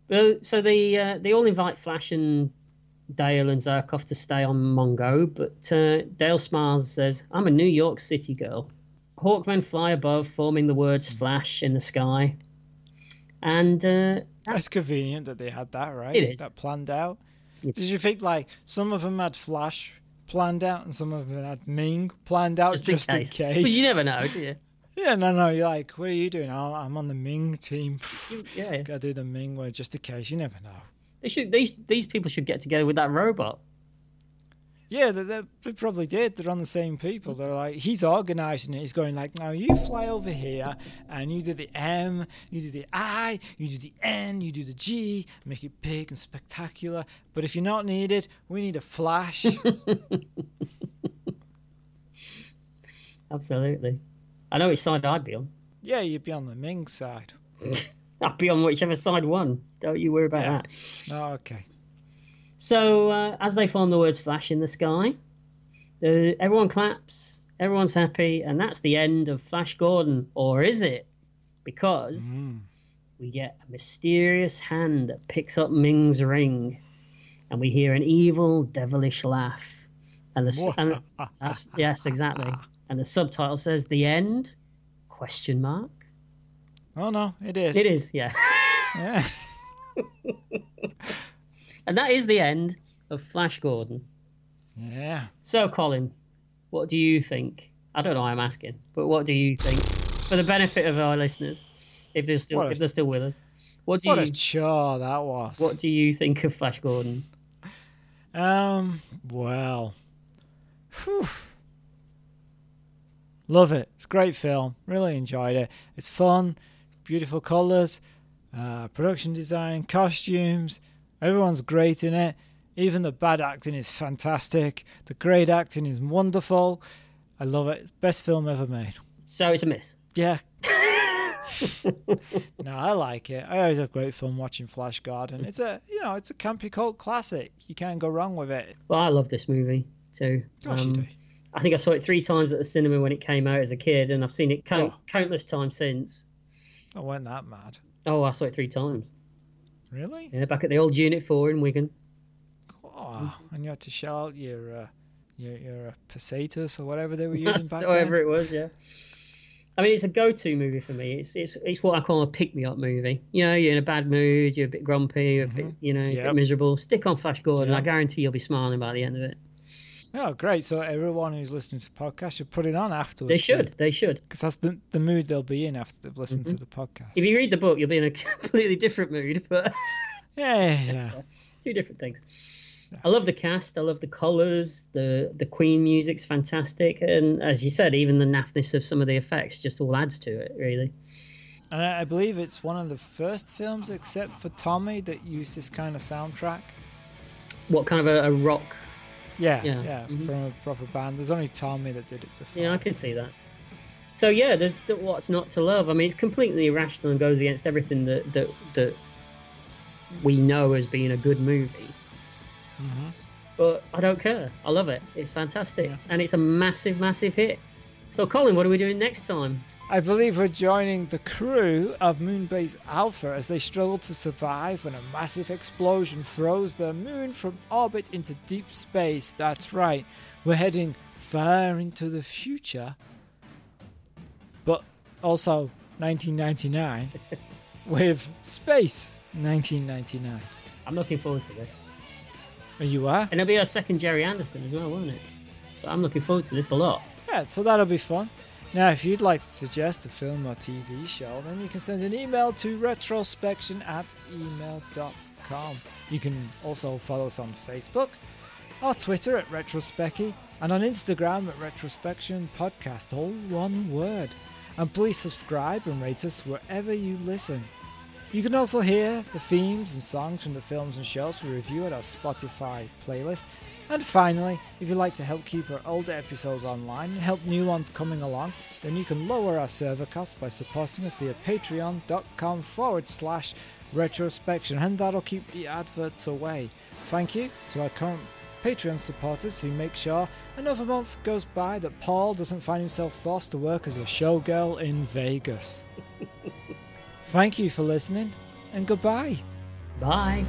Well, so they uh, they all invite Flash and Dale and Zarkov to stay on Mongo, but uh, Dale smiles and says, "I'm a New York City girl." Hawkmen fly above, forming the words "Flash" in the sky, and uh,
That's convenient that they had that right.
It is.
That planned out. Did you think like some of them had flash planned out and some of them had Ming planned out just, in case?
But you never know, do you?
Yeah, no, no. You're like, what are you doing? Oh, I'm on the Ming team.
Yeah.
Gotta do the Ming word just in case. You never know.
They should these these people should get together with that robot.
Yeah, they, they, they probably did. They're on the same people. They're like, he's organising it. He's going like, now you fly over here and you do the M, you do the I, you do the N, you do the G, make it big and spectacular. But if you're not needed, we need a flash.
Absolutely. I know which side I'd be on.
yeah, you'd be on the Ming side.
I'd be on whichever side won. Don't you worry about
Yeah.
that.
Oh, okay.
So uh, as they form the words "flash" in the sky, uh, everyone claps, everyone's happy, and that's the end of Flash Gordon, or is it? Because we get a mysterious hand that picks up Ming's ring, and we hear an evil, devilish laugh, and the s- and that's, yes, exactly, and the subtitle says "the end?" Question mark.
Oh no, it is.
It is, yeah,
Yeah.
and that is the end of Flash Gordon.
yeah.
So, Colin, what do you think? I don't know why I'm asking, but what do you think, for the benefit of our listeners, if they're still
What a-
if they're still with us, what do
What
you
a chore that was.
what do you think of Flash Gordon?
Um. Well. Phew. Love it. It's a great film. Really enjoyed it. It's fun. Beautiful colors. Uh, production design. Costumes. Everyone's great in it. Even the bad acting is fantastic. The great acting is wonderful. I love it. It's best film ever made.
So it's a miss.
Yeah. no, I like it. I always have great fun watching Flash Garden. It's a you know, it's a campy cult classic. You can't go wrong with it.
Well, I love this movie too.
Gosh, you
Um,
do.
I think I saw it three times at the cinema when it came out as a kid, and I've seen it count,
Oh.
countless times since.
I weren't that mad.
Oh, I saw it three times.
Really?
Yeah, back at the old Unit Four in Wigan.
Oh, and you had to shell out your uh, your your uh, pesetas or whatever they were using
That's
back
however
then.
it was, yeah. I mean, it's a go-to movie for me. It's it's it's what I call a pick-me-up movie. You know, you're in a bad mood, you're a bit grumpy, you're a bit, you know, a
Mm-hmm. Yep.
bit miserable. Stick on Flash Gordon. I
Yep.
guarantee you'll be smiling by the end of it.
Oh, great! So everyone who's listening to the podcast should put it on afterwards.
They should. Mm-hmm. They should.
because that's the the mood they'll be in after they've listened to the podcast.
If you read the book, you'll be in a completely different mood, but
Yeah, yeah, yeah.
two different things. I love the cast. I love the colours. the The Queen music's fantastic, and as you said, even the naffness of some of the effects just all adds to it. Really,
And I I believe it's one of the first films, except for Tommy, that used this kind of soundtrack.
what kind of a, a rock?
Yeah, yeah,
Yeah. Mhm.
from a proper band. There's only Tommy that did it before.
Yeah, I can see that. So yeah, there's th- what's not to love. I mean, it's completely irrational and goes against everything that that that we know as being a good movie. but I don't care. I love it. It's fantastic, and it's a massive, massive hit. So, Colin, what are we doing next time?
I believe we're joining the crew of Moonbase Alpha as they struggle to survive when a massive explosion throws their moon from orbit into deep space. That's right, we're heading far into the future, but also 1999 with Space 1999.
I'm looking forward to this.
Are you uh? are?
And it'll be our second Jerry Anderson as well, won't it? So I'm looking forward to this a lot.
Yeah, so that'll be fun. Now, if you'd like to suggest a film or TV show, then you can send an email to retrospection at email.com. You can also follow us on Facebook or Twitter at Retrospecky and on Instagram at Retrospection Podcast, all one word. And please subscribe and rate us wherever you listen. You can also hear the themes and songs from the films and shows we review at our Spotify playlist. And finally, if you'd like to help keep our older episodes online and help new ones coming along, then you can lower our server costs by supporting us via patreon.com forward slash retrospection, and that'll keep the adverts away. Thank you to our current Patreon supporters who make sure another month goes by that Paul doesn't find himself forced to work as a showgirl in Vegas. Thank you for listening, and goodbye.
Bye.